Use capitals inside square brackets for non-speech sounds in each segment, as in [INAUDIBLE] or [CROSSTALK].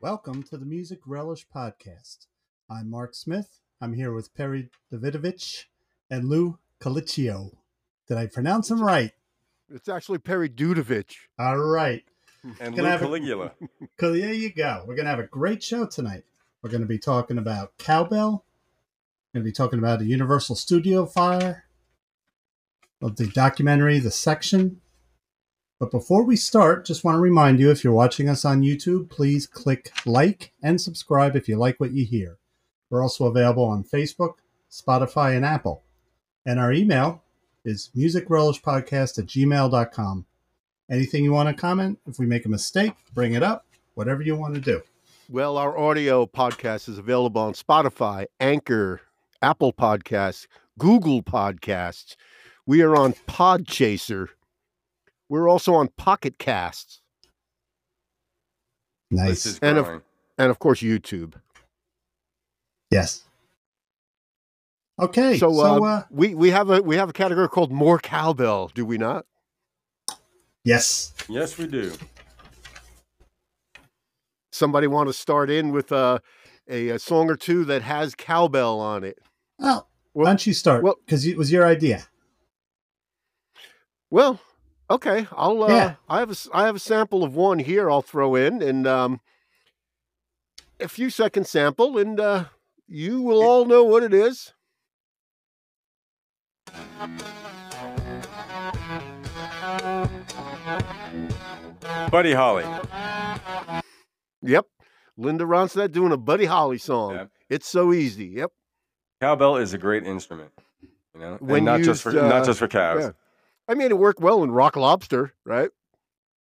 Welcome to the Music Relish Podcast. I'm Mark Smith. I'm here with Perry Davidovich and Lou Calicchio. Did I pronounce him right? It's actually Perry Dudovich. All right. and Can I Lou have a- [LAUGHS] Caligula. So there you go. We're going to have a great show tonight. We're going to be talking about Cowbell. We're going to be talking about a Universal Studio fire, of the documentary The Section. But before we start, just want to remind you if you're watching us on YouTube, please click like and subscribe if you like what you hear. We're also available on Facebook, Spotify, and Apple. And our email is musicrelishpodcast at gmail.com. Anything you want to comment, if we make a mistake, bring it up, whatever you want to do. Well, our audio podcast is available on Spotify, Anchor, Apple Podcasts, Google Podcasts. We are on Podchaser. We're also on Pocket Casts This Nice. is And if- growing. and, of course, YouTube. Yes. Okay. So, so, uh, uh, we we have a we have a category called More Cowbell, do we not? yes. yes, we do. Somebody want to start in with uh, a, a song or two that has cowbell on it? Oh, why Well- don't you start? well- Because it was your idea. Well, okay. I'll. Uh, Yeah. I have a. s- I have a sample of one here. I'll throw in and um, a few second sample, and uh, you will all know what it is. Buddy Holly. Yep, Linda Ronstadt doing a Buddy Holly song. Yep. It's so easy. Yep. Cowbell is a great instrument. You know, When and not just for used, uh, not just for cows. yeah. I mean, it worked well in Rock Lobster, right?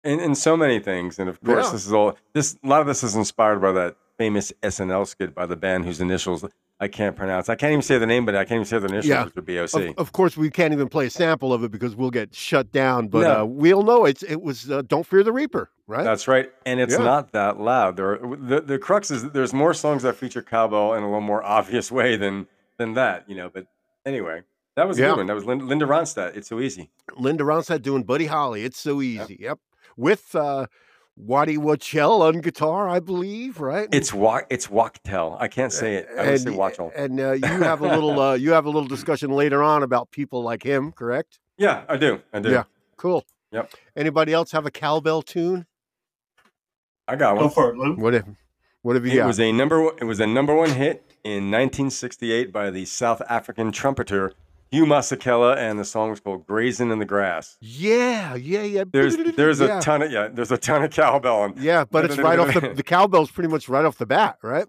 And in so many things. And of course, Yeah. this is all this a lot of this is inspired by that famous SNL skit by the band whose initials I can't pronounce. I can't even say the name, but I can't even say the initials Yeah. which are BOC. Of, of course, we can't even play a sample of it because we'll get shut down. But No. uh, we'll know it's. It was uh, "Don't Fear the Reaper," right? That's right, and it's Yeah. not that loud. There, are, the the crux is that there's more songs that feature cowbell in a little more obvious [LAUGHS] way than than that, you know. But anyway, that was a Yeah. good one. That was Linda, Linda Ronstadt. It's so easy. Linda Ronstadt doing Buddy Holly. It's so easy. Yep. With uh, Waddy Wachell on guitar, I believe, right? It's walk. It's Wachtel. I can't say it. I would say Wachtel. And uh, you have a [LAUGHS] little uh, you have a little discussion later on about people like him, correct? Yeah, I do. I do. Yeah. Cool. Yep. Anybody else have a cowbell tune? I got Go one. for it, Lou. What if what have you It got? was a number. one- It was a number one hit in 1968 by the South African trumpeter Hugh Masekela, and the song was called "Grazing in the Grass." yeah, yeah, yeah. There's there's yeah. a ton of yeah. There's a ton of cowbell and yeah, but it's right off the [LAUGHS] the cowbell's pretty much right off the bat, right?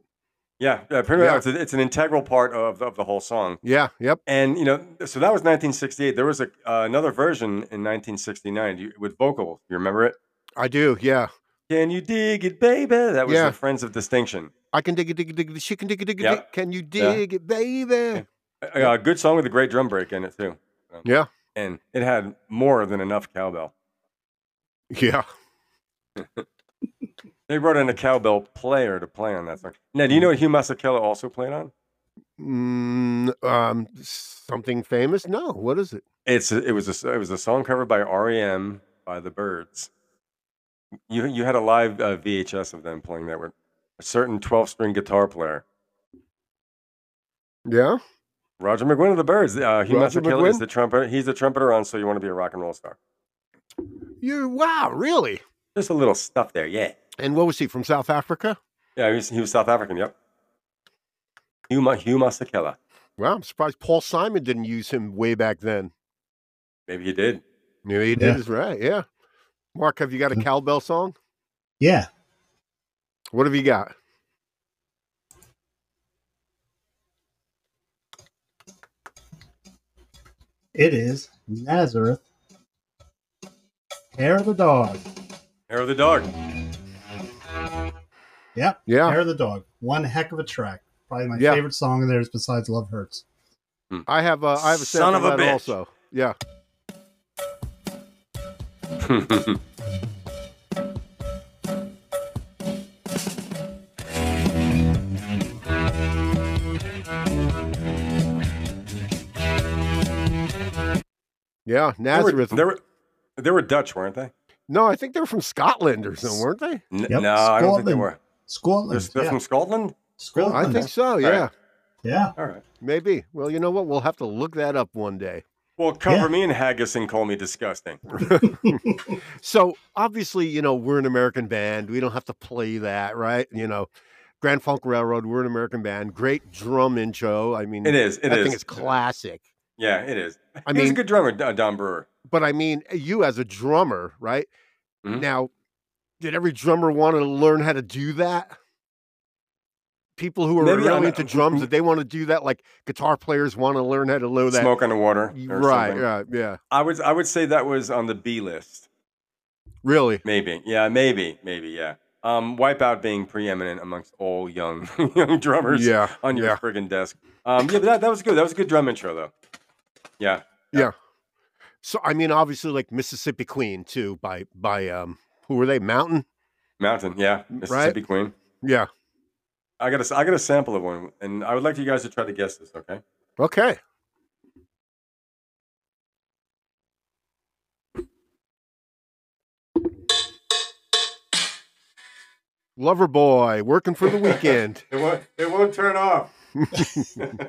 yeah. yeah pretty Yeah. much. It's, a- it's an integral part of of the whole song. Yeah, yep. And you know, so that was 1968. There was a, uh, another version in 1969 you- with vocal. You remember it? I do, yeah. Can you dig it, baby? That was Yeah. the Friends of Distinction. I can dig it, dig it, dig it, she can dig it, dig it, Yeah. dig it. Can you dig it, baby? A, a good song with a great drum break in it too. Um, Yeah. And it had more than enough cowbell. Yeah. They brought in a cowbell player to play on that song. Now, do Hmm. you know what Hugh Masekela also played on? Mm, um, something famous? No. What is it? It's a, it was a it was a song covered by REM by the Birds. You you had a live uh, VHS of them playing that with a certain 12 string guitar player. Yeah. Roger McGuinn of the Birds. Uh, Hugh Roger Masekela is McGuinn? the trumpeter. He's the trumpeter on So You Want to Be a Rock and Roll Star. You're wow, really? Just a little stuff there, yeah. And what was he from South Africa? Yeah, he was, he was South African, yep. Hugh, Ma- Hugh Masekela. Well, I'm surprised Paul Simon didn't use him way back then. Maybe he did. Maybe he Yeah. did. Is right. Yeah. Mark, have you Mm-hmm. got a cowbell song? Yeah. What have you got? It is Nazareth. Hair of the dog. Hair of the dog. [LAUGHS] Yep. Yeah. Hair of the dog. One heck of a track. Probably my Yeah. favorite song of theirs besides Love Hurts. I have a I have a Son sample of a that bitch. also. Yeah. Yeah, Nazareth. They were, they were, they were Dutch, weren't they? no, I think they were from Scotland or something, weren't they? N- Yep, No, I don't think they Scotland. were. They're, Scotland. they're yeah. from Scotland. Scotland. I think so. Yeah, right. Yeah. All right. maybe. Well, you know what? We'll have to look that up one day. Well, cover Yeah. me in haggis and call me disgusting. So obviously, you know, we're an American band. We don't have to play that, right? You know, Grand Funk Railroad. We're an American band. Great drum intro. I mean, It is. It I is. think it's classic. Yeah, it is. I he was a mean, good drummer, D- uh, Don Brewer. but I mean, you as a drummer, right? Mhm. Now, did every drummer want to learn how to do that? People who are Maybe on really a- into drums, did they want to do that? Like guitar players want to learn how to load that? Smoke on the water. or right, something. right, yeah. I would. I would say that was on the B list. Really? Maybe. Yeah. Maybe. Maybe. Yeah. Um, Wipeout being preeminent amongst all young [LAUGHS] young drummers Yeah. on your yeah. friggin' desk. Um, yeah, but that, that was good. That was a good drum intro though. Yeah. So I mean, obviously, like Mississippi Queen too. By by, um, who were they? Mountain. Mountain. Yeah. Mississippi Queen. Yeah. I got a, I got a sample of one, and I would like you guys to try to guess this. Okay. Okay. Lover boy working for the weekend. It won't. It won't turn off.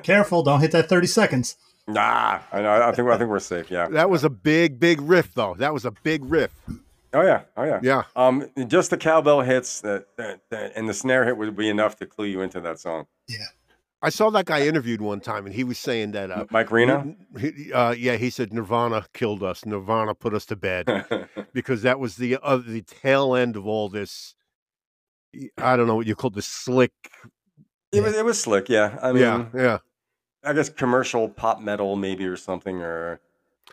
Careful, don't hit that 30 seconds. Nah. I know. I think. I think we're safe. Yeah. That was a big, big riff, though. That was a big riff. Oh yeah. Oh yeah. Yeah. Um, just the cowbell hits that, that, that- and the snare hit would be enough to clue you into that song. I saw that guy interviewed one time, and he was saying that. Uh, Mike Reno. he- uh, yeah, he said Nirvana killed us. Nirvana put us to bed because that was the uh, the tail end of all this. I don't know what you call the slick. [LAUGHS] It was it was slick, yeah. I mean, yeah, yeah. I guess commercial pop metal maybe or something or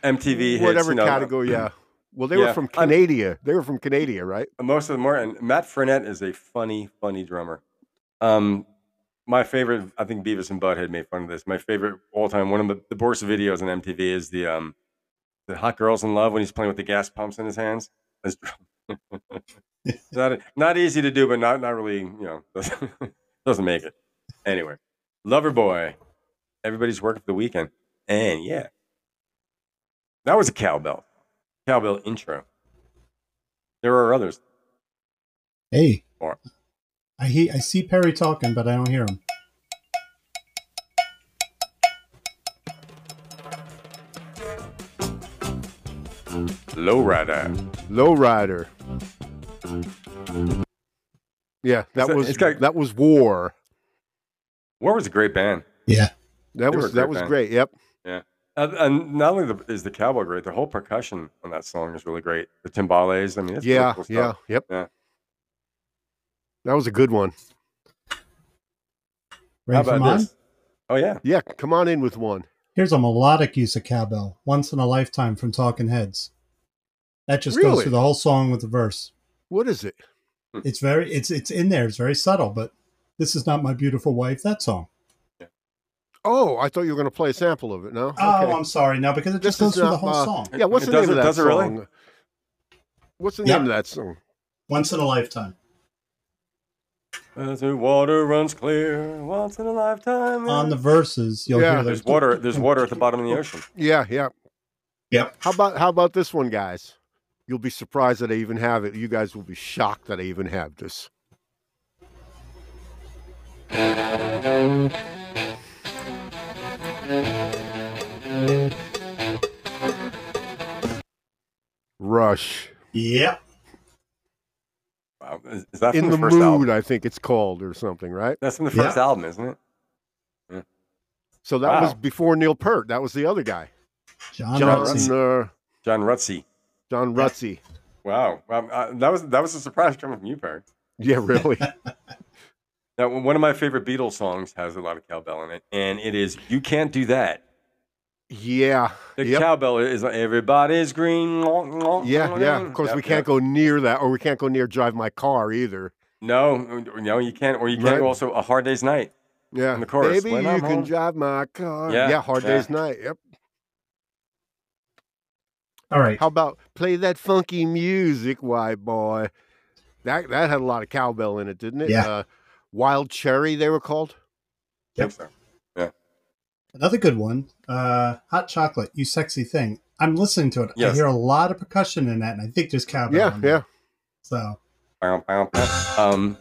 MTV hits, whatever you know, category. Yeah. Well, they were Yeah, from I'm- Canada. They were from Canada, right? Most of them are. And Matt Frenette is a funny, funny drummer. Um, my favorite, I think Beavis and Butthead made fun of this. My favorite all time, one of the, the worst videos on MTV is the um, the Hot Girls in Love when he's playing with the gas pumps in his hands. That's [LAUGHS] not not easy to do, but not not really, you know, [LAUGHS] doesn't, doesn't make it. Anyway, Lover Boy, everybody's working for the weekend, and yeah, that was a cowbell, cowbell intro. There are others. Hey. Or- I he- I see Perry talking, but I don't hear him. Lowrider. Lowrider. Yeah, that So was it's got- that was war. War was a great band. Yeah. That They were was a that great was band. great. Yep. And, and not only the, is the cowboy great, the whole percussion on that song is really great. The timbales, I mean, it's really yeah, cool stuff. yeah, yep. Yeah. That was a good one. How Ready for about mine? this? Oh yeah, Yeah, come on in with one. Here's a melodic use of cowbell, once in a lifetime from Talking Heads. That just goes Really? through the whole song with the verse. What is it? It's very it's it's in there, it's very subtle, but this is not my beautiful wife, that song. Oh, I thought you were going to play a sample of it. No. Oh, I'm sorry now because it just This goes is through the not whole my- song. yeah. What's It the does- name it of that does it really? song? What's the Yeah. name of that song? Once in a lifetime. as the water runs clear, once in a lifetime. On the verses, you'll Yeah. hear there's those. water. There's water at the bottom of the ocean. Yeah, yeah. Yep. How about how about this one, guys? You'll be surprised that I even have it. You guys will be shocked that I even have this. Rush Yep. Wow. Is, is that from in the, the, first mood, album? I think it's called or something, right? That's from the Yeah. first album, isn't it? So that was Wow. before Neil Peart. That was the other guy, John, John Rutsey. uh, John Rutsey. John Rutsey. Wow, wow. Uh, that was that was a surprise coming from you, Perry. [LAUGHS] Yeah, really. Now, one of my favorite Beatles songs has a lot of cowbell in it, and it is "You Can't Do That." yeah. The Yep. cowbell is like, everybody's green. Yeah, yeah. Of course, we can't go near that, or we can't go near drive my car either. No, no, you can't. Or you can't Right. go also a hard day's night. Yeah, And the chorus, Maybe when you I'm can home. drive my car. Yeah, Yeah, hard yeah. days night. Yep. All right. How about play that funky music, white boy? That that had a lot of cowbell in it, didn't it? Yeah. Uh, Wild Cherry, they were called. Yep. Think so. Another good one. Uh, hot chocolate, you sexy thing. I'm listening to it. I Yes. hear a lot of percussion in that, and I think there's cowbell. Yeah, in there. yeah. So Bow, bow, bow. Um,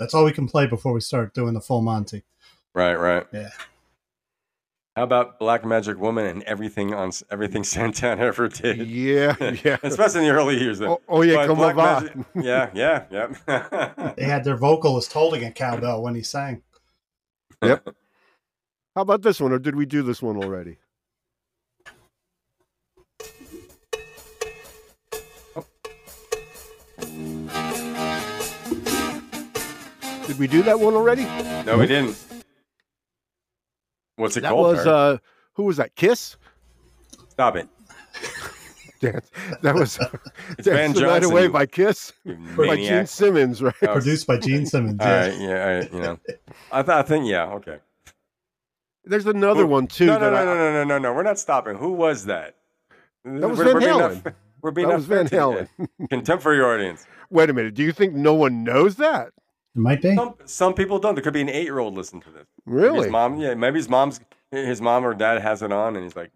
that's all we can play before we start doing the full Monty. right, right. Yeah. How about Black Magic Woman and everything on everything [LAUGHS] Santana ever did, Yeah, [LAUGHS] yeah. [LAUGHS] especially in the early years? Though. Oh, oh, yeah, But come Black on. Magic- yeah, yeah, yeah. They had their vocalist holding a cowbell when he sang. How about this one, or did we do this one already? Oh. Did we do that one already? [LAUGHS] no, we didn't. What's it That called? was Barry? uh, who was that? Kiss. [LAUGHS] Stop it. Dance. That was [LAUGHS] [LAUGHS] It's Van Dance the Night Johnson. Away you- by Kiss [LAUGHS] you by Gene maniac. Simmons, right? Oh, Produced by [LAUGHS] Gene Simmons. All yeah. right, yeah, I, [LAUGHS] you know, I, th- I think yeah, okay. There's another Who- one too. No, no, that no, I- no, no, no, no, no. We're not stopping. Who was that? That was We're- Van we're being Halen. not- [LAUGHS] We're being that not was Van fair Halen. today. [LAUGHS] Contemporary audience. Wait a minute. Do you think no one knows that? It might be. Some some people don't. There could be an eight year old listening to this. Maybe Really? His mom, yeah, maybe his mom's his mom or dad has it on, and he's like,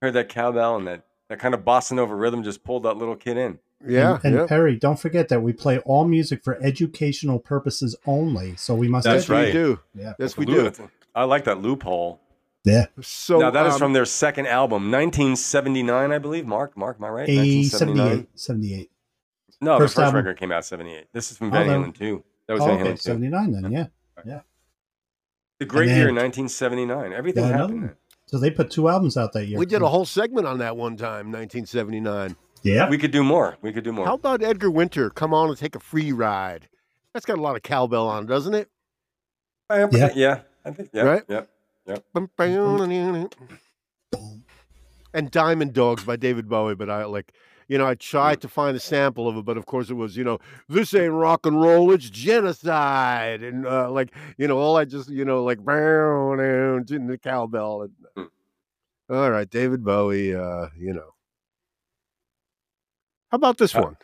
heard that cowbell and that that kind of bossing over rhythm just pulled that little kid in. Yeah. and, and yeah. Perry, don't forget that we play all music for educational purposes only. So we must. That's Yes, we right. do. Yeah. Yes, we do. Loop- I like that loophole. Yeah. So now that is um, from their second album, 1979, I believe. Mark, Mark, am I right? A 1979. 78. 78. No, First the first album. record came out 78. This is from Oh, Van that- Halen too. That was Oh, Van okay. Halen too. 79 then. Yeah. The great And year then- in 1979. Everything Yeah, another happened. one. So they put two albums out that year. we did a whole segment on that one time, 1979. Yeah. We could do more. We could do more. How about Edgar Winter? Come on and take a free ride. That's got a lot of cowbell on, it, doesn't it? I- Yeah. yeah. I think. Yeah. Right? Yeah. Bum, bum, And Diamond Dogs by David Bowie, but I like, you know, I tried to find a sample of it, but of course it was, you know, this ain't rock and roll, it's genocide, and uh, like, you know, all I just, you know, like, brown and and the cowbell. And, Hmm. All right, David Bowie, uh, you know. How about this Uh, one?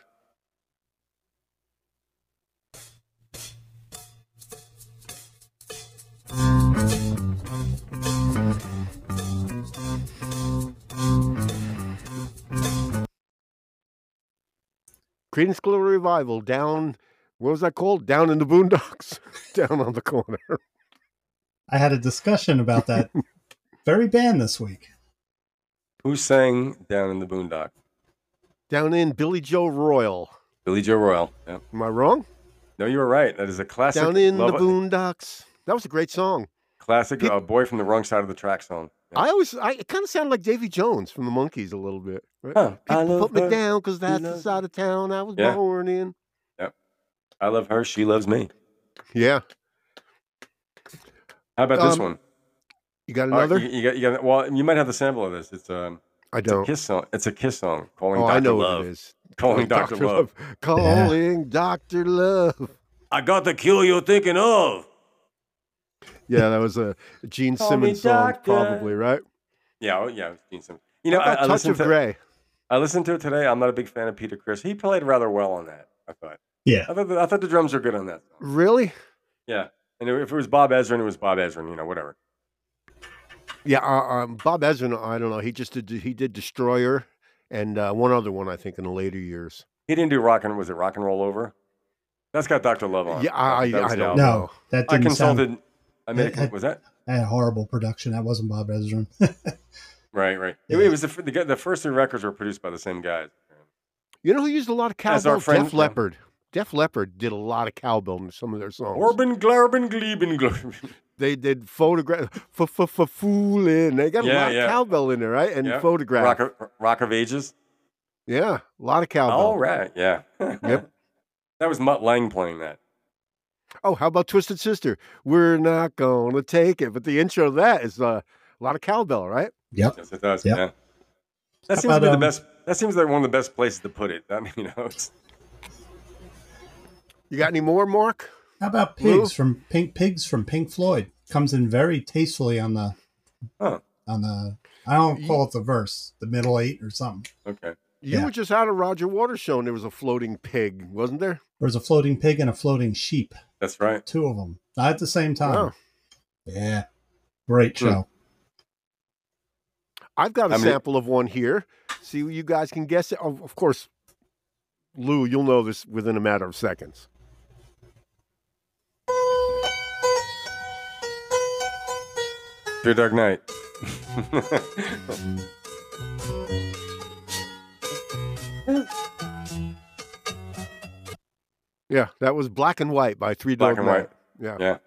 Creedence Clearwater Revival down. What was that called? Down in the boondocks, [LAUGHS] down on the corner. I had a discussion about [LAUGHS] that very band this week. Who sang down in the boondock? Down in Billy Joe Royal. Billy Joe Royal. Yeah. Am I wrong? No, you were right. That is a classic. Down in the love- boondocks. That was a great song. Classic. Pe- uh, boy from the wrong side of the track song. Yeah. I always, I it kind of sounded like Davy Jones from the Monkees a little bit. Right? Huh. I People love put me her. down because that's the love- side of town I was Yeah. born in. I love her. She loves me. Yeah, How about this Um, one? you got All right, another? you, you got, you got, well, you might have the sample of this. It's, um, I it's a don't. kiss song. It's a kiss song. Calling Oh, Dr. I know Love. what it is. Oh, Calling Dr. Love. Calling Dr. Love. I got the cure you're thinking of. Yeah, that was a Gene Call me Simmons song, doctor. probably, right? Yeah, oh, yeah. Gene Simmons. You know, How I, about I Touch listened of to Grey. I listened to it today. I'm not a big fan of Peter Chris. He played rather well on that. I thought. Yeah. I thought the, I thought the drums were good on that. Song. Really? Yeah. And if it was Bob Ezrin, it was Bob Ezrin. You know, whatever. Yeah, uh, um, Bob Ezrin. I don't know. He just did. He did Destroyer and uh, one other one, I think, in the later years. He didn't do rock and was it rock and roll over? That's got Dr. Love on. it. Yeah, I, I, That was I the don't album. No. know. That I didn't sound. consulted. I made. A, Yeah, I- con- was that I had a horrible production. That wasn't Bob Ezrin. [LAUGHS] right? Right. Yeah. It was the, fir- the guy- the first three records were produced by the same guys. You know who used a lot of That's cowbell? our friend, Def yeah. Leppard. Def Leppard did a lot of cowbell in some of their songs. Orban, Glarben, Gleben, [LAUGHS] Glorben. They did photograph for for for fooling. They got a Yeah, lot yeah. of cowbell in there, right? And Yeah. photograph. Rock, of- Rock of Ages. Yeah, a lot of All cowbell. right. Yeah. [LAUGHS] Yep. That was Mutt Lang playing that. Oh, how about Twisted Sister? We're not gonna take it. But the intro to that is uh, a lot of cowbell, right? yep. Yes, it does. Yeah. Yeah. That How seems to be about, the um, best. That seems like one of the best places to put it. [LAUGHS] I mean, you know, it's, You got any more, Mark? How about Lou? pigs from Pink Pigs from Pink Floyd? Comes in very tastefully on the Huh. on the. I don't call it the verse, the middle eight or something. okay. You Yeah. were just out of Roger Waters show, and there was a floating pig, wasn't there? There's a floating pig and a floating sheep. That's right. Two of them, not Uh-huh. at the same time. Wow. Hmm. Yeah, great Hmm. show. I've got a I mean- sample of one here. See, you guys can guess it. Of, of course, Lou, you'll know this within a matter of seconds. Fear Dark Knight. Yeah, that was Black and White by Three Black Dog and Night. white. Yeah. Yeah.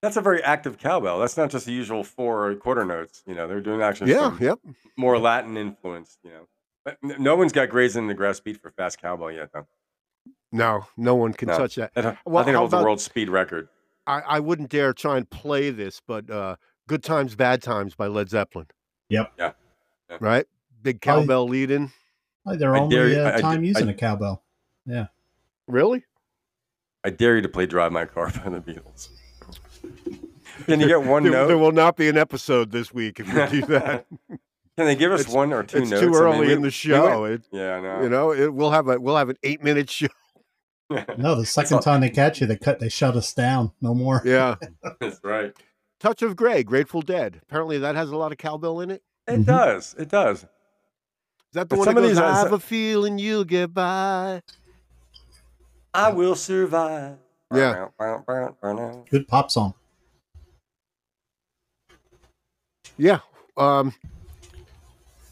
That's a very active cowbell. That's not just the usual four or quarter notes. You know, they're doing actually Yeah, some yep. more Latin influence. You know, but n- no one's got grazing in the grass beat for fast cowbell yet, though. No, no one can No. touch that. I don't- Well, I think it how holds about- the world speed record. I, I wouldn't dare try and play this, but uh, Good Times, Bad Times by Led Zeppelin. Yep. Yeah. Yeah. Right? Big I- cowbell lead in. Like their I dare only you- I- uh, I- time I- using a cowbell. Really? I dare you to play "Drive My Car" by the Beatles. [LAUGHS] Can you get one There, there note? will not be an episode this week [LAUGHS] if we [LAUGHS] do that. Can they give us it's- one or two it's notes? too I mean, early we- in we the show. It, went- yeah, I know. you know, it, we'll have a we'll have an eight minute show. [LAUGHS] No, the second not- time they catch you, they cut, they shut us down. No more. Yeah. [LAUGHS] That's right. Touch of Grey, Grateful Dead. Apparently that has a lot of cowbell in it. It Mhm. does. It does. Is that the But one that some of goes, these are- I have a feeling you'll get by? I will survive. Yeah. Good pop song. Yeah. Um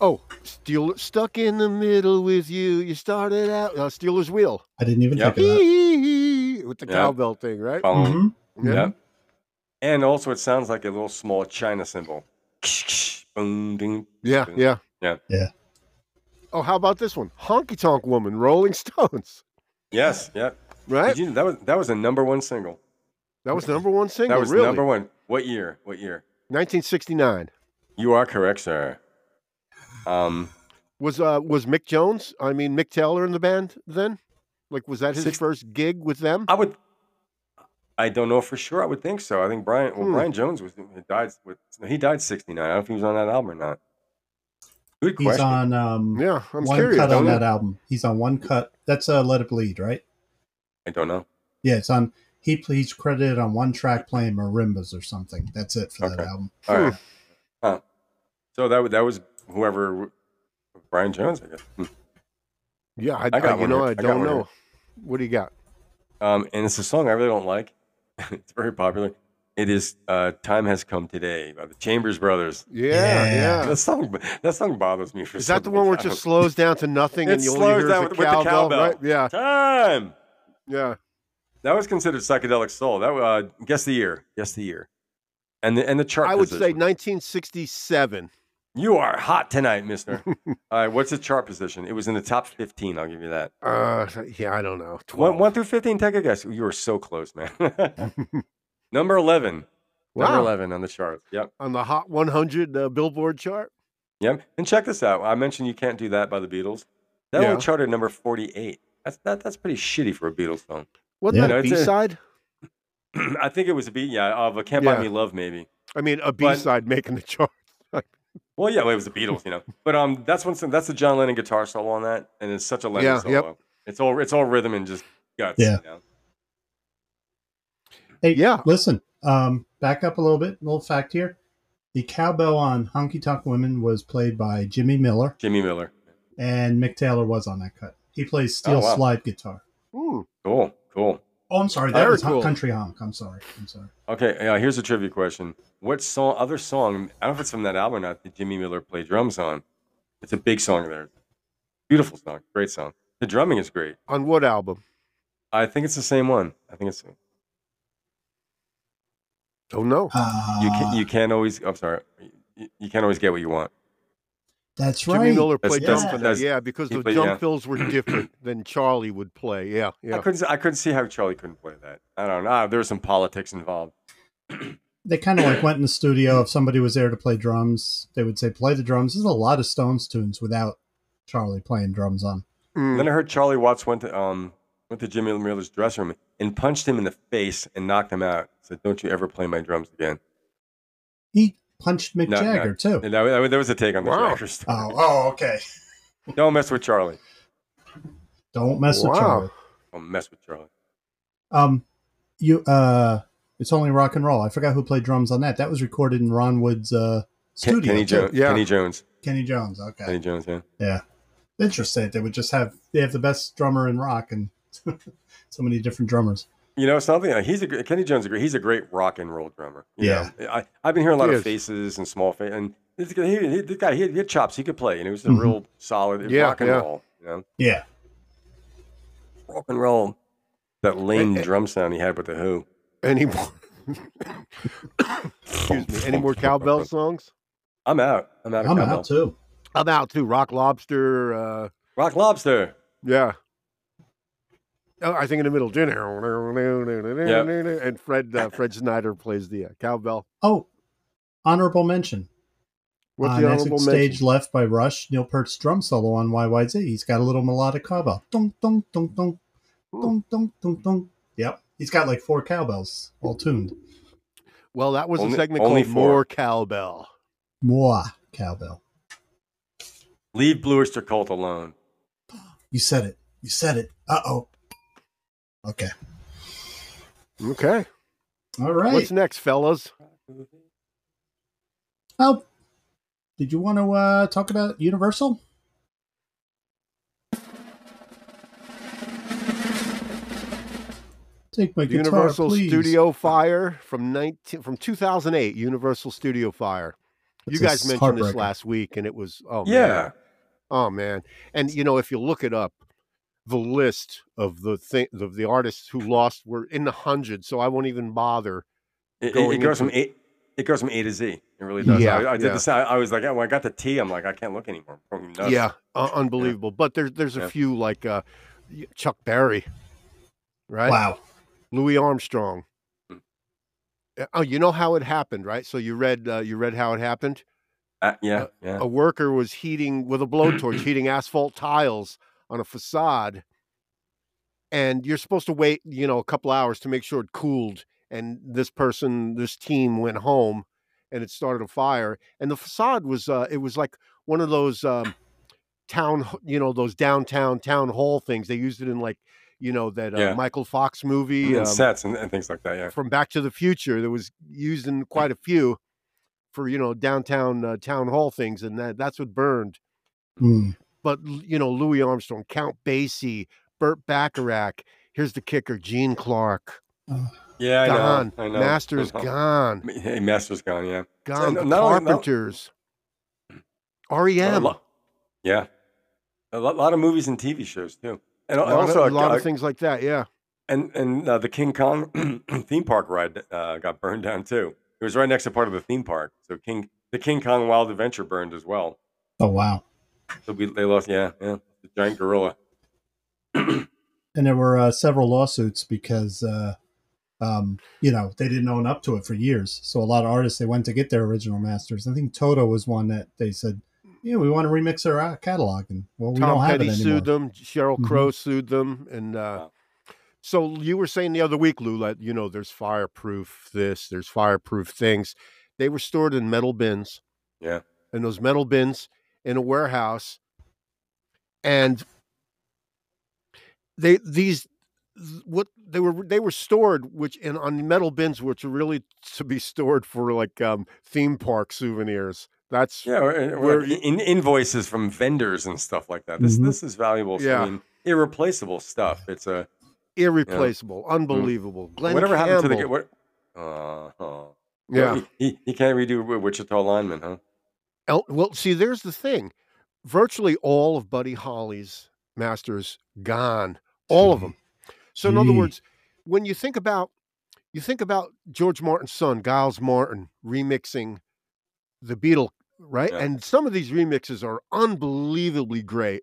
Oh, Steeler stuck in the middle with you. You started out uh, Steeler's [LAUGHS] Wheel. I didn't even Yep. think of that. with the Yeah. cowbell thing, right? Follow hmm Mm-hmm. Yeah. Yep. And also, it sounds like a little small China cymbal. Boom, ding. Yeah, yeah. Yeah. Yeah. Oh, how about this one? Honky Tonk Woman, Rolling [LAUGHS] Stones, Yes, yep. right? Did you know that was that was a number one single. that was number one single, That was really. number one. What year? What year? 1969. You are correct, sir. Um, Was uh was Mick Jones, I mean Mick Taylor in the band then? Like was that his Six- first gig with them? I would. I don't know for sure. I would think so. I think Brian. Well, Hmm. Brian Jones was he died. With, he died sixty nine. I don't know if he was on that album or not. Good He's question. on um, Yeah, I'm one curious. cut I on don't- that album. He's on one cut. That's uh, Let It Bleed, right? I don't know. Yeah, it's on. He he's credited on one track playing marimbas or something. That's it for that Okay. album. All Hmm. right. Huh. So that wa- that was whoever Brian Jones, I guess. Hmm. Yeah, I, I got I- you one know, here. I I got don't one here. know. What do you got? Um, and it's a song I really don't like. [LAUGHS] it's very popular. It is uh, "Time Has Come Today" by the Chambers Brothers. Yeah, Yeah. yeah. That song, that song bothers me. For Is that the some one where it reason. just slows down to nothing It and you only slows hear down the with- with the cowbell? cowbell. Right? Yeah, [LAUGHS] time? yeah. That was considered psychedelic soul. That uh, guess the year, guess the year, and the and the chart. I would say position. 1967. you are hot tonight, [LAUGHS] Mister. All right, what's the chart position? It was in the top fifteen. I'll give you that. Uh, yeah, I don't know. 12. One, one through fifteen. Take a guess. You were so close, man. [LAUGHS] Number eleven. Number Wow. eleven on the chart. Yep. on the Hot 100 uh, Billboard chart. Yep. And check this out. I mentioned you can't do that by the Beatles. That Yeah. one charted number forty-eight. That's that, That's pretty shitty for a Beatles song. [CLEARS THROAT] Wasn't Yeah. that No, a it's a- B-side? I think it was a beat. Yeah, of a "Can't Yeah. Buy Me Love" maybe. I mean, a But- B-side making the chart. Well, yeah, well, it was the Beatles, [LAUGHS] you know. But um, that's one. That's the John Lennon guitar solo on that, and it's such a Lennon Yeah, solo. yep. It's all it's all rhythm and just guts. Yeah. You know? Hey, Yeah. Listen, um, back up a little bit. Little fact here: the cowbell on "Honky Tonk Women" was played by Jimmy Miller, Jimmy Miller. and Mick Taylor was on that cut. He plays steel Oh, wow. slide guitar. Hmm. Cool, cool. Oh, I'm sorry. That Very was cool. cool. country honk. I'm sorry. I'm sorry. Okay, uh, here's a trivia question. What song? Other song? I don't know if it's from that album or not. That Jimmy Miller played drums on. It's a big song there. Beautiful song. Great song. The drumming is great. On what album? I think it's the same one. I think it's Don't know. Uh, you. Can, you can't always. I'm sorry. You, you can't always get what you want. that's Jimmy right. Miller That's- played that's- drum for that. that's- Yeah, because he the played- drum yeah. fills were [CLEARS THROAT] different than Charlie would play. Yeah, I yeah. couldn't. I couldn't see how Charlie couldn't play that. I don't know. Ah, there was some politics involved. they kind of [CLEARS THROAT] like went in the studio. If somebody was there to play drums, they would say, "Play the drums." There's a lot of Stones tunes without Charlie playing drums on. Mm. Then I heard Charlie Watts went to um went to Jimmy Miller's dressing room and punched him in the face and knocked him out. Said, "Don't you ever play my drums again." He punched Mick No, no. Jagger too. And that, that, there was a take on the Oh. Wow. Jagger story. Oh, oh, okay. Don't mess with Charlie. Don't mess Wow. with Charlie. Don't mess with Charlie. Um, you uh, it's only rock and roll. I forgot who played drums on that. That was recorded in Ron Wood's uh, Ken- studio. Kenny, too. jo- yeah. Kenny Jones. Kenny Jones. Okay. Kenny Jones, yeah. Interesting. They would just have they have the best drummer in rock and [LAUGHS] so many different drummers. You know something? uh, He's a gr- Kenny Jones. is a gr- He's a great rock and roll drummer. you Yeah. know? I, I've been hearing a lot He of is. faces and small faces, and this guy, he, he, this guy, he had, he had chops. He could play, and he was a Mhm. real solid Mm-hmm. Yeah, rock and yeah. roll. You know, Yeah. rock and roll. That lame And- and- drum sound he had with the Who. Any more? [COUGHS] Excuse me. Any more cowbell songs? I'm out. I'm out. Of I'm cowbell. out too. I'm out too. Rock Lobster. Uh, Rock Lobster. yeah. Oh, I think in the middle, and Fred uh, Fred Snyder plays the uh, cowbell. Oh, honorable mention. What's on the Essex honorable Uh, stage mention? left by Rush, Neil Peart's drum solo on YYZ. He's got a little melodic cowbell. Dun, dun, dun, dun, Hmm. dun, dun, dun, dun. Yep. He's got like four cowbells all tuned. Well, that was Only- a segment only called four. More Cowbell. Moi cowbell. Leave Blue Oyster Cult alone. You said it. You said it. Uh oh. Okay. Okay. All right. What's next, fellas? Oh, did you want to uh, talk about Universal? Take my guitar, Universal please. Studio Fire from 19 from 2008, Universal Studio Fire. You It's guys a mentioned this heartbreaker. last week and it was oh man. yeah. Oh man. And you know, if you look it up, the list of the thing of the artists who lost were in the hundreds, so I won't even bother. It, it- it Going goes into- from A. It goes from A to Z. It really does. Yeah, I, I did yeah. the sound. I was like, when I got the T, I'm like, I can't look anymore. I don't even know. Yeah, uh, unbelievable. But there's there's a Yeah. few like uh y- Chuck Berry, right? Wow. Louis Armstrong. Hmm. Uh, Oh, you know how it happened, right? So you read uh, you read how it happened. Uh, yeah. Yeah. A worker was heating with a blowtorch, heating asphalt tiles on a facade, and you're supposed to wait, you know, a couple hours to make sure it cooled. And this person, this team, went home, and it started a fire. And the facade was uh, it was like one of those um, town, h- you know, those downtown town hall things. They used it in like, you know, that uh, Yeah. Mm-hmm. Michael Fox movie. and um, sets and, and things like that. Yeah. from Back to the Future that was used in quite a few for you know downtown uh, town hall things, and that that's what burned. Hmm. But l- you know Louis Armstrong, Count Basie, Burt Bacharach. Here's the kicker: Gene Clark Yeah. I gone, know. I know. [LAUGHS] Masters I know. gone, Hey, Master's gone. Yeah. gone. no- The not only- not- [CLEARS THROAT] Carpenters, E A REM, lo- yeah. A lot, lot of movies and TV shows too, and a al- lot, also of, a lot uh, of things like that. Yeah, and and uh, the King Kong [CLEARS THROAT] theme park ride uh, got burned down too. It was right next to part of the theme park, so King the King Kong Wild Adventure burned as well. Oh, wow. So we they lost, yeah, yeah, the giant gorilla. And there were uh, several lawsuits because, uh, um, you know, they didn't own up to it for years. So a lot of artists, they went to get their original masters. I think Toto was one that they said, yeah, we want to remix our uh, catalog. And, well, we don't Tom have Petty it anymore. sued them, Cheryl Mhm. Crow sued them, and uh, Wow. so you were saying the other week, Lou, that you know there's fireproof this, there's fireproof things. They were stored in metal bins. Yeah. and those metal bins in a warehouse, and they these th- what they were they were stored which in on metal bins which are really to be stored for like um theme park souvenirs that's Yeah, or, or Where- in, invoices from vendors and stuff like that. This Mhm. this is valuable. stuff. Mm-hmm. Yeah. I mean, irreplaceable stuff. It's a irreplaceable unbelievable Glenn Mm. whatever happened to the Campbell. g- what? Uh, huh. yeah he, he he can't redo Wi- Wichita lineman, huh? El- well, see, there's the thing. Virtually all of Buddy Holly's masters gone, all of them. So in other Gee. words, when you think about you think about George Martin's son, Giles Martin, remixing the Beatle, right? Yeah. And some of these remixes are unbelievably great.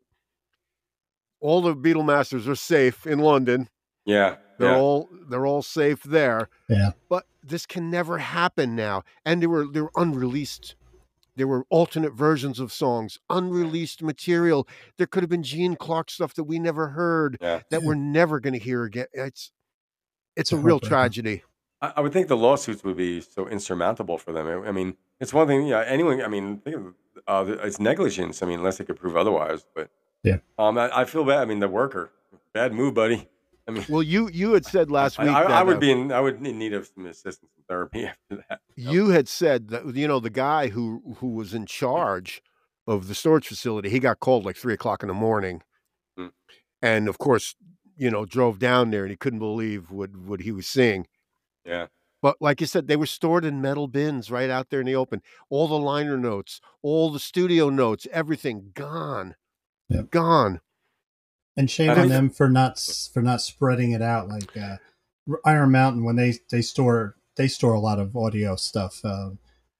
All the Beatle masters are safe in London. Yeah, They're yeah. all they're all safe there. Yeah. But this can never happen now. And they were they were unreleased. There were alternate versions of songs, unreleased material. There could have been Gene Clark stuff that we never heard Yeah. that we're never going to hear again. It's it's a a real heartbreaker. tragedy. I, I would think the lawsuits would be so insurmountable for them. I, I mean, it's one thing. Yeah, anyone. I mean, think of, uh, th- it's negligence. I mean, unless they could prove otherwise. But Yeah. um, I, I feel bad. I mean, the worker, bad move, buddy. I mean, Well, you you had said last I, week. I, that, I would uh, be in. I would in need of some assistance and therapy [LAUGHS] after that. You had said that you know the guy who who was in charge of the storage facility. He got called like three o'clock in the morning, Mm. and of course, you know, drove down there and he couldn't believe what what he was seeing. Yeah. But like you said, they were stored in metal bins right out there in the open. All the liner notes, all the studio notes, everything gone, Yep. gone. And shame And I on th- them for not s- for not spreading it out like uh, Iron Mountain when they they store they store a lot of audio stuff. Uh,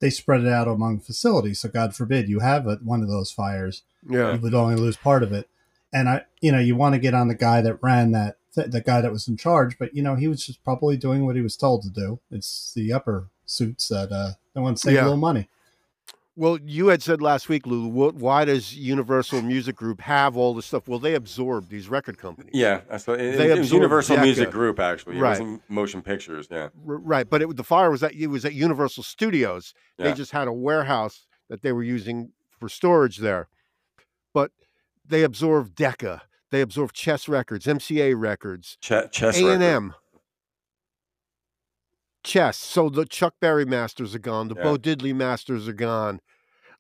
they spread it out among facilities. So God forbid you have a, one of those fires, Yeah, [LAUGHS] you would only lose part of it. And I, you know, you want to get on the guy that ran that th- the guy that was in charge, but you know he was just probably doing what he was told to do. It's the upper suits that uh, that want to save Yeah. a little money. Well, you had said last week, Lou, wh- why does Universal Music Group have all this stuff? Well, they absorbed these record companies. Yeah, I saw it, it- They it was absorbed Universal Decca. Music Group actually. It Right. wasn't Motion Pictures. Yeah, R- right. But it, the fire was at, it was at Universal Studios. They Yeah. just had a warehouse that they were using for storage there. But they absorbed Decca. They absorbed Chess Records, MCA Records, Ch- chess. A record. and M. Chess. So the Chuck Berry masters are gone. The Bo Diddley masters are gone.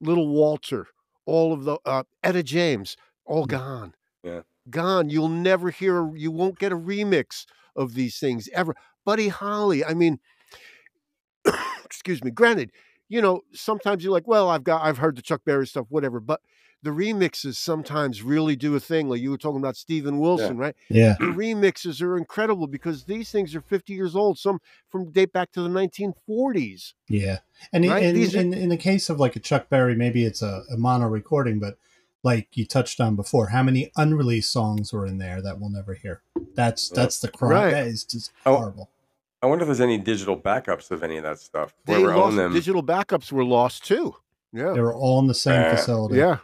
Little Walter. All of the uh, Etta James. All gone. Mm. Yeah. Gone. You'll never hear. a- You won't get a remix of these things ever. Buddy Holly. I mean, [COUGHS] excuse me. Granted, you know sometimes you're like, well, I've got, I've heard the Chuck Berry stuff, whatever. But the remixes sometimes really do a thing. Like you were talking about Steven Wilson, right? Yeah, the remixes are incredible because these things are 50 years old, some from date back to the 1940s. Yeah, and in- Right? in, These are- in, in the case of like a Chuck Berry, maybe it's a, a mono recording, but like you touched on before, how many unreleased songs were in there that we'll never hear? That's Yeah. that's the crime. Oh, Right. That is just Oh, horrible. I wonder if there's any digital backups of any of that stuff. They Whoever lost owned them. digital backups were lost too. Yeah. They were all in the same Uh, facility. Yeah.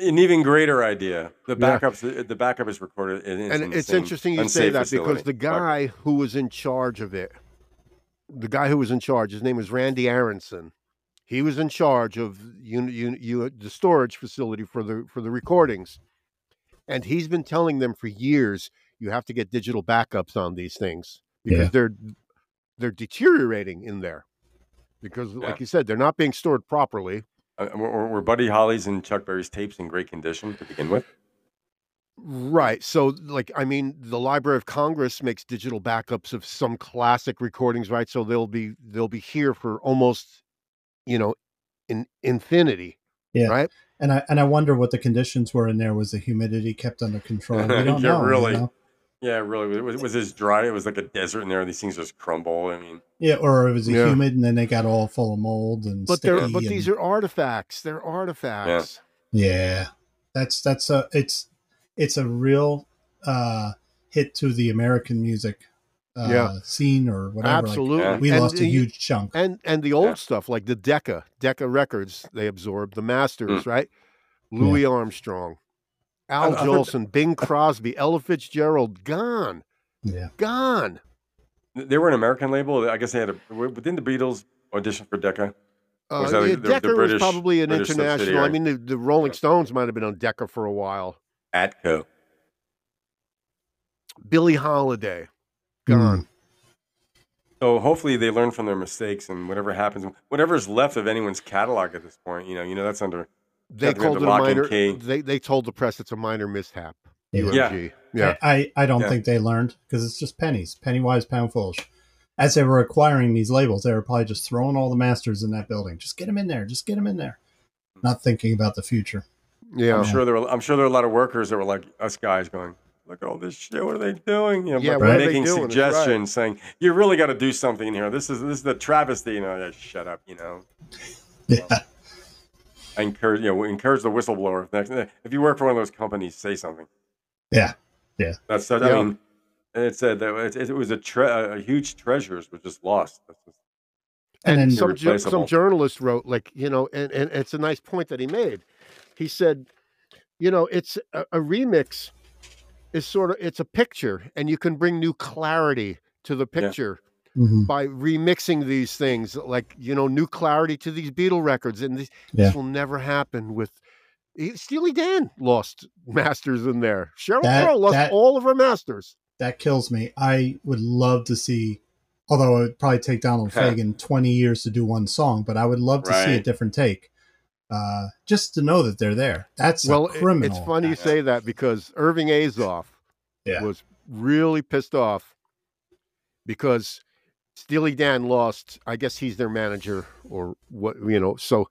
An even greater idea. The Yeah. backups. uh, The backup is recorded. In, in And the it's same interesting you say unsafe that because facility. the guy who was in charge of it, the guy who was in charge, his name was Randy Aronson. He was in charge of you, you, you, the storage facility for the for the recordings, and he's been telling them for years you have to get digital backups on these things because Yeah. they're they're deteriorating in there because, like Yeah. you said, they're not being stored properly. Uh, were, were Buddy Holly's and Chuck Berry's tapes in great condition to begin with? Right. So, like, I mean, the Library of Congress makes digital backups of some classic recordings, right? So they'll be they'll be here for almost, you know, in infinity. Yeah. Right. And I and I wonder what the conditions were in there. Was the humidity kept under control? We don't Yeah, know. you really. know? Yeah, really. It was, was as dry. It was like a desert in there. These things just crumble. I mean, Yeah, or it was Yeah. humid, and then they got all full of mold and But they're sticky but these and- are artifacts. They're artifacts. yeah. That's that's a it's it's a real uh, hit to the American music uh, Yeah. scene or whatever. like, uh, Absolutely. Yeah. we And- lost a and you- huge chunk. and and the old stuff like the Decca Decca records they absorbed Mm. the Masters right Louis Armstrong Al I've- I've heard- Jolson Bing Crosby Ella Fitzgerald gone Yeah, gone they were an American label. I guess they had a. Within the Beatles audition for Decca. uh, Was that yeah, the- the Decca was British- probably an British international I subsidiary? mean the, the Rolling Stones might have been on Decca for a while Atco. Billie Holiday gone So hopefully they learn from their mistakes and whatever happens, whatever's left of anyone's catalog at this point, you know, you know that's under. they Yeah, they had called the it a lock and minor key. they they told the press it's a minor mishap Mm-hmm. Yeah. UMG yeah I, I don't Yeah. think they learned because it's just pennies, penny wise, pound foolish. As they were acquiring these labels, they were probably just throwing all the masters in that building. Just get them in there. Just get them in there. Not thinking about the future. [LAUGHS] yeah I'm sure there were. I'm sure there were a lot of workers that were like us guys going, "Look at all this shit. What are they doing?" You know, Yeah, but what are they making doing? That's right. suggestions, saying you really got to do something in here. This is this is the travesty. You know, yeah, shut up. You know, Yeah. I encourage you know encourage the whistleblower. If next- If you work for one of those companies, say something. Yeah. Yeah. That's such, Yeah. I mean, it said that it, it was a, tre- a huge treasures was just lost. That's just- And, and then some ju- some Irreplaceable. journalist wrote like you know and, and it's a nice point that he made he said you know it's a, a remix is sort of it's a picture and you can bring new clarity to the picture Mhm. by remixing these things like you know new clarity to these beatle records and this, Yeah. this will never happen with E- Steely Dan lost [LAUGHS] masters in there. Cheryl That- Crow lost that- all of her masters. that kills me. I would love to see, although it would probably take Donald Okay. Fagen 20 years to do one song, but I would love to see a Right. different take. Uh, just to know that they're there. That's well, a it- criminal. it's funny you act. say that because Irving Azoff Yeah. was really pissed off because Steely Dan lost. I guess he's their manager or what you know. So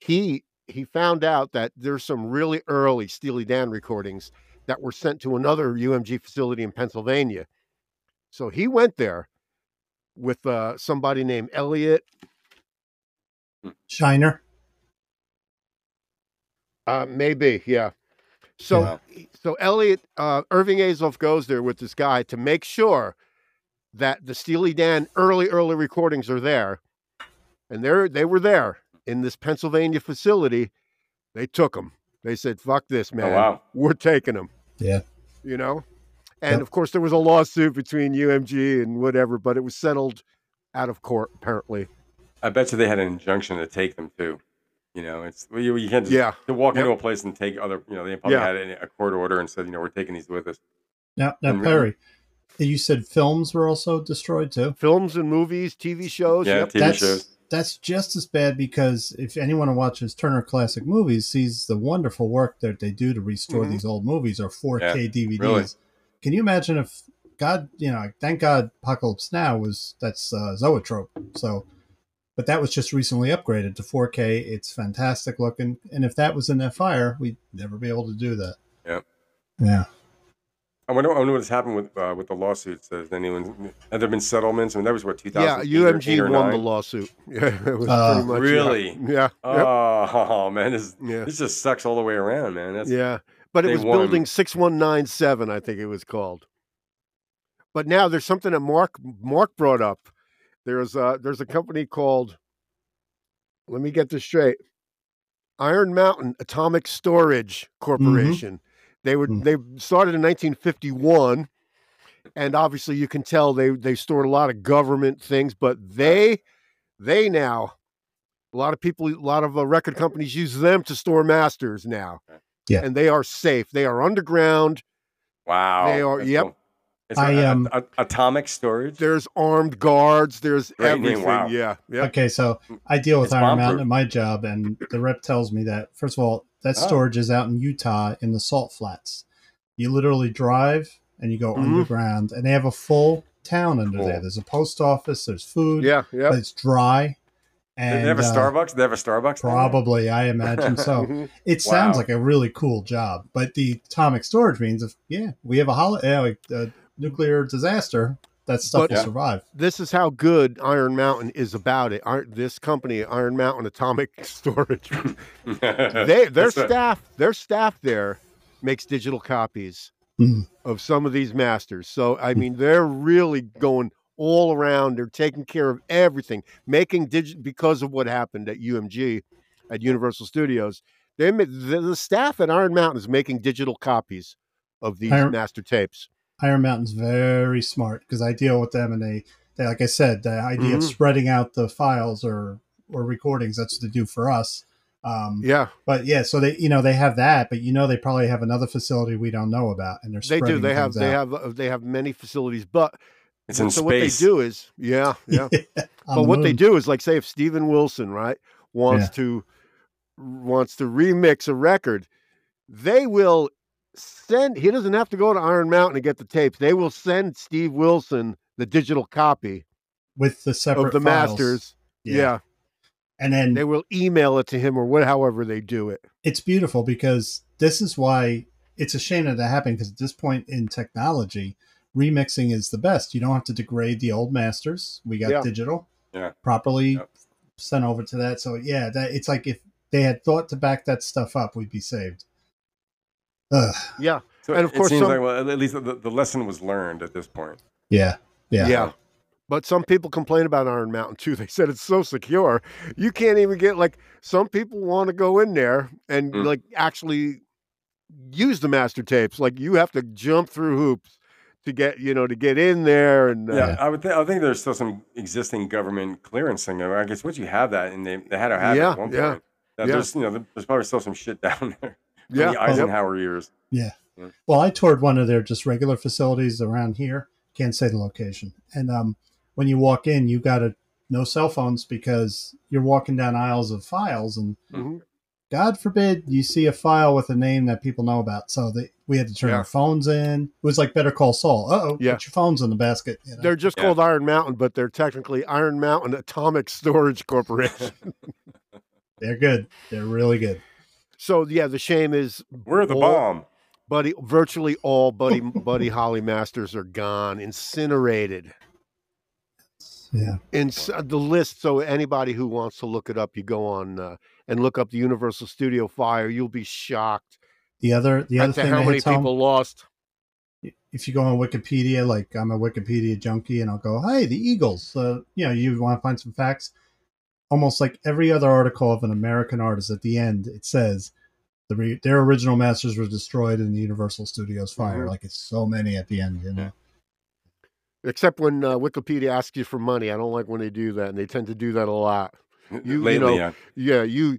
he he found out that there's some really early Steely Dan recordings that were sent to another UMG facility in Pennsylvania. So he went there with uh, somebody named Elliot. Shiner. Uh, maybe, yeah. So e, Wow. so Elliot uh, Irving Azoff goes there with this guy to make sure that the Steely Dan early early recordings are there, and they they were there in this Pennsylvania facility. They took them. They said, "Fuck this, man. Oh wow. We're taking them." Yeah. you know. And Yep. of course, there was a lawsuit between UMG and whatever, but it was settled out of court apparently. I bet you they had an injunction to take them too. You know, it's well, you, you can't just Yeah, to walk Yep. into a place and take other. You know, they probably Yeah. had a a court order and said, you know, we're taking these with us. Now, now And- Perry, you said films were also destroyed too. films and movies, TV shows. yeah, Oh, yep. TV that's, shows. That's just as bad because if anyone who watches Turner Classic Movies sees the wonderful work that they do to restore Mhm. these old movies or 4K DVDs. really. Can you imagine if God, you know, thank God Apocalypse Now was that's uh, Zoetrope. So, but that was just recently upgraded to 4K. It's fantastic looking. And if that was in that fire, we'd never be able to do that. Yep. Yeah. I wonder, I wonder what's happened with uh, with the lawsuits. Has anyone? Have there been settlements? I mean, that was what two Yeah, thousand. UMG or won the 9? lawsuit. [LAUGHS] Yeah, it was Uh, pretty much yeah. Really? Yeah. yep. Oh [LAUGHS] man, this Yeah. this just sucks all the way around, man. That's yeah. But it they was won. building 6197, I think it was called. But now there's something that Mark Mark brought up. There's a, there's a company called Let me get this straight. Iron Mountain Atomic Storage Corporation. They were Mm-hmm. Mm. they started in 1951 and obviously you can tell they they stored a lot of government things, but they they now a lot of people a lot of uh, record companies use them to store masters now Yeah. and they are safe they are underground wow. They are- That's yep. cool. It's I, a- a- um, a- atomic storage. there's armed guards there's Great name, everything wow. yeah yeah Okay, so I deal with It's Iron Mountain bomb-proof. at my job, and the rep tells me that first of all, that Oh. storage is out in Utah in the salt flats. You literally drive and you go Mhm. underground, and they have a full town under there. Mm-hmm. Cool. There's a post office. There's food. yeah yeah but it's dry. Did And they have a uh, Starbucks? Did they have a Starbucks? down there? probably, I imagine so. [LAUGHS] Mhm. It sounds Wow. like a really cool job, but the atomic storage means if yeah, we have a holo- yeah, like, uh, nuclear disaster, that stuff But- will Yeah. survive. this is how good iron mountain is about it Iron, this company iron mountain atomic [LAUGHS] storage they their That's a- staff their staff there makes digital copies Mhm. of some of these masters. So I Hmm. mean, they're really going all around. They're taking care of everything, making digital because of what happened at UMG at Universal Studios. They ma- the, the staff at Iron Mountain is making digital copies of these Iron- master tapes. Iron Mountain's very smart because I deal with them and they, they like I said, the idea of Mhm. spreading out the files or or recordings, that's what they do for us. Um, Yeah, But yeah, so they you know they have that, but you know they probably have another facility we don't know about, and they're they do. spreading They have things they out. have uh, they have many facilities, but [LAUGHS] It's in so space. what they do is yeah yeah. On the but what they moon. do is like say if Steven Wilson, right, wants Yeah. to wants to remix a record, they will send he doesn't have to go to Iron Mountain to get the tapes. They will send Steve Wilson the digital copy with the separate of the files. masters. Yeah. and then They will email it to him or what however they do it. it's beautiful because this is why it's a shame that that happened because at this point in technology remixing is the best you don't have to degrade the old masters we got Yeah. digital Yeah. properly Yep. sent over to that so yeah that it's like if they had thought to back that stuff up we'd be saved Ugh, Yeah. So And of it course seems some- like well, at least the, the lesson was learned at this point. yeah Yeah. yeah But some people complain about Iron Mountain too. They said it's so secure. You can't even get like some people want to go in there and Mm. like actually use the master tapes. Like you have to jump through hoops to get, you know, to get in there and uh, Yeah, I would. Th- I think there's still some existing government clearance thing. there. I guess once you have that, and they, they had to have it Yeah, at one yeah, point. Now, yeah. There's you know there's probably still some shit down there. [LAUGHS] from yeah. the yep. Eisenhower years. Yeah. Mm. Well, I toured one of their just regular facilities around here. Can't say the location. And um, when you walk in, you got to no cell phones because you're walking down aisles of files, and Mm. Mhm. God forbid you see a file with a name that people know about. So they, we had to turn Yeah. our phones in. It was like Better Call Saul. Uh oh, Yeah. put your phones in the basket. You know? They're just Yeah. called Iron Mountain, but they're technically Iron Mountain Atomic Storage [LAUGHS] Corporation. They're good. They're really good. so yeah, the shame is We're the Well, bomb. Buddy, virtually all [LAUGHS] Buddy Buddy Holly masters are gone, incinerated. Yeah. And so the list. So anybody who wants to look it up, you go on uh, and look up the Universal Studio Fire. You'll be shocked The other the other at the- thing how that many hits home- people lost. if you go on Wikipedia, like I'm a Wikipedia junkie, and I'll go, "Hey, the Eagles." Uh, you know, you want to find some facts. Almost like every other article of an American artist, at the end it says the re- their original masters were destroyed in the Universal Studios fire. Mm-hmm. Mhm. Like it's so many at the end, you know. Except when uh, Wikipedia asks you for money, I don't like when they do that, and they tend to do that a lot. you Lately, know, uh, Yeah, you.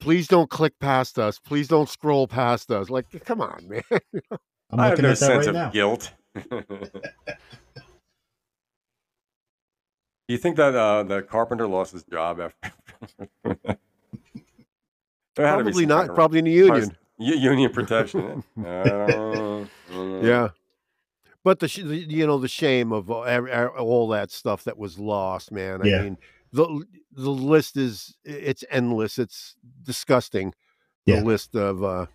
Please don't click past us. Please don't scroll past us. Like, come on, man. [LAUGHS] I'm I have looking no at that sense right of now. [LAUGHS] guilt. Do you think that uh, the carpenter lost his job after? [LAUGHS] There had to be Probably some not. kind of Probably in the union. U- union protection. eh? [LAUGHS] Uh, I don't know. Yeah. But the, sh- the you know the shame of all, ev- ev- all that stuff that was lost, man. I Yeah. mean, the the list is it's endless. It's disgusting. Yeah. The list of uh,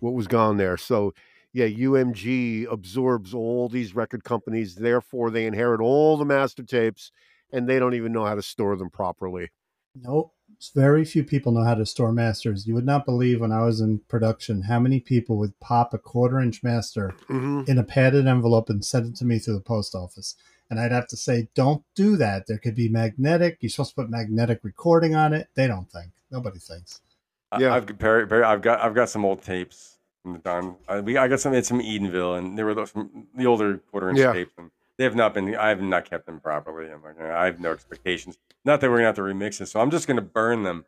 what was gone there. So yeah, UMG absorbs all these record companies. Therefore, they inherit all the master tapes, and they don't even know how to store them properly. Nope. Very few people know how to store masters. You would not believe when I was in production how many people would pop a quarter inch master Mm-hmm. [LAUGHS] in a padded envelope and send it to me through the post office. And I'd have to say, don't do that. There could be magnetic. You're supposed to put magnetic recording on it. They don't think. Nobody thinks. I- Yeah. I've got- Perry, Perry, I've got I've got some old tapes from the time I, we, I got some it's from Edenville and they were those from the older quarter inch Yeah. tapes and they have not been I have not kept them properly. I'm like I have no expectations. Not that we're gonna have to remix it, so I'm just gonna burn them.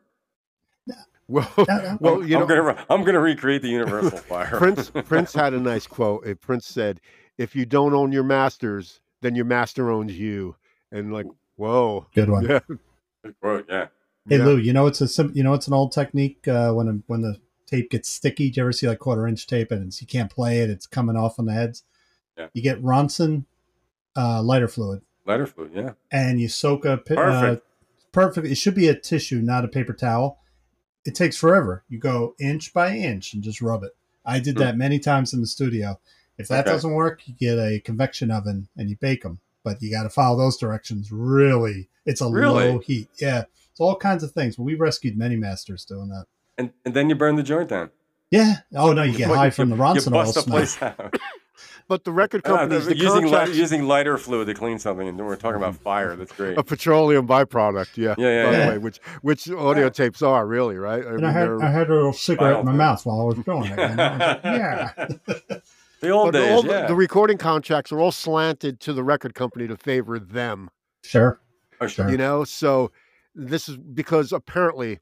Well, No, no. well, I'm, you I'm know, gonna re- I'm gonna recreate [LAUGHS] the Universal Fire. Prince Prince had [LAUGHS] a nice quote. Uh, Prince said, "If you don't own your masters, then your master owns you." And like, whoa, Good one. Yeah. Well, yeah. Hey yeah. Lou, you know it's a sim- you know it's an old technique uh, when a, when the tape gets sticky. Do you ever see like quarter inch tape and it's, you can't play it? It's coming off on the heads. Yeah. You get Ronson uh, lighter fluid Letter fluid, yeah. and you soak a pi- uh, Perfect. perfect. It should be a tissue, not a paper towel. It takes forever. You go inch by inch and just rub it. I did Hmm. that many times in the studio. If that Okay. doesn't work, you get a convection oven and you bake them. But you got to follow those directions. Really, it's a Really? low heat. Yeah, it's all kinds of things. But we rescued many masters doing that. and and then you burn the joint down. Yeah. Oh no, you get But high from the you Ronson oil bust the smell. place out. But the record [LAUGHS] Uh, companies, the [LAUGHS] using, li- contracts, using lighter fluid to clean something, and then we're talking about fire. That's great. a petroleum byproduct, yeah. Yeah, yeah, by yeah. the way, which which audio Yeah. tapes are really right? And I I mean, had they're- I had a little cigarette in my Wild. mouth while I was doing it. you know? I [LAUGHS] was like, yeah. [LAUGHS] the old but days, all the- yeah. the recording contracts are all slanted to the record company to favor them. Sure. Oh, sure. Sure. you know so this is because apparently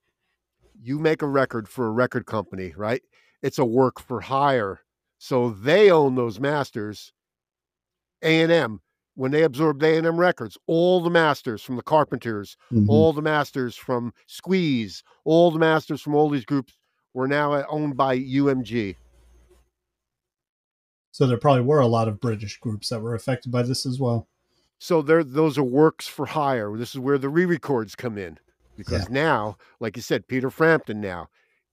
you make a record for a record company right it's a work for hire so they own those masters a&m when they absorbed a&m records all the masters from the carpenters Mhm. all the masters from squeeze all the masters from all these groups were now owned by umg So there probably were a lot of British groups that were affected by this as well. So there, those are works for hire. This is where the re-records come in, because now, like you said, Peter Frampton now,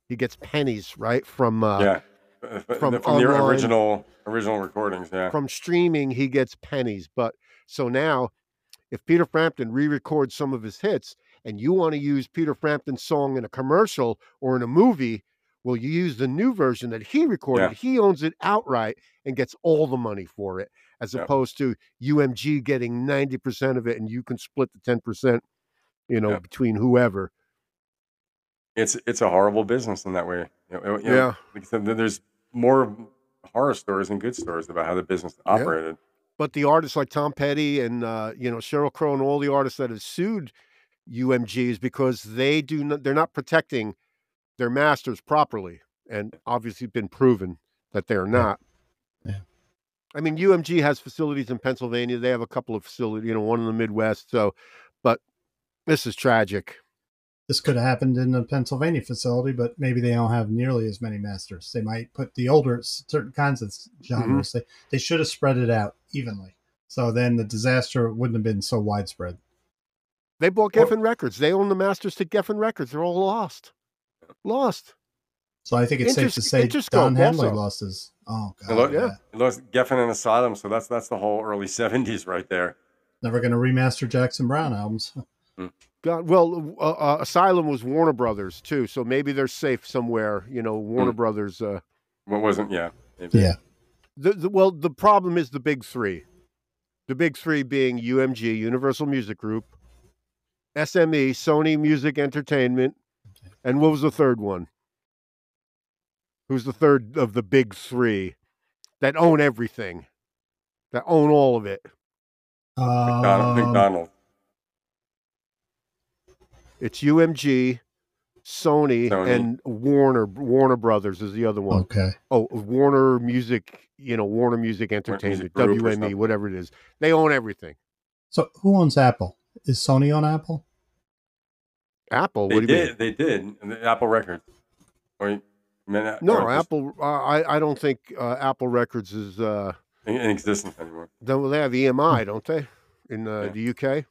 he gets pennies right from uh, yeah. Uh, f- from From, your online- original original recordings, yeah. from streaming. He gets pennies, but so now, if Peter Frampton re-records some of his hits, and you want to use Peter Frampton's song in a commercial or in a movie, well, you use the new version that he recorded. Yeah. He owns it outright and gets all the money for it, as Yeah. opposed to UMG getting ninety percent of it, and you can split the ten percent. You know, Yeah. between whoever. It's it's a horrible business in that way. You know, you know, Yeah. like I said, there- there's more horror stories than good stories about how the business operated. But the artists like Tom Petty and uh, you know Cheryl Crow and all the artists that have sued UMG is because they do not, they're not protecting their masters properly, and obviously been proven that they're not. Yeah. I mean, UMG has facilities in Pennsylvania. They have a couple of facilities, you know, one in the Midwest. So, but this is tragic. This could have happened in the Pennsylvania facility, but maybe they don't have nearly as many masters. They might put the older certain kinds of genres. Mm-hmm. They they should have spread it out evenly. So then the disaster wouldn't have been so widespread. They bought Well- Geffen Records. They own the masters to Geffen Records. They're all lost. Lost. So I think it's safe to Intersc- say Interscope Don Henley also. lost his. Oh god, Hello? Yeah. It was Geffen and Asylum, so that's that's the whole early [LAUGHS] '70s right there. Never going to remaster Jackson Brown [LAUGHS] albums. God, well, uh, uh, Asylum was Warner Brothers too, so maybe they're safe somewhere. You know, Warner Brothers. Uh, What wasn't? Yeah. maybe. Yeah, the, the well, the problem is the big three. The big three being UMG, Universal Music Group, SME, Sony Music Entertainment, and what was the third one? Who's the third of the big three that own everything, that own all of it? Donald, Um, McDonald. It's UMG, Sony, Sony. and Warner. Warner Brothers is the other one. okay. oh Warner Music, you know Warner Music Entertainment, Group or WME, something. whatever it is. They own everything. So who owns Apple? Is Sony on Apple? Apple. They what do you did. mean? They did. and the Apple Records. Or, I mean, uh, No, or just Apple. Uh, I I don't think uh, Apple Records is. Uh, in, in existence anymore. don't they have EMI? Don't they in uh, Hmm. Yeah. the UK?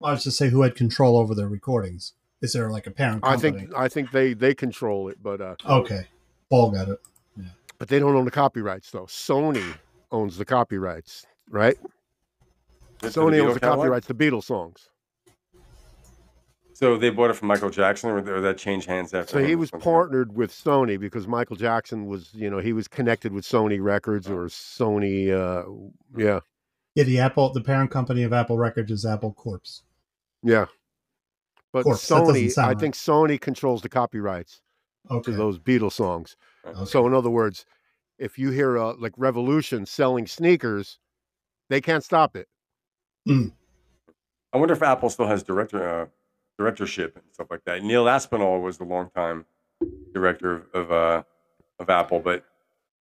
I was just say who had control over their recordings. Is there like a parent I company? think I think they they control it, but uh, Okay, Paul got it. but they don't own the copyrights though. Sony owns the copyrights, right? This is the Sony Beatles owns the catalog? copyrights, the Beatles songs. So they bought it from Michael Jackson, or, or that changed hands after. So him he or was something? partnered with Sony because Michael Jackson was, you know, he was connected with Sony Oh. Records or Sony. Uh, yeah, Yeah, the Apple, the parent company of Apple Records is Apple Corps. Yeah. But course, that doesn't Sony, sound I right. think Sony controls the copyrights to Okay, those Beatles songs. okay. So, in other words, if you hear uh, like Revolution selling sneakers, they can't stop it. I wonder if Apple still has director uh, directorship and stuff like that. Neil Aspinall was the longtime director of of, uh, of Apple, but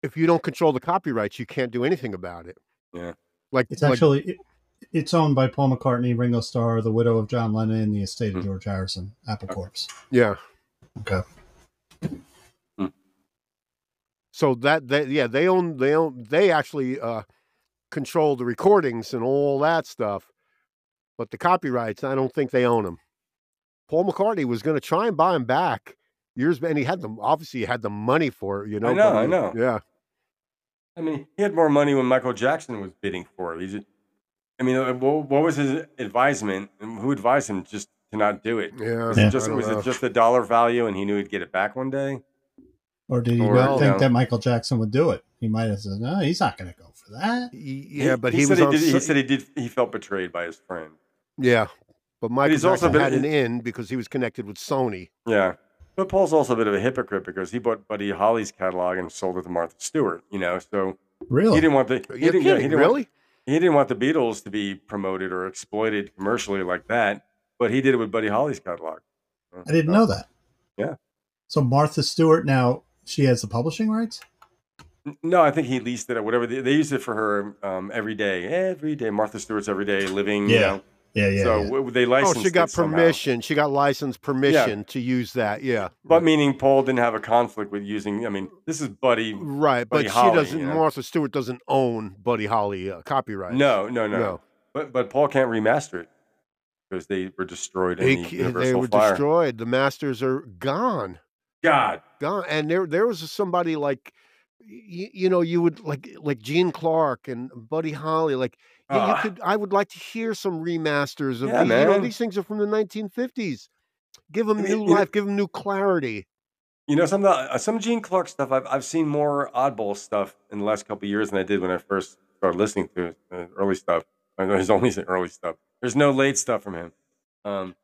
If you don't control the copyrights, you can't do anything about it. Yeah. Like, it's like actually it, it's owned by Paul McCartney, Ringo Starr, the widow of John Lennon, and the estate of Hmm. George Harrison. Apple Okay. Corps. yeah. Okay, Hmm. So that they yeah, they own they own they actually uh control the recordings and all that stuff. But the copyrights, I don't think they own them. Paul McCartney was going to try and buy them back years and he had them obviously he had the money for it, you know. I know, but I he- know. Yeah. I mean, he had more money when Michael Jackson was bidding for it. He just, I mean, uh, what, what was his advisement? And who advised him just to not do it? Yeah. Was Yeah. it just I don't was know. it just the dollar value, and he knew he'd get it back one day? or did he Oh, Or, not you think know. that Michael Jackson would do it? He might have said, "No, he's not going to go for that." Y- yeah, but he, said was he, on did, he so- said he did. He felt betrayed by his friend. Yeah. But Michael he's also Jackson been- had an in because he was connected with Sony. Yeah, but Paul's also a bit of a hypocrite because he bought Buddy Holly's catalog and sold it to Martha Stewart. You know, so Really? he didn't want the he You're didn't, yeah, he kidding, didn't want- really? he didn't want the Beatles to be promoted or exploited commercially like that. But he did it with Buddy Holly's catalog. I didn't know that. Yeah. So Martha Stewart now she has the publishing rights. N- No, I think he leased it at whatever they, they used it for her um, every day, every day. Martha Stewart's every day living. Yeah, Yeah. You know? Yeah, yeah. so yeah. w- they Oh, licensed. she got it somehow. permission. She got license permission to use that. Yeah. But meaning Paul didn't have a conflict with using. I mean, this is Buddy. Right, Buddy but Holly, she doesn't. you know? Martha Stewart doesn't own Buddy Holly uh, copyright. No, no, no, no. But but Paul can't remaster it because they were destroyed in They, the c- Universal they were Fire. destroyed. The masters are gone, God, gone. And there, there was somebody like, you, you know, you would like, like Gene Clark and Buddy Holly. Like, yeah, Ah. you could. I would like to hear some remasters of Yeah, these. You know, man. these things are from the 1950s. Give them I mean, new you know- life. Give them new clarity. you know some of the, uh, some Gene Clark stuff. I've I've seen more oddball stuff in the last couple of years than I did when I first started listening to his, uh, early stuff. I know there's [LAUGHS] only early stuff. There's no late stuff from him. Um,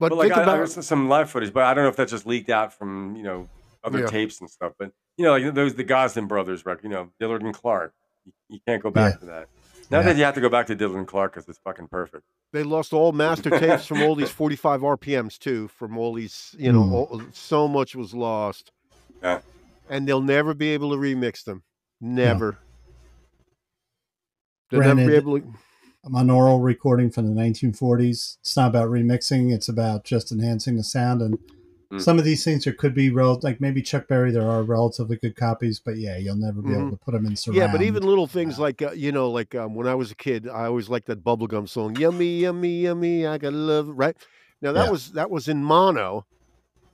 But, but, like think I, I about heard some- some live footage, but I don't know if that just leaked out from you know other Yeah. tapes and stuff. But you know, like those the Gosden brothers record, you know Dillard and Clark. You, you can't go back to that. Now Yeah. that you have to go back to Dillard and Clark because it's fucking perfect. they lost all master tapes from all these 45 RPMs too, from all these, you know, Hmm. all, so much was lost. Yeah. And they'll never be able to remix them. Never. They'll never be Granted- able to. I'm on oral recording from the 1940s. It's not about remixing; it's about just enhancing the sound. And Mm. some of these things there could be real, like maybe Chuck Berry. There are relatively good copies, but yeah, you'll never be able Mhm. to put them in surround. Yeah, but even little things like uh, you know, like um, when I was a kid, I always liked that bubblegum song, "Yummy, yummy, yummy, I gotta love." it," Right now, that Yeah. was that was in mono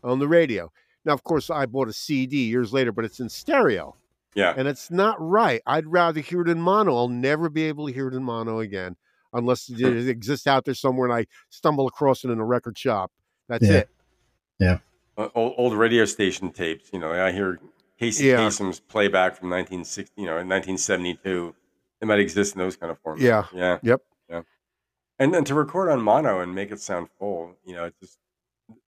on the radio. Now, of course, I bought a CD years later, but it's in stereo, Yeah. and it's not right. I'd rather hear it in mono. I'll never be able to hear it in mono again, unless it exists out there somewhere, and I stumble across it in a record shop. That's Yeah. it. Uh, old, old radio station tapes. You know, I hear Casey Yeah. Kasem's playback from 1960, you know, in 1972. It might exist in those kind of formats. Yeah. Yeah. Yep. Yeah. And then to record on mono and make it sound full, you know, it's just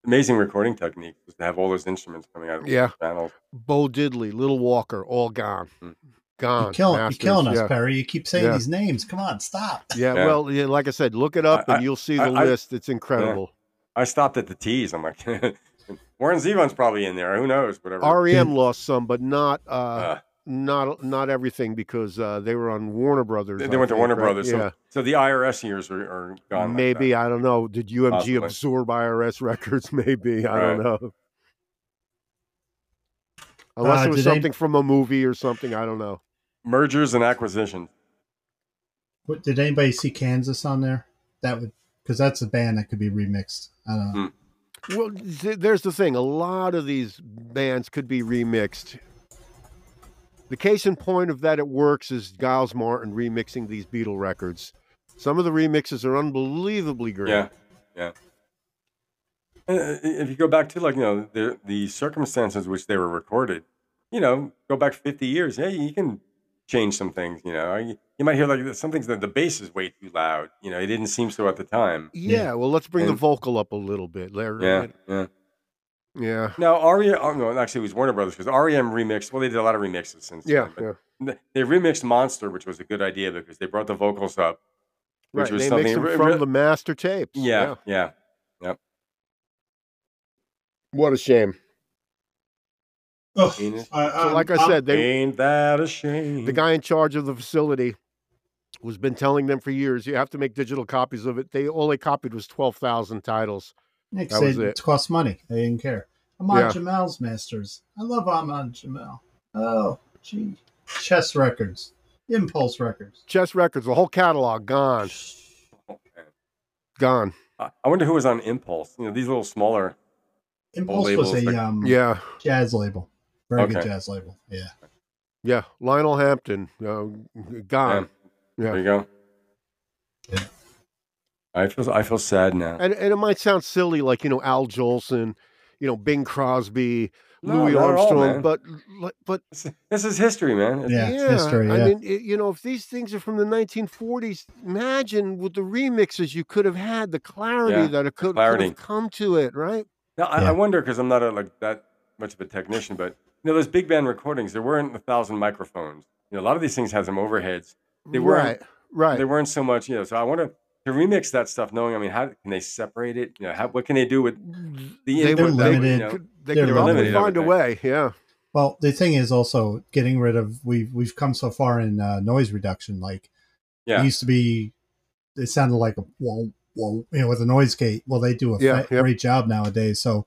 amazing recording technique just to have all those instruments coming out of Yeah. the panels. Bo Diddley, Little Walker, all gone, Mm. gone. you're, killing, you're masters, killing us, yeah. Perry. You keep saying Yeah. these names. Come on, stop. Yeah, Yeah. well, yeah, like I said, look it up I- and you'll see the I- I- list. It's incredible. I stopped at the T's. I'm like, [LAUGHS] Warren Zevon's probably in there. Who knows? Whatever. REM E lost some, but not uh, Uh, not not everything because uh, they were on Warner Brothers. they, I they went to think, Warner right? Brothers. Yeah, So, so the IRS years are, are gone. like maybe that. I don't know. Did UMG Possibly. absorb IRS records? [LAUGHS] Maybe I don't know. Unless Uh, it was did they- something from a movie or something, I don't know. mergers and acquisitions. What, did anybody see Kansas on there? That would because that's a band that could be remixed. I don't Mm. know. Well, th- there's the thing. A lot of these bands could be remixed. The case in point of that it works is Giles Martin remixing these Beatle records. Some of the remixes are unbelievably great. Yeah, yeah. Uh, If you go back to like you know the the circumstances which they were recorded, you know, go back fifty years. Hey, you can change some things. You know, you, you might hear like some things that the bass is way too loud. You know, it didn't seem so at the time. Yeah, Yeah. well, let's bring the And- vocal up a little bit. Larry. Yeah, yeah. Yeah. Now REM, oh, no, actually, it was Warner Brothers because REM remixed. Well, they did a lot of remixes since. Yeah. then, yeah. but th- They remixed Monster, which was a good idea because they brought the vocals up, which Right. was They mix something them re- from re- the master tapes. yeah, yeah. What a shame. Ugh. Venus. I, So, I'm- like I Um, I'm- said, they Ain't that a shame? the guy in charge of the facility was been telling them for years you have to make digital copies of it they all they copied was 12,000 titles Nick That said was it. it. costs money. They didn't care. Ahmad Yeah. Jamal's masters. I love Ahmad Jamal. Oh, gee. Chess records, impulse records. chess records the whole catalog gone gone I I wonder who was on Impulse. You know, these little smaller. Impulse labels was a like- um, yeah jazz label, very good Okay. jazz label. Yeah, yeah lionel hampton uh, gone Yeah. There you go. Yeah. I feel I feel sad now. and and it might sound silly like you know al jolson you know bing crosby No, louis not at all, armstrong man. but but This- This is history, man. It's- Yeah, it's history, I yeah. mean, it, you know, if these things are from the 1940s, imagine with the remixes you could have had the clarity Yeah, that it could, clarity. could have come to it, right? Now, I, Yeah. I wonder because I'm not a, like that much of a technician, but you know those big band recordings, there weren't a thousand microphones. You know, a lot of these things had some overheads. They right, weren't- right. They weren't so much. You know, so I wonder to remix that stuff. Knowing, I mean, how can they separate it? You know, how, what can they do with the they input were would- that, they you limited. know- could, they They're could probably limited, find a everything. way. Yeah, Well, the thing is also getting rid of we've we've come so far in uh, noise reduction. Like Yeah. it used to be, it sounded like a whoa whoa, you know, with a noise gate. Well, they do a Yeah, fa- yep. great job nowadays. So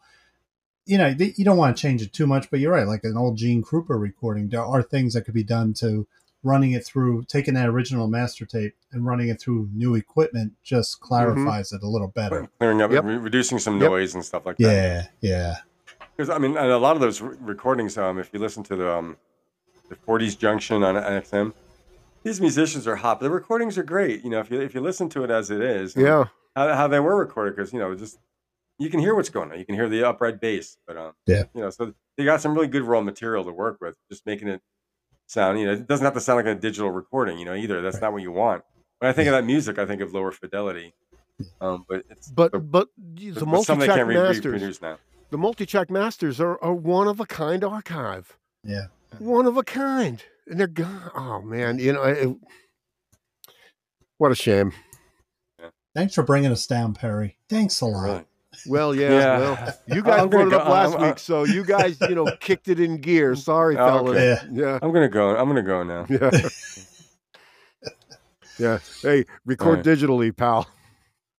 you know th- you don't want to change it too much, but you're right. Like an old Gene Krupa recording, there are things that could be done to running it through, taking that original master tape and running it through new equipment Mm-hmm. just clarifies it a little better. clearing up, Yep. re- reducing some Yep. noise and stuff like that. Yeah, yeah. Because I mean, and a lot of those re- recordings, um, if you listen to the um, the 40s Junction on XM, these musicians are hot. The recordings are great. You know, if you if you listen to it as it is, and yeah. how, how they were recorded, because you know, just you can hear what's going on. You can hear the upright bass, but um, Yeah. you know, so they got some really good raw material to work with, just making it sound. You know, it doesn't have to sound like a digital recording, you know, either. That's not what you want. When I think of that music, I think of lower fidelity. Um, but it's But but the, the but some they multi-track can't re- masters, reproduce now. the multi-track masters are, are one of a kind archive. Yeah. one of a kind, and they're gone. Oh man, you know, it, what a shame. Thanks for bringing us down, Perry. Thanks a lot. Really. Well, yeah, Yeah. well, you I'm guys gonna brought it go- up last I'm- I'm- week, so you guys, you [LAUGHS] know, kicked it in gear. Sorry, Oh, fellas. okay. Yeah, I'm gonna go. I'm gonna [LAUGHS] go now. yeah, [LAUGHS] [LAUGHS] yeah. Hey, record All right. digitally, pal.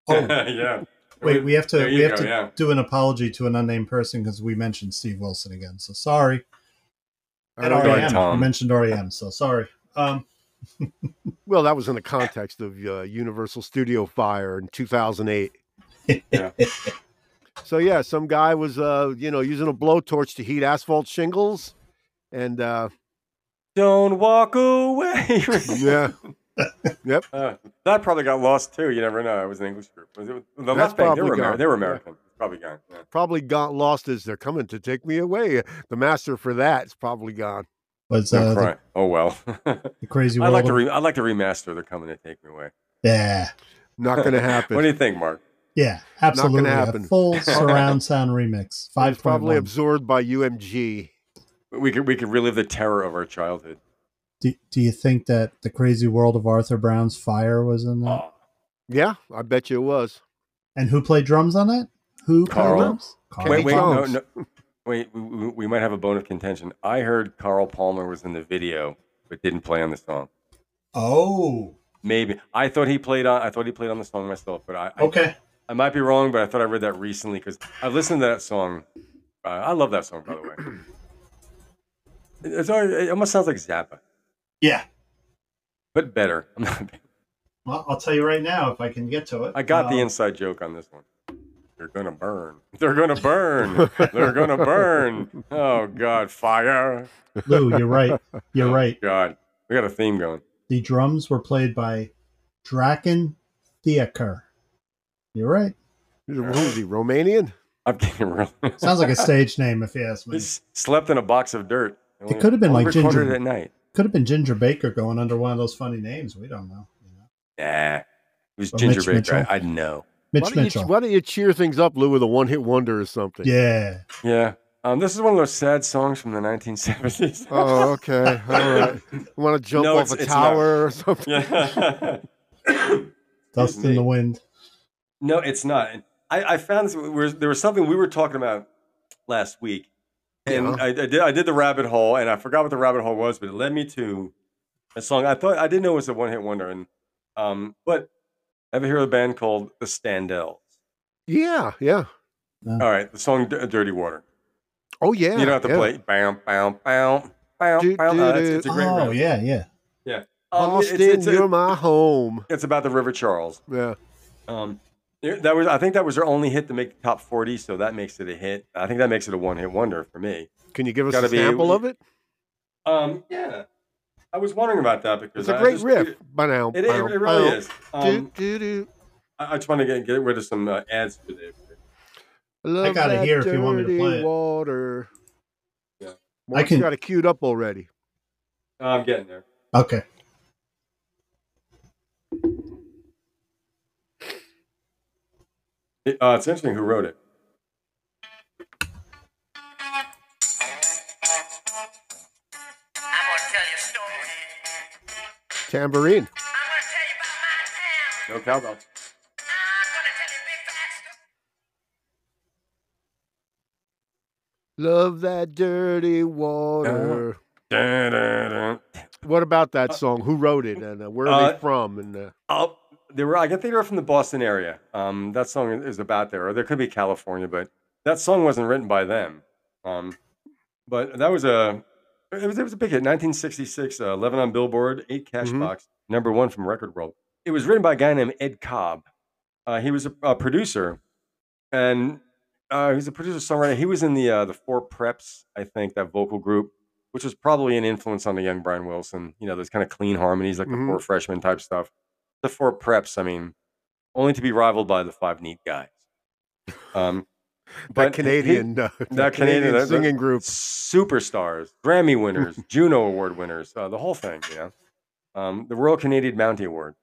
Oh, yeah. wait, we have to There we you have go, to yeah. do an apology to an unnamed person because we mentioned Steve Wilson again. So sorry. And All right. Sorry, REM. Tom. We mentioned REM, so sorry. Um, Well, that was in the context of uh, Universal Studio Fire in 2008. [LAUGHS] Yeah. So yeah, some guy was, uh, you know, using a blowtorch to heat asphalt shingles, and [LAUGHS] uh, Don't walk away. yeah, [LAUGHS] Uh, that probably got lost too. You never know. It was an English group. Was it the That's Left Bank? They probably were, Amer- gone. they were Yeah. American. Probably gone. Yeah. probably got lost as they're coming to take me away. The master for that is probably gone. was Don't uh, the, cry. [LAUGHS] Oh well. the crazy I'd world? like to. of- Re- I'd like to remaster. They're coming to take me away. yeah, Not going to [LAUGHS] what happen. do you think, Mark? yeah, gonna absolutely. A happen. full surround sound remix. It's Five probably probably absorbed by UMG. We could we could relive the terror of our childhood. do, do you think that the crazy world of Arthur Brown's Fire was in that? Oh, Yeah, I bet you it was. And who played drums on it? Who played Carl. drums? wait, wait, no, Jones. no. Wait, we- we, we might have a bone of contention. I heard Carl Palmer was in the video, but didn't play on the song. Oh, Maybe I thought he played on. I thought he played on the song myself, but I, I okay. I might be wrong, but I thought I read that recently because I've listened to that song. Uh, I love that song, [CLEARS THROAT] by the way. It- It's all, it almost sounds like Zappa, Yeah. but better. [LAUGHS] I'm not- Well, I'll tell you right now if I can get to it. I got the Um, inside joke on this one. They're gonna burn. They're gonna burn. They're gonna burn. Oh God, fire! Lou, you're [LAUGHS] right. You're right. God, we got a theme going. The drums were played by Draken Theaker. You're right. Who's he? Romanian? I'm getting real. [LAUGHS] Sounds like a stage name, if you ask me. Just slept in a box of dirt. It could have been Only like recorded Ginger- it at night. Could have been Ginger Baker going under one of those funny names. We don't know. you know. Nah, it was Or Ginger Mitch Baker. Mitchell. I, I'd know. why, Mitch don't you, Mitchell. why don't you cheer things up, Lou, with a one-hit wonder or something? Yeah. Yeah. Um, this is one of those sad songs from the 1970s. Oh, okay. [LAUGHS] All right. Want to jump No, off it's- a it's not. tower or something? [LAUGHS] Yeah. Dust in the me. wind. no, it's not. And I, I found this. we were- there was something we were talking about last week, and Yeah. I, I did. I did the rabbit hole, and I forgot what the rabbit hole was, but it led me to a song. I thought I didn't know it was a one-hit wonder, and um, but ever hear of a band called the Standells? Yeah, yeah. All right, the song D- "Dirty Water." Oh, yeah. you don't have to yeah. play. Bam, bam, bam, bam, Do- bam. do- Uh, it's, do. it's a great. Oh, riff. yeah, yeah. Um, it's- Austin, it's- it's a- you're my home. it's about the River Charles. Yeah. Um, there- that was I think that was their only hit to make the top forty, so that makes it a hit. I think that makes it a one hit wonder for me. Can you give us Gotta a be- sample of it? Um, yeah, I was wondering about that It's because a I great just- riff. It, By now. it, it really is. Um, do, do, do. I, I just want to get, get rid of some uh, ads for this. Um, love gotta that hear if you want me to dirty play it. Water. Yeah. Mark's can- got it queued up already. No, I'm getting there. Okay. It- uh, it's interesting who wrote it. I'm gonna tell you a story. Tambourine. I'm gonna tell you about my town. No cowbell. I'm gonna tell you big facts. Love that Uh-huh. dirty water. Dun, dun, dun. What about that song? Who wrote it and uh, where are they uh, from? And uh, Oh, they were. I guess they were from the Boston area. Um, that song is- is about there, or there could be California, but that song wasn't written by them. Um, but that was a it was it was a big hit. 1966, uh, 11 on Billboard, eight cash Mhm. box, number one from Record World. It was written by a guy named Ed Cobb. Uh, he was a, a producer, and uh, he was a producer songwriter. He was in the uh, the Four Preps, I think, that vocal group, which was probably an influence on the young Brian Wilson. You know, those kind of clean harmonies, like Mhm. the Four Freshmen type stuff the four preps, I mean, only to be rivaled by the five neat guys. Um, that but he- Canadian, [LAUGHS] uh, that that Canadian- Canadian that- that- singing group. superstars, Grammy winners, Juno Award winners, uh, the whole thing, you know, um, the Royal Canadian Bounty Award.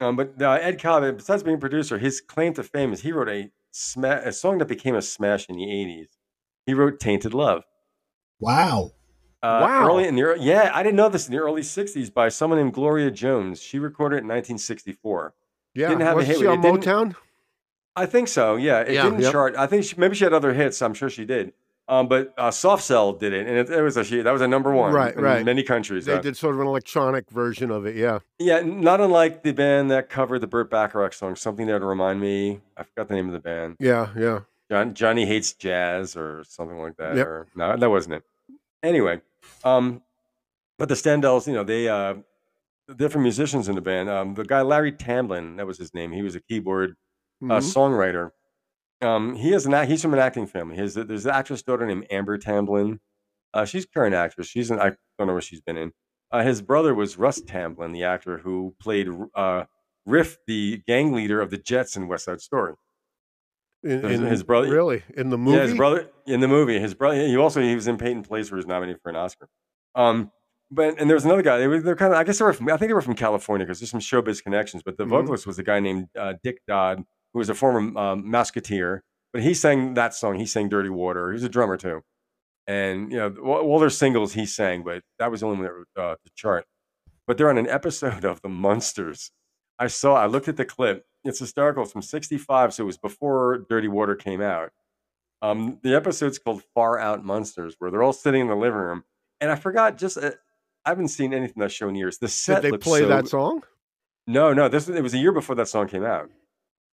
Um, but uh, Ed Cobb, besides being a producer, his claim to fame is he wrote a, sma- a song that became a smash in the 80s. He wrote Tainted Love. Wow. Uh, Wow. Early in the ear- yeah, I didn't know this in the early 60s by someone named Gloria Jones. She recorded it in 1964. Yeah, didn't have a wasn't hit she with on it, didn't- Motown? I think so. Yeah, it Yeah. didn't Yep. chart. I think she, maybe she had other hits. I'm sure she did. Um, but uh, Soft Cell did it, and it, it was a she, that was a number one, Right, in right. Many countries. They uh, did sort of an electronic version of it. Yeah. Yeah, not unlike the band that covered the Burt Bacharach song. Something there to remind me. I forgot the name of the band. Yeah. Yeah. John, Johnny hates jazz or something like that. Yep. Or no, that wasn't it. Anyway, um, but the Standells, you know, they uh, the different musicians in the band. Um, the guy Larry Tamblin, that was his name. He was a keyboard a Mhm. songwriter. Um, he is an act- he's from an acting family. His there's an actress daughter named Amber Tamblyn. Uh, she's a current actress. She's an I don't know what she's been in. Uh, his brother was Russ Tamblyn, the actor who played uh, Riff, the gang leader of the Jets in West Side Story. In, His- in- his brother- Really? In the movie? Yeah, his brother in the movie. His brother. He also he was in Peyton Place, where he was nominated for an Oscar. Um, but and there was another guy. They were they're kind of I guess they were from, I think they were from California because there's some showbiz connections. But the Mhm. vocalist was a guy named uh, Dick Dodd, who was a former um, musketeer. But he sang that song. He sang "Dirty Water." He was a drummer too. And you know, all, all their singles he sang, but that was the only one that uh, the chart. But they're on an episode of The Munsters. I saw. I looked at the clip. It's hysterical. It's from '65, so it was before "Dirty Water" came out. Um, the episode's called Far Out Monsters, where they're all sitting in the living room. And I forgot just, uh, I haven't seen anything that's shown years. The set Did they looks play so- that song? No, no, this it was a year before that song came out.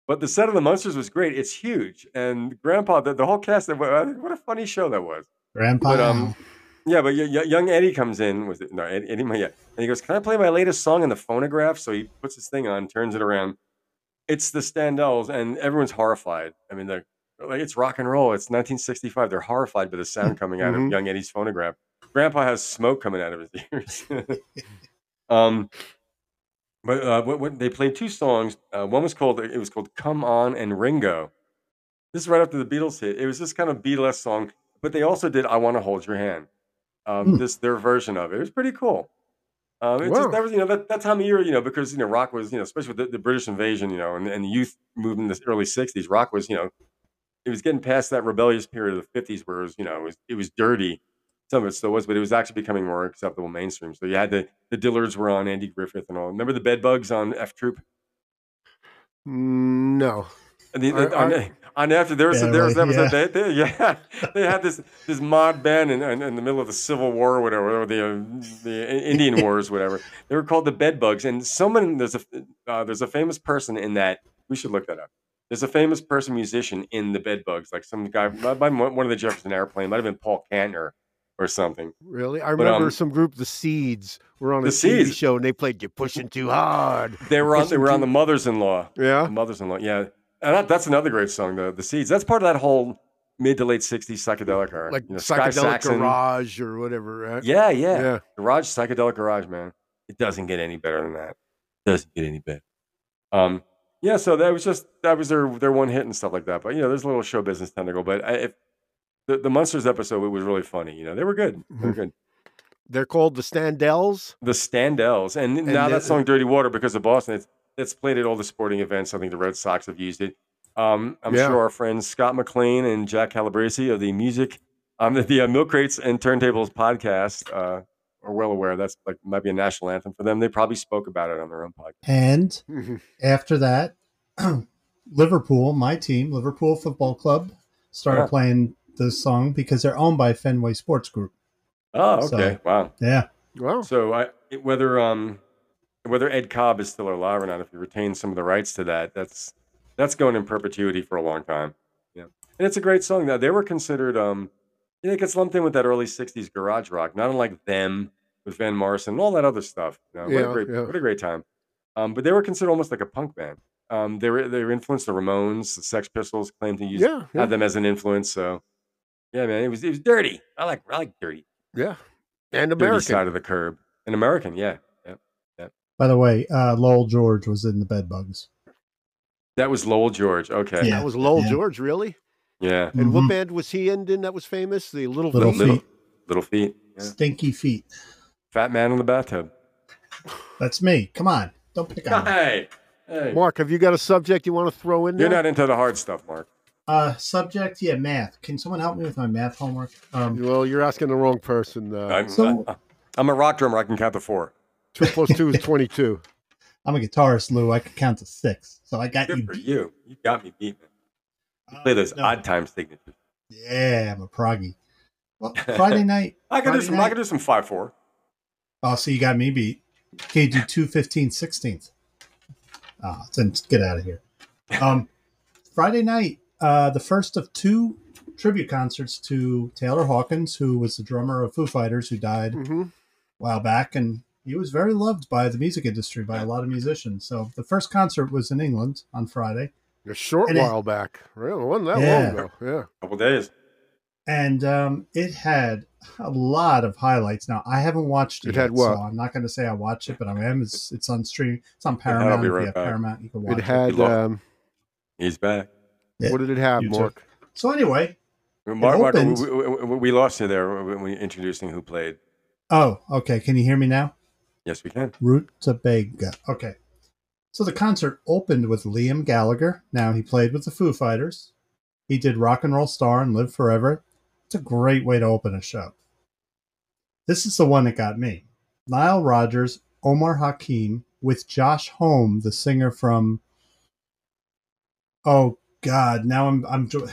But the set of the Monsters was great. It's huge, and Grandpa, the, the whole cast. What a funny show that was. Grandpa. But, um, Yeah, but y- y- young Eddie comes in with it. No, Ed- Eddie, yeah, and he goes, "Can I play my latest song in the phonograph?" So he puts his thing on, turns it around. It's the Standells, and everyone's horrified. I mean, they're like, "It's rock and roll." It's 1965. They're horrified by the sound coming out Mhm. of young Eddie's phonograph. Grandpa has smoke coming out of his ears. [LAUGHS] um, but uh, what, what, they played two songs. Uh, one was called it was called "Come On" and "Ringo." This is right after the Beatles hit. It was this kind of Beatles song, but they also did "I Want to Hold Your Hand." Um, Hmm. This their version of it. It was pretty cool. Um, it's Wow. just, that was you know that, that time of year you know because you know rock was you know especially with the, the British invasion you know and, and the youth movement in the early '60s rock was you know it was getting past that rebellious period of the '50s where it was you know it was, it was dirty. Some of it still was, but it was actually becoming more acceptable mainstream. So you had the the Dillards were on Andy Griffith and all. Remember the Bedbugs on F Troop? Mm, No. And the, Are- on, are- on after there was there Barely, was that was that they, they, yeah [LAUGHS] they had this this mod band in, in, in the middle of the Civil War or whatever or the uh, the I- [LAUGHS] Indian Wars whatever they were called the Bedbugs and someone there's a uh, there's a famous person in that we should look that up there's a famous person musician in the Bedbugs like some guy might- might- one of the Jefferson Airplane might have been Paul Kantner or something Really? I But, remember um, some group, The Seeds, were on a The TV Seeds. show and they played You're Pushing Too Hard. they were on they were on the Pushing Mothers-in-Law Too- Yeah. The [LAUGHS] Mothers-in-Law, yeah, and that, that's another great song, the the Seeds. That's part of that whole mid to late '60s psychedelic era, Like you know, Sky Psychedelic Saxon. Garage or whatever, right? Yeah, yeah, Yeah. Garage psychedelic garage, man. It doesn't get any better than that. Doesn't get any better. Um, yeah. So that was just that was their their one hit and stuff like that. But you know, there's a little show business tentacle. But I, if the the Monsters episode, it was really funny. You know, they were good. They were Mhm. good. They're called the Standells. The Standells, and, now the- that song "Dirty Water" because of Boston, it's, it's played at all the sporting events. I think the Red Sox have used it. Um, I'm Yeah. sure our friends Scott McLean and Jack Calabresi of the music, um, [LAUGHS] the, the uh, Milk Crates and Turntables podcast uh, are well aware that's like might be a national anthem for them. They probably spoke about it on their own podcast. and after that, [CLEARS THROAT] Liverpool, my team, Liverpool Football Club, started Yeah. playing this song because they're owned by Fenway Sports Group. Oh, So- okay, wow. Yeah. Wow. So I it- whether um whether Ed Cobb is still alive or not, if he retains some of the rights to that, that's that's going in perpetuity for a long time. Yeah, and it's a great song. Now they were considered um you know, it gets lumped in with that early '60s garage rock, not unlike them with Van Morrison and all that other stuff. You know, what Yeah, a great yeah. what a great time. Um, but they were considered almost like a punk band. Um, they were they were influenced the Ramones, the Sex Pistols claimed to use yeah. Yeah. have them as an influence. So yeah, man, it was it was dirty. I like I like dirty, yeah. And dirty American. side of the curb. An American, yeah. By the way, uh, Lowell George was in the Bedbugs. That was Lowell George. Okay. Yeah. Yeah. That was Lowell Yeah. Mm-hmm. George, really? And what band was he in then that was famous? The Little, Little Feet? Little, Feet. little feet. Yeah. Stinky feet. Fat man in the bathtub. That's me. Come on. Don't pick on me. [LAUGHS] Hey. Hey. Mark, have you got a subject you want to throw in there? You're not into the hard stuff, Mark. Uh, subject, yeah, math. Can someone help me with my math homework? Um, Well, you're asking the wrong person. Uh, I'm, so- I, am a rock drummer. I can count to four. two plus two is 22. [LAUGHS] I'm a guitarist, Lou. I could count to six. So I got Good you. for you. You got me beat. man. Play those Uh, no. odd time signatures. Yeah, I'm a proggy. [LAUGHS] Well, Friday night. I could do Friday some. I night. could do some five four. Oh, so you got me beat. Okay, do two fifteen sixteenth. Ah, then get out of here. Um, Friday night, uh, the first of two tribute concerts to Taylor Hawkins, who was the drummer of Foo Fighters, who died a hmm while back, and he was very loved by the music industry by a lot of musicians. So the first concert was in England on Friday, A short And it- while back. Really, it wasn't that Yeah. long ago. Yeah. Couple days. and um, it had a lot of highlights. Now I haven't watched it. It yet, had what? So I'm not going to say I watched it, but I am. It's, it's on stream. It's on I'll Paramount. be If you right have back. Paramount, you can watch It it. had, Good luck. um, He's back. Yeah. what did it have, You took- Mark? So anyway, Mark, Mark, we, opened- we, we- we lost you there when we were introducing who played. oh, okay. Can you hear me now? Yes, we can. Rutabaga. Okay. So the concert opened with Liam Gallagher. Now he played with the Foo Fighters. He did Rock and Roll Star and Live Forever. It's a great way to open a show. This is the one that got me. Nile Rodgers, Omar Hakim, with Josh Home, the singer from Oh God, now I'm I'm jo-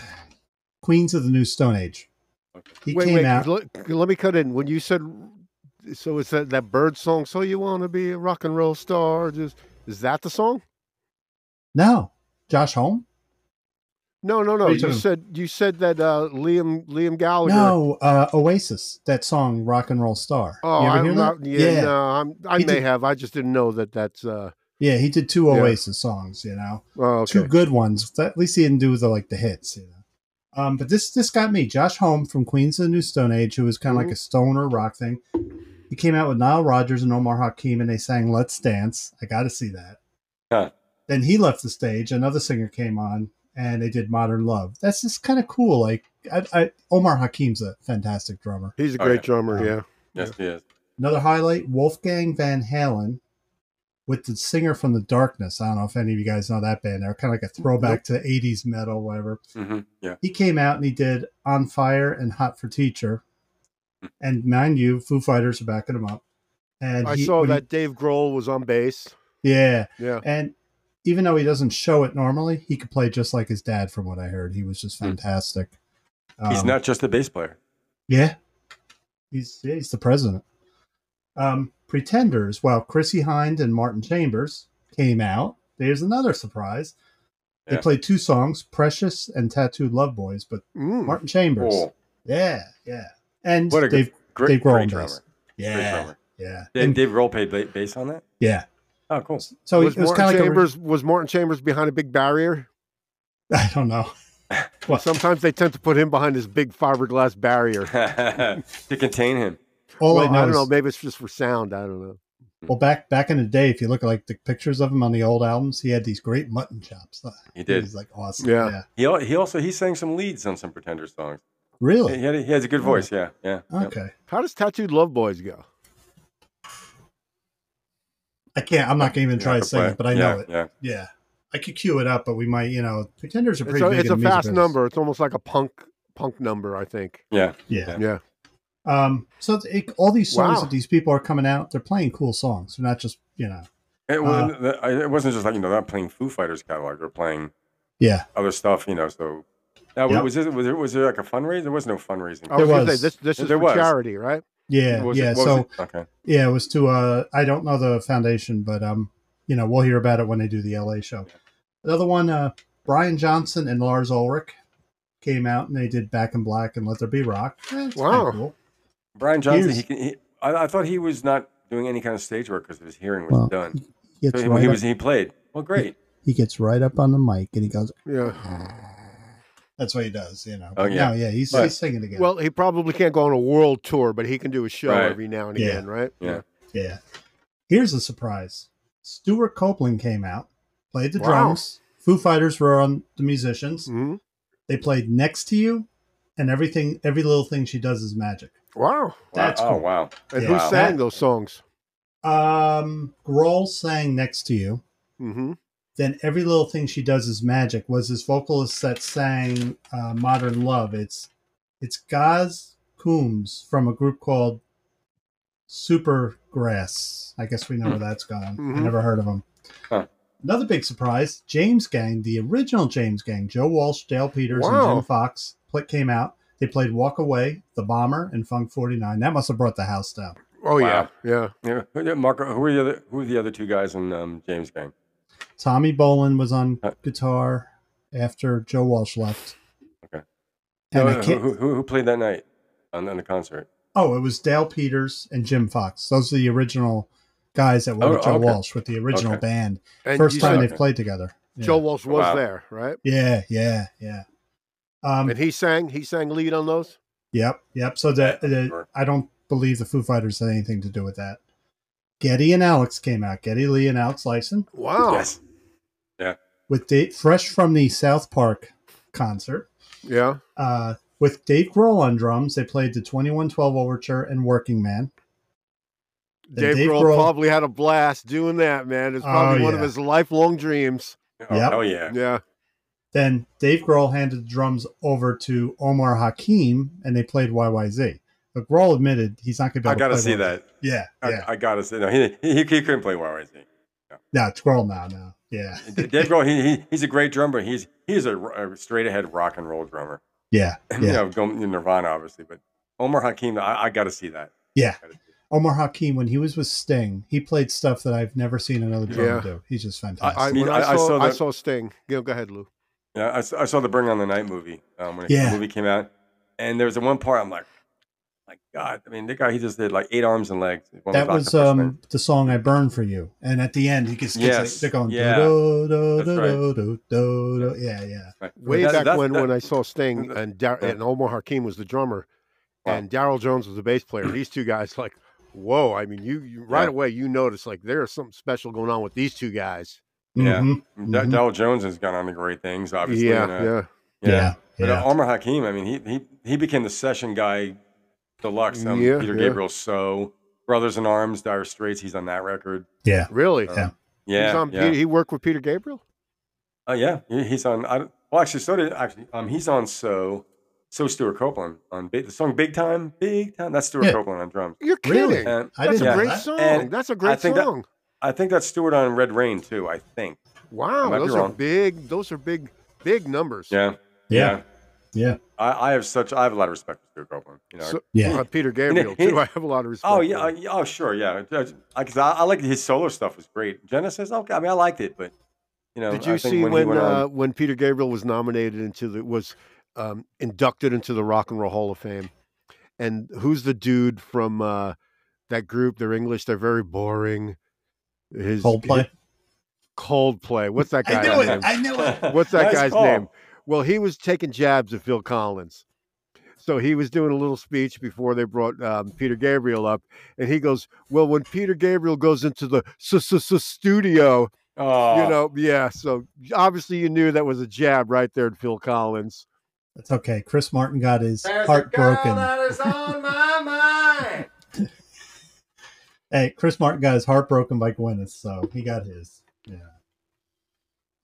Queens of the New Stone Age. He wait, came wait. out. Let, let me cut in. When you said, so it's that, that bird song, So You Want to Be a Rock and Roll Star? Just, is that the song? No. Josh Home? No, no, no. are you You, talking- said you said that uh, Liam Liam Gallagher. No, uh, Oasis, that song "Rock and Roll Star." Oh, you ever I'm hear not. that? Yeah, yeah, no, I'm, I He may did- have. I just didn't know that. That's. Uh, yeah. He did two Yeah. Oasis songs, you know, oh, okay. two good ones. That- At least he didn't do the like the hits, you know. Um, but this this got me. Josh Home from Queens of the New Stone Age, who was kind of Mm-hmm. like a stoner rock thing. He came out with Nile Rodgers and Omar Hakim, and they sang "Let's Dance." I got to see that. Huh. Then he left the stage. Another singer came on, and they did "Modern Love." That's just kind of cool. Like, I, I, Omar Hakim's a fantastic drummer. He's a Oh, great yeah. Um, drummer. Yeah. Yes, he is. Another highlight Wolfgang Van Halen with the singer from The Darkness. I don't know if any of you guys know that band. They're kind of like a throwback to 80s metal, whatever. hmm Yeah. He came out and he did On Fire and Hot for Teacher. And mind you, Foo Fighters are backing him up. And I he- saw when he- that Dave Grohl was on bass. yeah. Yeah. And even though he doesn't show it normally, he could play just like his dad, from what I heard. He was just Hmm. fantastic. He's Um, not just a bass player. Yeah. He's yeah, he's the president. Um, Pretenders, while Chrissy Hind and Martin Chambers came out, there's another surprise. They Yeah. played two songs, Precious and Tattooed Love Boys, but Mm. Martin Chambers. Oh, Yeah, yeah. And what a Dave great, Dave Grohl does. great drummer. Great Yeah. drummer. Yeah. Dave, and- Dave Grohl played ba- bass on that. yeah. Oh, cool. [LAUGHS] So was it was Martin kind of like a, re- Chambers was Martin Chambers behind a big barrier? [LAUGHS] I don't know. What? Sometimes they tend to put him behind this big fiberglass barrier. to contain him. All well, Oh, I know I don't is- know. Maybe it's just for sound. I don't know. well back back in the day, if you look at like the pictures of him on the old albums, he had these great mutton chops. He did. He's like awesome. Yeah. He al- he also he sang some leads on some Pretender songs. He, Really? had a, he has a good Oh. voice. Yeah, yeah. yeah. Okay. How does Tattooed Love Boys go? I can't. I'm not gonna even try Yeah, to sing it, but I yeah, know it. Yeah. Yeah, I could cue it up, but we might, you know, Pretenders are It's pretty. a, big it's in a the music fast business. number. It's almost like a punk punk number. I think. Yeah. Yeah. Yeah. Um. So it's- it, all these songs Wow. that these people are coming out, they're playing cool songs. They're not just, you know. It, Uh, wasn't, the- I- it wasn't just like you know, not playing Foo Fighters catalog or playing Yeah. other stuff, you know. So now, Yep. was, it, was there was there like a fundraiser? There was no fundraising. I was There gonna say was. this this is There for was. charity, right? Yeah. What was it- yeah. what was so it? okay, yeah, it was to. Uh, I don't know the foundation, but um, you know, we'll hear about it when they do the LA show. Another one. Uh, Brian Johnson and Lars Ulrich came out and they did Back in Black and Let There Be Rock. Eh, it's kinda Wow. cool. Brian Johnson. Here's- He, can- he I, I thought he was not doing any kind of stage work because his hearing was Well, done. He So gets, he, right he up, was he played well. Great. he gets right up on the mic and he goes, Yeah. That's what he does, you know. Oh, But yeah. No, yeah, he's, But- he's singing again. Well, he probably can't go on a world tour, but he can do a show Right. every now and Yeah. again, right? Yeah. yeah. Here's a surprise. Stuart Copeland came out, played the Wow. drums. Foo Fighters were on the musicians. hmm They played "Next to You," and everything, every little thing she does is magic. Wow. That's wow. cool. Oh wow. And Yeah. who sang That- those songs? Um, Grohl sang "Next to You." Mm-hmm. Then every little thing she does is magic. Was this vocalist that sang uh, "Modern Love"? It's it's Gaz Coombs from a group called Supergrass. I guess we know where that's gone. I Mhm. never heard of them. Huh. Another big surprise, James Gang, the original James Gang, Joe Walsh, Dale Peters, Wow. and Jim Fox pl- came out. They played Walk Away, The Bomber, and Funk 49. That must have brought the house down. Oh Wow. yeah, yeah. Yeah, who- yeah, Marco, who are the other who are the other two guys in um, James Gang? Tommy Bolin was on Uh, guitar after Joe Walsh left. Okay. And No, I no, can't, Oh, who, who who played that night on, on the concert? oh, it was Dale Peters and Jim Fox. Those are the original guys that were Oh, with Joe okay. Walsh with the original Okay. band. And First you time said they've played together. Yeah. Joe Walsh was Wow. there, right? Yeah, yeah, yeah. Um, and he sang. He sang lead on those. Yep, yep. So the, the Sure. I don't believe the Foo Fighters had anything to do with that. Getty and Alex came out. Getty Lee and Alex Lyson Wow. Yes. with Dave, fresh from the South Park concert. Yeah. Uh, with Dave Grohl on drums, they played the 2112 Overture and Working Man. Dave, Dave Grohl, Grohl- probably had a blast doing that, man. It's probably Oh, one of yeah. his lifelong dreams. Oh, Yep. hell yeah. Yeah. Then Dave Grohl handed the drums over to Omar Hakim and they played YYZ. But Grohl admitted he's not going to be I able to gotta play see YYZ. that. Yeah, I, yeah. I gotta say, no, he, he, he couldn't play YYZ. No, it's Grohl now, now. Yeah, Dave Grohl, he, he he's a great drummer. He's he's a, r- a straight ahead rock and roll drummer. [LAUGHS] yeah, you yeah. know, going in Nirvana, obviously, but Omar Hakim, I, I gotta see that. Yeah. Omar Hakim, when he was with Sting, he played stuff that I've never seen another drummer Yeah. do. He's just fantastic. I, I, mean, when I, I- I saw, saw I that- saw Sting. Go, go ahead, Lou. Yeah, I, s- I saw the Bring On the Night movie um, when Yeah. the movie came out, and there was the one part I'm like, my God, I mean, the guy he just did like eight arms and legs. One that was was Dr. Pepper. um, the song I Burn for You. And at the end, he gets, gets like, Yes. they're going, Yeah. do, do, That's do, right. do, do, do, do. yeah, yeah. Right. Way That's- back that's- when, that- when I saw Sting that- and Dar- yeah. and Omar Hakim was the drummer, Wow. and Daryl Jones was the bass [CLEARS THROAT] player. These two guys, like, whoa! I mean, you, you right Yeah. away you notice like there's something special going on with these two guys. Yeah. Mhm. D- Mhm. Dell Jones has gone on to great things, obviously. Mm-hmm. yeah, and, uh, yeah. Yeah. Yeah. But uh, Omar Hakim, I mean, he he he became the session guy deluxe. Um, Yeah, Peter yeah. Gabriel, so Brothers in Arms, Dire Straits, he's on that record. Really? Uh, Yeah. Yeah, He's on, yeah. Peter, he worked with Peter Gabriel. Oh yeah, he- he's on. I, don't- well, actually, so did actually. Um, he's on so so Stuart Copeland on big, the song "Big Time, Big Time." That's Stuart Yeah. Copeland on drums. You're kidding. Really? And I That's didn't a know great that. song. And That's a great think that- song. I think that's Stuart on Red Rain too. I think. I wow, might be those are wrong. big. Those are big, big numbers. Yeah. Yeah. Yeah. I, I have such. I have a lot of respect for Stuart Copeland. You know. So- Yeah. Uh, Peter [LAUGHS] Gabriel too. he- I have a lot of respect. oh for yeah. him. I, oh sure. Yeah. Because I, 'cause I, I liked his solo stuff was great. Genesis. Okay. I mean, I liked it, but you know. Did I you think see when, when he went uh, on, when Peter Gabriel was nominated into the was um, inducted into the Rock and Roll Hall of Fame? And who's the dude from uh, that group? They're English. They're very boring. His Coldplay. Coldplay. What's that [LAUGHS] I guy's knew name? it. I knew [LAUGHS] it. uh, What's that Nice guy's call. name? Well, he was taking jabs at Phil Collins. So he was doing a little speech before they brought um, Peter Gabriel up, and he goes, "Well, when Peter Gabriel goes into the s- s- s- studio, Oh, you know, yeah. So obviously, you knew that was a jab right there at Phil Collins. That's okay. Chris Martin got his heart broken. is on my mind. Hey, Chris Martin got his heart broken by Gwyneth, so he got his. Yeah.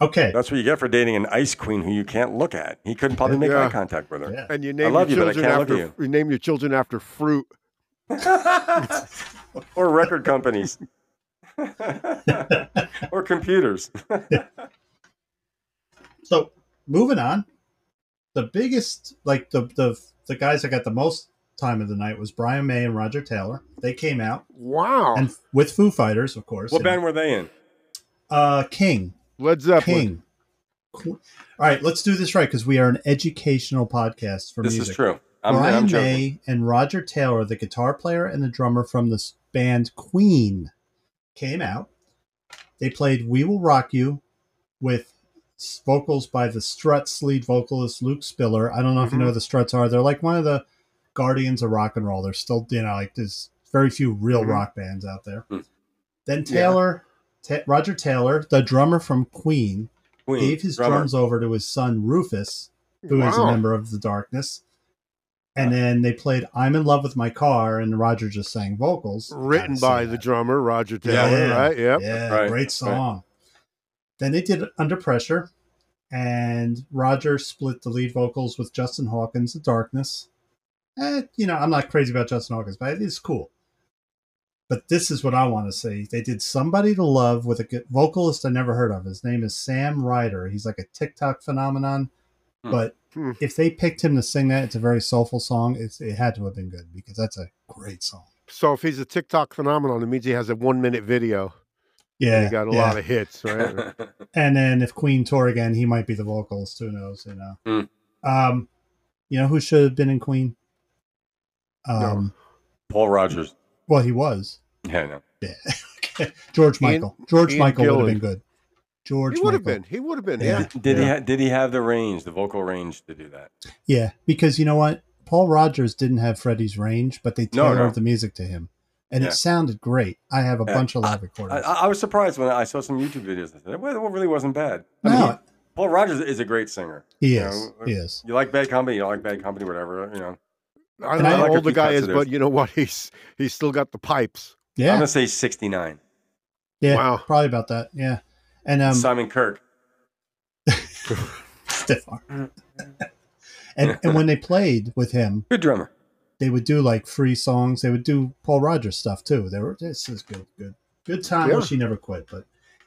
Okay. That's what you get for dating an ice queen who you can't look at. He couldn't probably make Yeah. eye contact with her. Yeah. And you name love you, your but I children can't look after at you name your children after fruit. [LAUGHS] or record companies [LAUGHS] or computers. So moving on, the biggest like the the the guys that got the most time of the night was Brian May and Roger Taylor. They came out Oh. Wow, and with Foo Fighters, of course. what and, band were they in? Uh, King, Led Zeppelin. King. Cool. All right, let's do this right because we are an educational podcast for This music. is true. I'm, Brian I'm joking. May and Roger Taylor, the guitar player and the drummer from this band Queen, came out. They played "We Will Rock You" with s- vocals by the Struts lead vocalist Luke Spiller. I don't know if Mm-hmm. you know who the Struts are. They're like one of the guardians of rock and roll. They're still, you know, like there's very few real Mhm. rock bands out there. Mm. Then Yeah. Taylor, Ta- Roger Taylor, the drummer from Queen, Queen, gave his drummer. drums over to his son Rufus, who is a Wow. member of the Darkness. And then they played "I'm in Love with My Car," and Roger just sang vocals, written Gotta say by the that. drummer Roger Taylor. Yeah. Right? Yep. Yeah, Right, great right. song. Then they did "Under Pressure," and Roger split the lead vocals with Justin Hawkins, the Darkness. Eh, you know, I'm not crazy about Justin Hawkins, but it's cool. But this is what I want to see. They did Somebody to Love with a good vocalist I never heard of. His name is Sam Ryder. He's like a TikTok phenomenon. Hmm. But Hmm. if they picked him to sing that, it's a very soulful song. It's, it had to have been good because that's a great song. So if he's a TikTok phenomenon, it means he has a one minute video. Yeah. he got a yeah. lot of hits, right? And then if Queen tour again, he might be the vocalist. Who knows? You know. Hmm. Um, you know who should have been in Queen? Um, [LAUGHS] Paul Rogers. well, he was. Yeah, I know. Yeah. George Ian- Michael. George Ian Michael would have been Gillan. good. George he would have Michael. been. He would have been. Yeah. Yeah. Did he Yeah. ha- did he have the range, the vocal range to do that? Yeah, because you know what? Paul Rogers didn't have Freddie's range, but they No, tailored no. the music to him, and Yeah. it sounded great. I have a Yeah, bunch of live recordings. I, I I was surprised when I saw some YouTube videos. I said, "Well, it really wasn't bad." I no, mean, uh, he- Paul Rogers is a great singer. he you is. know, he is. You like Bad Company, you don't like Bad Company, whatever. You know, I don't And know I- how Like a old the few guy cuts is, of but this. you know what? [LAUGHS] He's he's still got the pipes. Yeah, I'm gonna say 69. yeah. wow. Probably about that. Yeah, and um, Simon Kirk. stiff arm. [LAUGHS] and and when they played with him, Good drummer. they would do like free songs. They would do Paul Rogers stuff too. They were this is good, good, good time. Yeah. Wish he never quit, but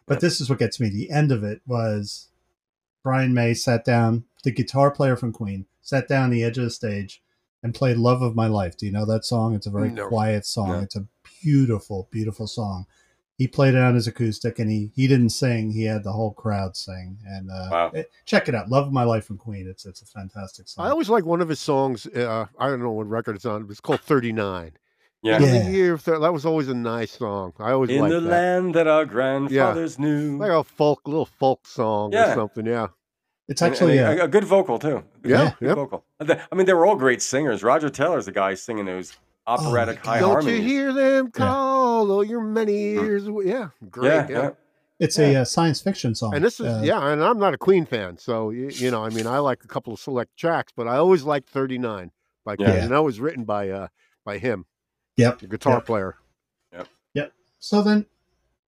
but this is what gets me. The end of it was Brian May sat down, the guitar player from Queen sat down on the edge of the stage and played "Love of My Life." Do you know that song? It's a very No. quiet song. No. It's a beautiful, beautiful song. He played it on his acoustic, and he he didn't sing. He had the whole crowd sing. And uh, Wow. eh, check it out, "Love of My Life" from Queen. It's it's a fantastic song. I always like one of his songs. Uh, I don't know what record it's on. But it's called 39. Yeah. In the Yeah. year of thir- that was always a nice song. I always In liked the that. land that our grandfathers knew. Like a folk, little folk song Yeah. or something. Yeah. it's And- actually and uh, a, a good vocal too. Good- Yeah, good yep. vocal. The- I mean, they were all great singers. Roger Taylor's the guy singing those operatic my high God. Oh, don't harmonies. you hear them call? Oh, your many Mm. years. away. Yeah. Great. yeah, Yeah. yeah. It's a uh, science fiction song. And this is, Uh, yeah, and I'm not a Queen fan. So, you, you know, I mean, I like a couple of select tracks, but I always liked 39 by Queen. Yeah. And that was written by uh by him, Yep. the guitar Yep. player. So then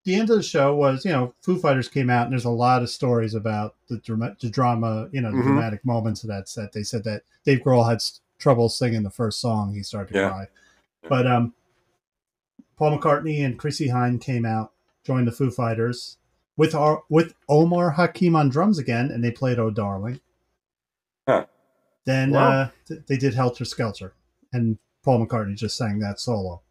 the end of the show was, you know, Foo Fighters came out, and there's a lot of stories about the, drama, the drama, you know, the Mhm. dramatic moments of that set. They said that Dave Grohl had s- trouble singing the first song. He started to Yeah. cry. Yeah. But um, Paul McCartney and Chrissy Hine came out, joined the Foo Fighters with our, with Omar Hakim on drums again, and they played Oh Darling. Huh. Then Wow. uh, th- they did Helter Skelter, and Paul McCartney just sang that solo.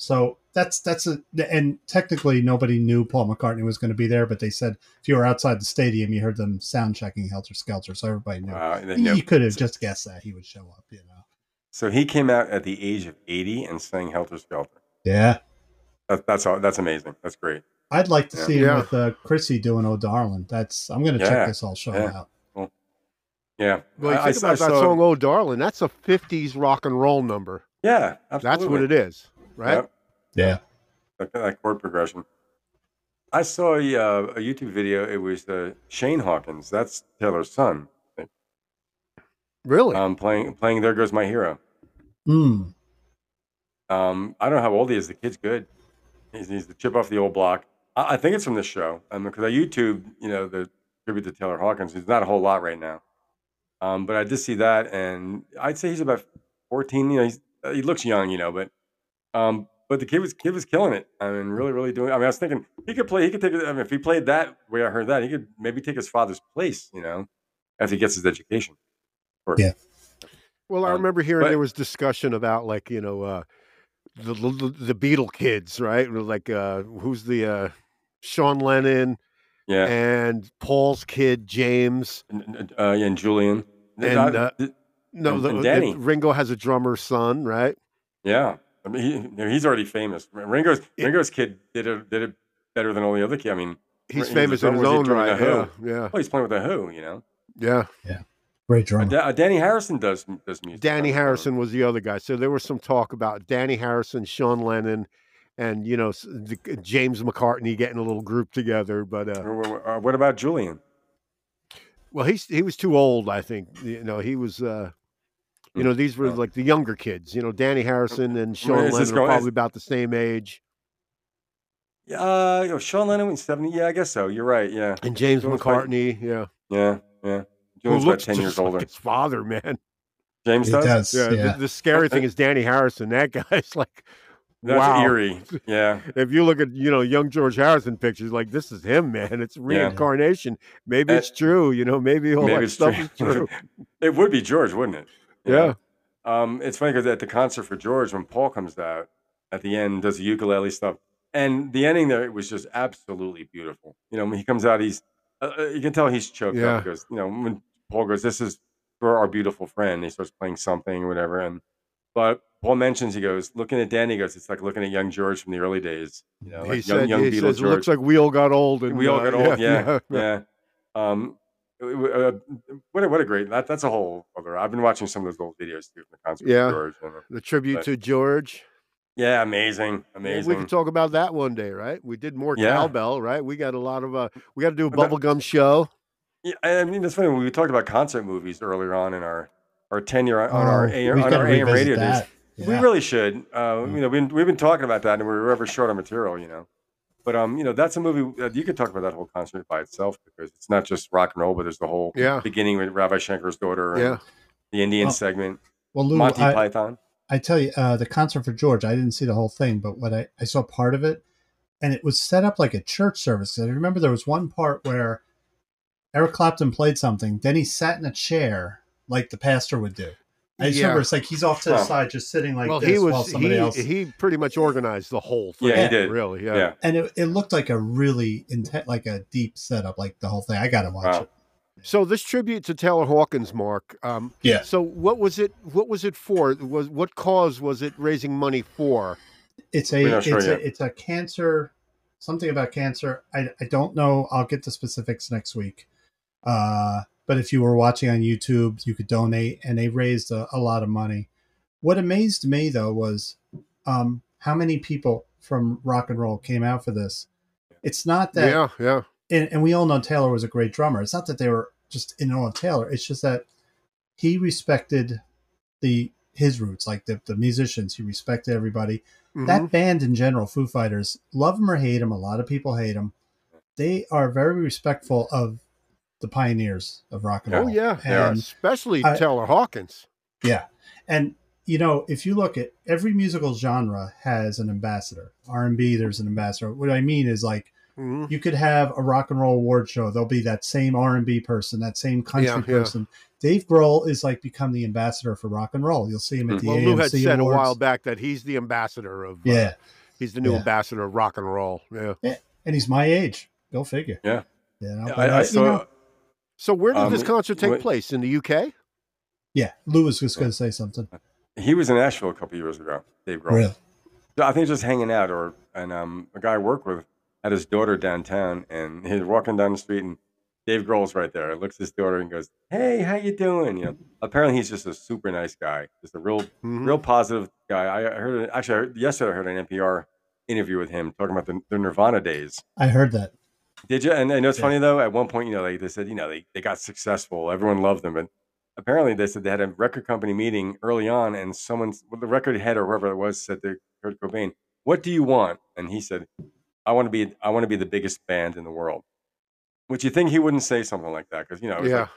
So that's that's a and technically nobody knew Paul McCartney was going to be there, but they said if you were outside the stadium, you heard them sound checking Helter Skelter, so everybody knew. Wow, Uh, and then, you yep. could have just guessed that he would show up, you know. So he came out at the age of 80 and sang Helter Skelter. Yeah, That, that's all. That's amazing. That's great. I'd like to Yeah. see him Yeah. with uh, Chrissy doing "Oh Darling." That's I'm going to Yeah. check this all show Yeah. out. Yeah. Well, you think about that saw- song, Oh Darling, that's a 50s rock and roll number. Yeah, absolutely. That's what it is, right? Yep. Yeah, That, that chord progression. I saw a, uh, a YouTube video. It was uh, Shane Hawkins. That's Taylor's son. Really? Um, playing playing "There Goes My Hero." mm, Um, I don't know how old he is. The kid's good. He's, he's the chip off the old block. I, I think it's from this show. I mean, because I YouTube, you know, the tribute to Taylor Hawkins. There's not a whole lot right now. Um, but I did see that, and I'd say he's about 14. You know, he's, uh, he looks young, you know, but um, but the kid was kid was killing it. I mean, really, really doing. I mean, I was thinking he could play. He could take. it- I mean, if he played that way, I heard that he could maybe take his father's place. You know, after he gets his education. Well, I Um, remember hearing but- there was discussion about like you know uh, the, the the Beatle kids, right? Like uh, who's the uh, Sean Lennon Yeah, and Paul's kid James. and, uh, yeah, and Julian. And, Not- uh, No, And- the, and the- Danny. Ringo has a drummer son, right? Yeah, I mean, he, you know, he's already famous. R- Ringo's It- Ringo's kid did it did it better than all the other kids. I mean, Right, He's he's a famous in his drummer, own he's right. doing Yeah, the yeah, oh, he's playing with the Who, you know. yeah. great Uh, drummer. Da- uh, Danny Harrison does does music. Danny Uh, Harrison was the other guy. So there was some talk about Danny Harrison, Sean Lennon, and you know s- the- James McCartney getting a little group together. But uh, Or- or- or What about Julian? Well, he's he was too old, I think. You know, he was. uh You Mm. know, these were Oh. like the younger kids. You know, Danny Harrison and is Sean this Lennon are going- is- probably about the same age, Yeah, Uh, you know, Sean Lennon was seventy. Yeah, I guess so. You're right. Yeah, and James Sean's like- McCartney, yeah, yeah, yeah. who Julian's about looks ten just years like older. his father, man. [LAUGHS] James He does. does. [LAUGHS] Yeah. Yeah, The, the scary thing is Danny Harrison. That guy's like That's wow. eerie. [LAUGHS] Yeah. If you look at you know young George Harrison pictures, like this is him, man. It's reincarnation. Maybe Uh, it's true. You know, maybe all Maybe that it's stuff [LAUGHS] true. is true. It would be George, wouldn't it? You Yeah. know? Um, it's funny because at the concert for George, when Paul comes out at the end, does the ukulele stuff, and the ending there, it was just absolutely beautiful. You know, when he comes out, he's uh, uh, you can tell he's choked Yeah. up because you know when Paul goes, "This is for our beautiful friend," he starts playing something or whatever, and but Paul mentions he goes, looking at Danny, he goes, "It's like looking at young George from the early days." You know, He like young, said, young he Beatle says, it George looks like we all got old. And, we all uh, [LAUGHS] got old. Yeah, yeah. Um, w- w- uh, what a, what a great that, that's a whole other. I've been watching some of those old videos too from the concert. with Yeah. George, and, uh, The tribute But- to George. yeah, amazing, Maybe amazing. We could talk about that one day, right? We did more Yeah. cowbell, right? We got a lot of uh we got to do a But- bubblegum show. yeah, I I mean, that's funny. We talked about concert movies earlier on in our our tenure on, on our AM, Oh, we've on gotta our AM revisit radio days. that. We Yeah. really should. Uh, Mm. You know, we've been, we've been talking about that, and we were ever short on material, you know. But um, you know, that's a movie that you could talk about that whole concert by itself because it's not just rock and roll, but there's the whole Yeah. beginning with Rabbi Shanker's daughter, and Yeah. the Indian Oh. segment, well, Lou, Monty I, Python. I tell you, uh, the concert for George, I didn't see the whole thing, but what I, I saw part of it, and it was set up like a church service. I remember there was one part where Eric Clapton played something, then he sat in a chair like the pastor would do. I just Yeah. remember it's like he's off to the Well- side, just sitting like well, this he while was somebody he, else. he pretty much organized the whole thing. Yeah, he did. Really. Yeah. Yeah. and it, it looked like a really intent, like a deep setup, like the whole thing. I gotta watch Wow. it. So this tribute to Taylor Hawkins, Mark. Um, Yeah. So what was it? What was it for? Was what cause was it raising money for? It's a We're not it's sure a yet. it's a cancer, something about cancer. I I don't know. I'll get the specifics next week. Uh, but if you were watching on YouTube, you could donate, and they raised a, a lot of money. What amazed me though was um, how many people from rock and roll came out for this. It's not that yeah. Yeah. and, and we all know Taylor was a great drummer. It's not that they were just in awe of Taylor. It's just that he respected the his roots, like the, the musicians. He respected everybody. Mhm. That band in general, Foo Fighters, love them or hate them. A lot of people hate them. They are very respectful of the pioneers of rock and Oh roll. yeah. and, yeah. Especially I- Taylor Hawkins. and you know, if you look at every musical genre has an ambassador. R and B, there's an ambassador. What I mean is like Mhm. you could have a rock and roll award show. There'll be that same R and B person, that same country Yeah, yeah. person. Dave Grohl is like become the ambassador for rock and roll. You'll see him at the Mm-hmm. Well, AMC Lou had said a Awards. while back that he's the ambassador of. uh, Yeah, he's the new Yeah. ambassador of rock and roll. Yeah. and he's my age. Go figure. Yeah. you know, Yeah, but, uh, I, I you saw. know- So where did Um, this concert take what- place in the UK? yeah. Lou was just going to say something. He was in Nashville a couple years ago. Dave Grohl. Really? So I think just hanging out, or and um, a guy I work with had his daughter downtown, and he's walking down the street, and Dave Grohl's right there. Looks at his daughter and goes, "Hey, how you doing?" You know. Apparently, he's just a super nice guy. Just a real, Mhm. real positive guy. I I heard actually I heard, yesterday. I heard an NPR interview with him talking about the, the Nirvana days. I heard that. Did you? And I know it's Yeah. funny though. At one point, you know, they, they said, you know, they, they got successful. Everyone loved them, but apparently they said they had a record company meeting early on, and someone, well, the record head or whoever it was, said to Kurt Cobain, "What do you want?" And he said, "I want to be, I want to be the biggest band in the world." Which you think he wouldn't say something like that because you know, it was Yeah. like,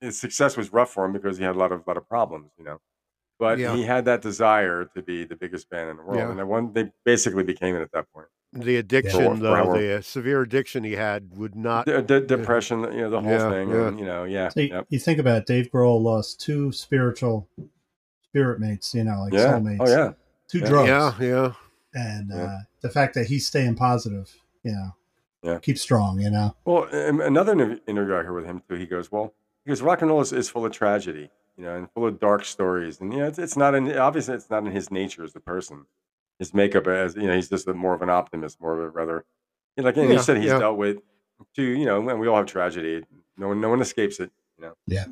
his success was rough for him because he had a lot of lot of problems, you know. But Yeah. he had that desire to be the biggest band in the world, Yeah. and that one they basically became it at that point. the addiction, For- though, for- the uh, severe addiction he had would not. De- de- depression, you know, the whole Yeah, thing, yeah. and you know, yeah, So you, yep. you think about it, Dave Grohl lost two spiritual spirit mates. You know, like yeah. soulmates. Oh yeah. Two Yeah. drugs. Yeah, yeah. And Yeah. uh, the fact that he's staying positive. You know. Yeah. Keep strong. You know. Well, um, another inter- interview I heard with him too. He goes, "Well, because rock and roll is, is full of tragedy, you know, and full of dark stories, and you know, it's, it's not in obviously it's not in his nature as a person, his makeup as you know, he's just a, more of an optimist, more of a rather, you know, like and Yeah, you said, he's yeah. dealt with too, you know, and we all have tragedy. No one, no one escapes it.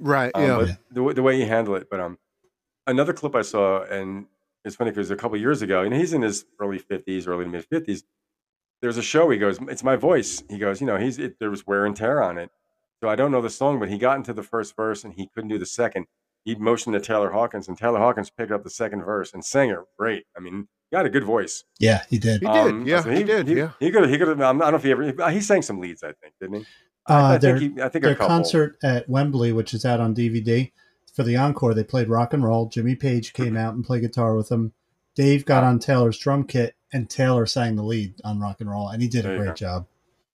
Right. Um, yeah. But the, w- the way he handled it. But um, another clip I saw, and it's funny because a couple years ago, and he's in his early 50s, early to mid 50s. There's a show. He goes, "It's my voice." He goes, "You know, he's it, there was wear and tear on it." So I don't know the song, but he got into the first verse and he couldn't do the second. He motioned to Taylor Hawkins, and Taylor Hawkins picked up the second verse and sang it great. I mean, he got a good voice. Yeah, he did. He did. Um, yeah, so he, did. yeah. He could. He could have. I don't know if he ever. He sang some leads, I think, didn't he? Uh, I, I their- think he. I think their a couple. concert at Wembley, which is out on DVD, for the encore, they played rock and roll. Jimmy Page came out and played guitar with them. Dave got on Taylor's drum kit, and Taylor sang the lead on Rock and Roll, and he did There a you great go. job.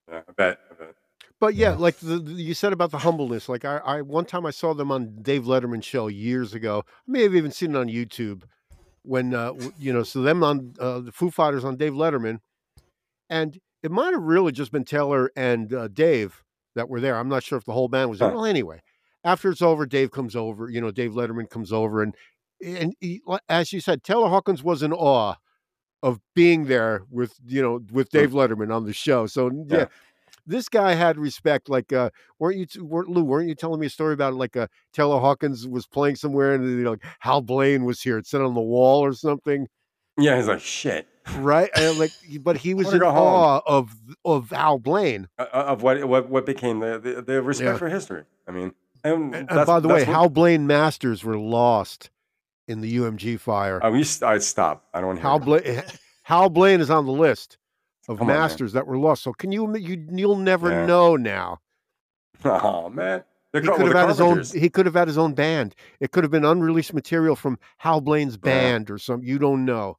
Yeah, I bet. I bet. But yeah, Yeah. like the, the- you said about the humbleness. Like I, I one time I saw them on Dave Letterman's show years ago. I may have even seen it on YouTube when uh, w- you know. So them on uh, the Foo Fighters on Dave Letterman, and it might have really just been Taylor and uh, Dave that were there. I'm not sure if the whole band was there. Huh. Well, anyway, after it's over, Dave comes over. You know, Dave Letterman comes over, and and he, li- as you said, Taylor Hawkins was in awe of being there with you know with Dave Letterman on the show. So yeah, Yeah. this guy had respect. Like, uh, weren't you t- weren't Lou? Weren't you telling me a story about like uh, Taylor Hawkins was playing somewhere and you know, like Hal Blaine was here, it said on the wall or something, Yeah, he's like, shit. right? And, like, he- but he was [LAUGHS] wanna in go home. awe of of Hal Blaine. Uh, uh, Of what what what became the the, the respect Yeah. for history. I mean, and, And, and that's- by the way, that's what- Hal Blaine masters were lost in the UMG fire. Oh, you st- I stop. I don't want to hear. Hal Blaine, Hal Blaine is on the list of Come on, man. masters that were lost. So can you you you'll never Yeah. know now. [LAUGHS] Oh man, They're He called- could have well, they're had his own. carpenters. He could have had his own band. It could have been unreleased material from Hal Blaine's Yeah. band or something. You don't know.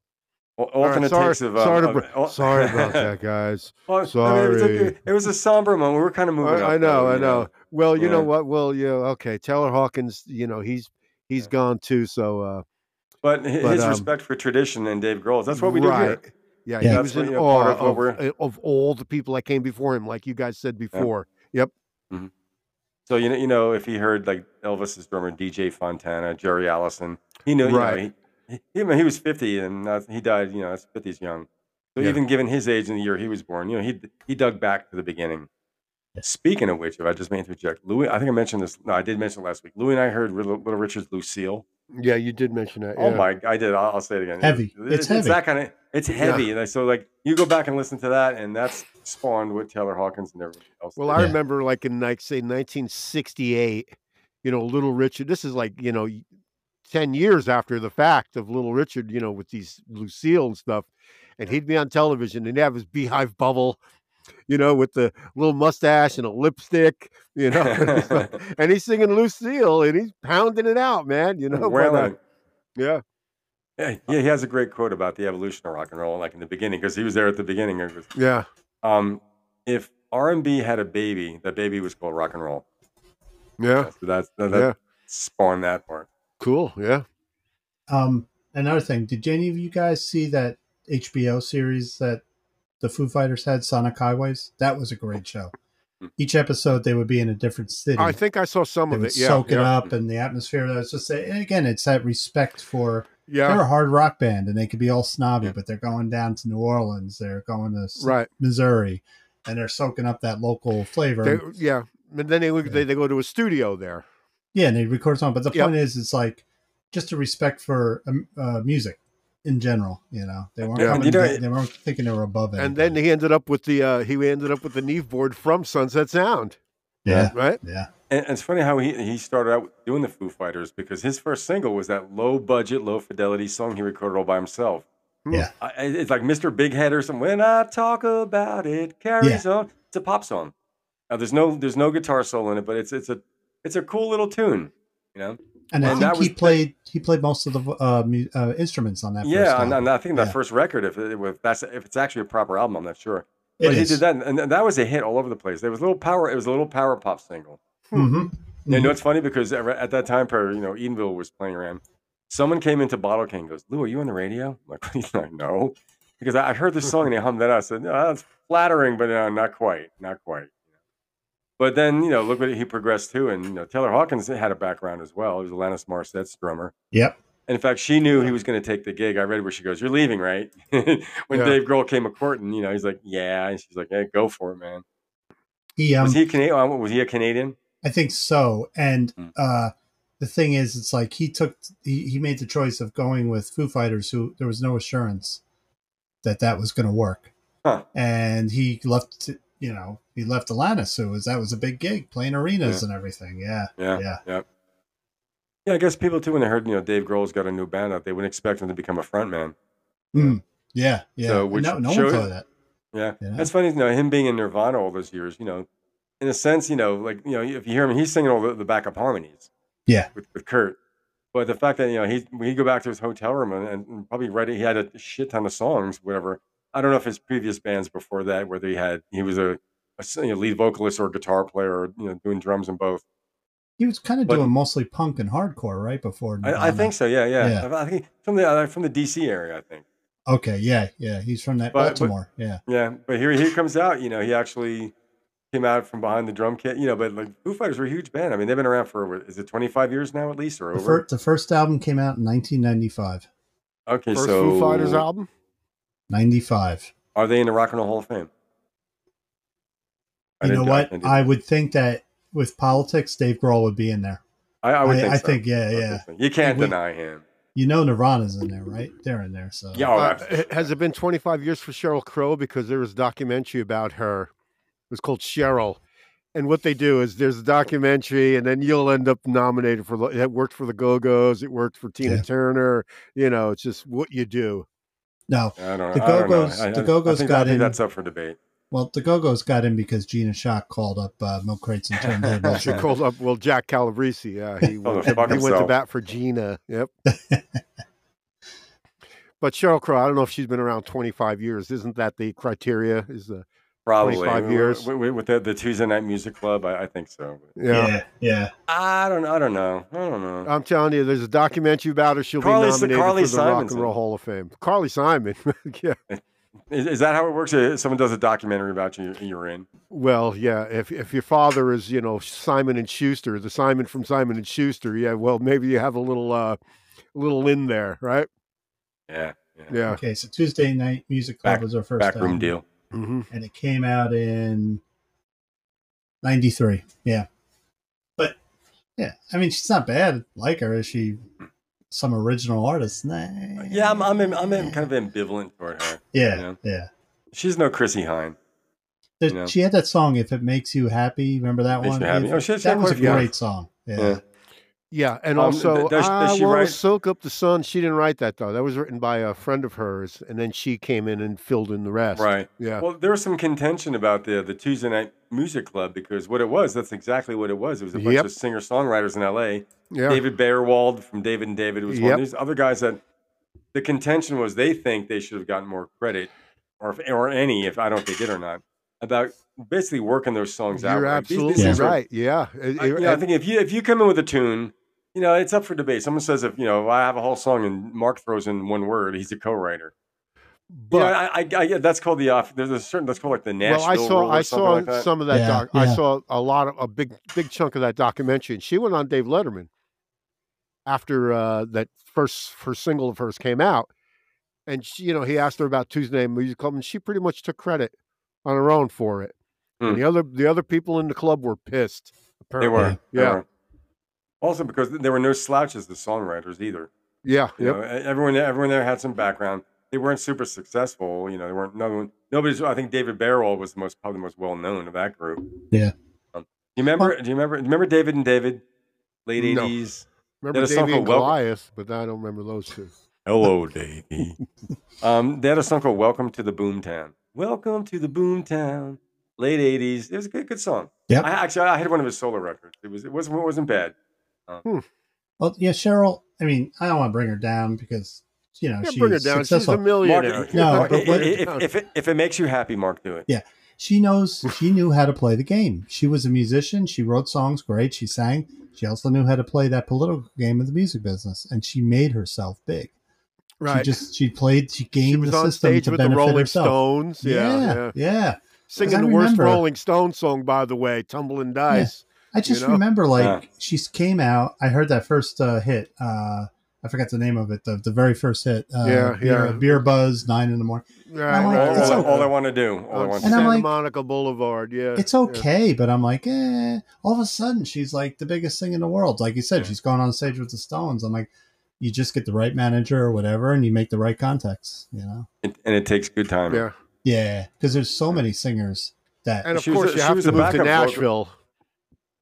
All Al- right, alternate sorry, takes of, um, sorry, to of- br- al- [LAUGHS] sorry about that, guys. Well, I mean, it, was a, Sorry. it- it was a somber moment. We were kind of I, moving. up, I know. though, I you know. Well, you know Yeah. what? Well, yeah. Okay. Taylor Hawkins. You know he's he's Yeah. gone too. So uh, But hi- his But, um, respect for tradition and Dave Grohl. That's what we do here. right. Yeah. Yeah, he That's was what, in you know, awe part of of, eh, what we're- of all the people that came before him, like you guys said before. So you know, you know, if he heard like Elvis's drummer DJ Fontana, Jerry Allison, he knew. You Right. know, he, he, I mean, he was fifty, and that's he died. You know, that's fifty's young. So Yeah. even given his age and the year he was born, you know, he he dug back to the beginning. Speaking of which, if I just may interject, Louis, I think I mentioned this. No, I did mention it last week. Louis and I heard Little, Little Richard's "Lucille." Yeah, you did mention that. Oh yeah. my! I did. I'll, I'll say it again. Heavy. It- It's heavy. that kind of. It's heavy. And I- so like you go back and listen to that, and that's spawned what Taylor Hawkins and everything else. Well, did. I Yeah. remember like in like say 1968, you know, Little Richard. This is like you know, y- ten years after the fact of Little Richard, you know, with these Lucille and stuff, and he'd be on television and he'd have his beehive bubble, you know, with the little mustache and a lipstick, you know, [LAUGHS] and, he's like- and he's singing Lucille and he's pounding it out, man. You know, by the- Wailing. yeah, Yeah, yeah, he has a great quote about the evolution of rock and roll, like in the beginning, because he was there at the beginning. It was, yeah, Um, if R and B had a baby, that baby was called rock and roll. yeah, That's that's that, that yeah. spawned that part. Cool, yeah. Um, another thing, did any of you guys see that HBO series that the Foo Fighters had, Sonic Highways? That was a great show. Each episode, they would be in a different city. Hmm. I think I saw some they of would it. Yeah, soak it yeah, up and the atmosphere. That was just and again, it's that respect for they're yeah. a hard rock band and they could be all snobby, Yeah. but they're going down to New Orleans, they're going to s- Right. Missouri, and they're soaking up that local flavor. They, And- yeah. And then they, would- Yeah. they they go to a studio there. yeah, and they record a song. But the Yep. point is, it's like just a respect for um, uh, music in general. You know, they weren't Yeah, coming, you know, they, they weren't thinking they were above it. and then he ended up with the uh, he ended up with the Neve board from Sunset Sound, yeah, right? yeah, And, and it's funny how he he started out doing the Foo Fighters because his first single was that low budget, low fidelity song he recorded all by himself. Hmm. Yeah. I, I- it's like Mr. Big Head or something. When I talk about it, carries on. It's a pop song. Now, there's no there's no guitar solo in it, but it's it's a it's a cool little tune. You know. and I And that think he was- played he played most of the vo- uh, mu- uh, instruments on that. first Yeah, album. and, and I think that Yeah. first record, if, it, if that's if it's actually a proper album, I'm not sure. It But he is. did that, and and that was a hit all over the place. There was a little power. It was a little power pop single. Mhm. And You Mhm. know, it's funny because at at that time, per you know, Edenville was playing around. Someone came into Bottle King and goes, "Lou, are you on the radio?" I'm like, [LAUGHS] he's like, "No," because I I heard this song and he hummed that. out. I said, "No, that's flattering, but no, not quite, not quite." But then you know, look what he progressed to, and you know, Taylor Hawkins had a background as well. He was Alanis Morissette's drummer. Yep. And in fact, she knew he was going to take the gig. I read where she goes, "You're leaving, right?" [LAUGHS] when Yeah. Dave Grohl came a courting, you know, he's like, "Yeah," and she's like, "Yeah, go for it, man." He um, was he Canadian? Was he a Canadian? I think so. And Mm. uh, the thing is, it's like he took he, he made the choice of going with Foo Fighters, who there was no assurance that that was going to work, Huh. and he left. You know, he left Alanis, who was that was a big gig, playing arenas and everything. Yeah, Yeah, yeah, yeah. I guess people too, when they heard you know Dave Grohl's got a new band out, they wouldn't expect him to become a frontman. yeah, yeah. So, And which no, no shows- one thought of that. Yeah. Yeah. that's funny. You know, him being in Nirvana all those years, you know, in a sense, you know, like you know, if you hear him, he's singing all the, the backup harmonies. Yeah. with, with Kurt. But the fact that you know he he'd go back to his hotel room and, and probably write he had a shit ton of songs, whatever. I don't know if his previous bands before that, whether he had he was a, a s- you know, lead vocalist or guitar player, or you know doing drums and both. He was kind of But- doing mostly punk and hardcore right before. I, I Nirvana. think so. Yeah, yeah. Mm-hmm. Yeah. I, I think from the uh, from the DC area, I think. Okay, yeah, yeah. He's from that But- but- Baltimore. yeah, Yeah, but here he comes out. You know, he actually came out from behind the drum kit. You know, but like Foo Fighters were a huge band. I mean, they've been around for over, is it twenty five years now at least or the, over? fir- the first album came out in 1995. okay, First so Foo Fighters album. 95. Are they in the Rock and Roll Hall of Fame? I You know didn't- what? didn't- I would think that with politics, Dave Grohl would be in there. I, I would I- think I so. think, yeah, I would yeah. think so. You can't We- deny him. You know, Nirvana's in there, right? They're in there. So Yeah, oh, Uh, absolutely. has it been 25 years for Cheryl Crow? Because there was a documentary about her. It was called Cheryl. And what they do is there's a documentary, and then you'll end up nominated for. lo- It worked for the Go Go's. It worked for Tina Yeah. Turner. You know, it's just what you do. no. I don't know. The I don't know. Go-Go's- I- I- the Go-Go's I think, got I think in- that's up for debate. Well, the Go Go's got in because Gina Shock called up uh, Milk Crates and [LAUGHS] Turntables. She called up well Jack Calabrese. Yeah, he Oh, went, fuck he went to himself. bat for Gina. [LAUGHS] Yep. but Cheryl Crow, I don't know if she's been around 25 years. Isn't that the criteria? Is the Probably 25 With- years. with, with the, the Tuesday Night Music Club. I, I think so. yeah. yeah. I don't. I don't know. I don't know. I'm telling you, there's a documentary about her. She'll Carly- be nominated Carly for the Rock and Simonson. Roll Hall of Fame. Carly Simon. [LAUGHS] yeah. Is, is that how it works? If someone does a documentary about you, you're in. Well, yeah. If if your father is, you know, Simon and Schuster, the Simon from Simon and Schuster, yeah. Well, maybe you have a little, uh, little in there, right? Yeah. Yeah. Okay, so Tuesday Night Music Club Back- was our first Backroom album, deal. hmm and it came out in '93. Yeah, but yeah, I mean, she's not bad. Like her, is she? Some original artist? Nah. Yeah, I'm. I'm. I'm kind of ambivalent toward her. Yeah, Yeah. yeah. She's no Chrissy Hine. There- You know. She had that song "If It Makes You Happy." Remember that Makes one? you happy. It- Oh, she- she that had was a quite a few. great song. Yeah. Yeah. Yeah, and Um, also th- does- does I she want write- to soak up the sun. She didn't write that though. That was written by a friend of hers, and then she came in and filled in the rest. Right. Yeah. Well, there was some contention about the the Tuesday night music club because what it was, that's exactly what it was. It was a bunch Yep. of singer songwriters in L.A. yeah. David Bayerwald from David and David was one Yep. of these other guys that the contention was they think they should have gotten more credit or if, or any if I don't know if they did or not about basically working those songs out. You're Like, these- absolutely these things are- right. Yeah. It- I, it- you know, I think if you if you come in with a tune, you know it's up for debate. Someone says if you know I have a whole song and Mark throws in one word, he's a co-writer. but But I, I, I, yeah, that's called the off. There's a certain that's called like the Nashville well, I rule saw or I something saw like that. some of that Yeah, doc. yeah. I saw a lot of a big big chunk of that documentary, and she went on Dave Letterman after uh, that first first single of hers came out, and she, you know he asked her about Tuesday Night Music Club, and she pretty much took credit on her own for it. Hmm. And the other the other people in the club were pissed. They Apparently. were, they Yeah. were. Also, because there were no slouches as songwriters either. Yeah. You Yep. know, e- everyone, everyone there had some background. They weren't super successful. You know, they weren't. No one, nobody's. I think David Barrell was the most probably the most well known of that group. Yeah. Um, do you remember? Do you remember? Do you remember David and David, late No. eighties? Remember There's a song Davy and called Welcome- Goliath, but I don't remember those two. Hello, Davey. um, they had a song called "Welcome to the Boomtown." Welcome to the Boomtown. Late eighties. It was a good, good song. Yep. I actually I had one of his solo records. It was it wasn't it wasn't bad. Well, yeah, Cheryl. I mean, I don't want to bring her down because you know Yeah, Uh, she's bring her down. successful. She's a millionaire. Mark, Oh, No, Mark, but i- what- i- if, if, it, if it makes you happy, Mark, do it. she [LAUGHS] knows she knew how to play the game. She was a musician. She wrote songs great. She sang. She also knew how to play that political game of the music business, and she made herself big. She right. just she played. She gamed she was the on system stage to with the benefit Rolling herself. Stones. yeah. yeah. yeah, yeah. singing I the worst remember- Rolling Stone song, by the way, "Tumbling Dice." I just you know? remember like Yeah. she came out. I heard that first uh, hit. Uh, I forgot the name of it. The, the very first hit. Uh, Yeah, beer, yeah. Beer buzz nine in the morning. Right, I'm All, like, right, it's all- right. okay. all I want to do. All I on want And Santa I'm like, Monica Boulevard. Yeah, It's yeah. okay, but I'm like, eh. All of a sudden, she's like the biggest thing in the world. Like you said, Yeah. she's gone on stage with the Stones. I'm like, you just get the right manager or whatever, and you make the right contacts. You know? It, and it takes good time. Yeah, Yeah, because there's so many singers that. and of She was course a- you she have was to a move to backup vocal. Nashville.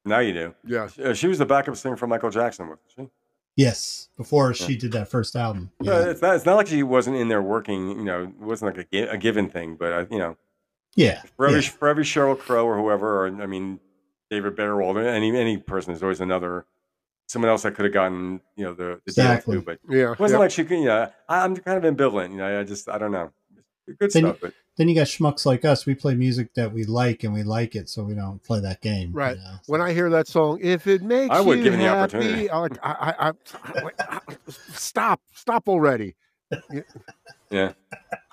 Now you do. Yeah, Uh, She was the backup singer for Michael Jackson, wasn't she? yes, before she did that first album. Uh, Yeah, It's, not, it's not like she wasn't in there working. You know, it wasn't like a, gi- a given thing. But uh, you know, yeah, for every yeah. for every Cheryl Crow or whoever, or I mean, David Betterwald, any any person, there's always another someone else I could have gotten, you know, the, the deal Exactly. too. But it Yeah. wasn't yeah. like she could, you know, I, I'm kind of ambivalent. You know, I just, I don't know. Good Then- stuff, but Then you got schmucks like us. We play music that we like and we like it, so we don't play that game. you Right. know? when I hear that song, if it makes I would you give it the happy, opportunity. I, like, I, I, I, like, I- stop, stop already. I would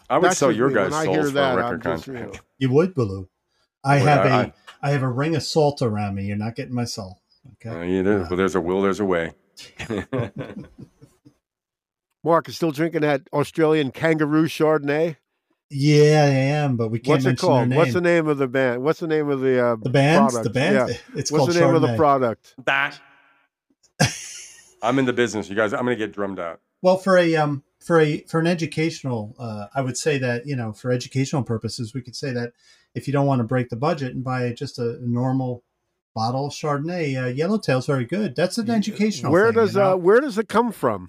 That's sell just your me. guys' When I souls hear for that, a record I'm just, you contract. you would, Baloo. I Boy, have a, I- I have a ring of salt around me. You're not getting my soul. Okay. Uh, [LAUGHS] yeah, there's, well, there's a will, there's a way. Mark is still drinking that Australian kangaroo Chardonnay. Yeah, I am, but we can't What's it mention their called? name. What's the name of the band? What's the name of the uh, the band? The product? band? Yeah. It's What's called the name of the Chardonnay. product? that. [LAUGHS] I'm in the business, you guys. I'm going to get drummed out. Well, for a um for a for an educational, uh, I would say that you know for educational purposes, we could say that if you don't want to break the budget and buy just a normal bottle of Chardonnay, uh, Yellowtail's very good. That's an educational. Where thing, you does uh, know? where does it come from?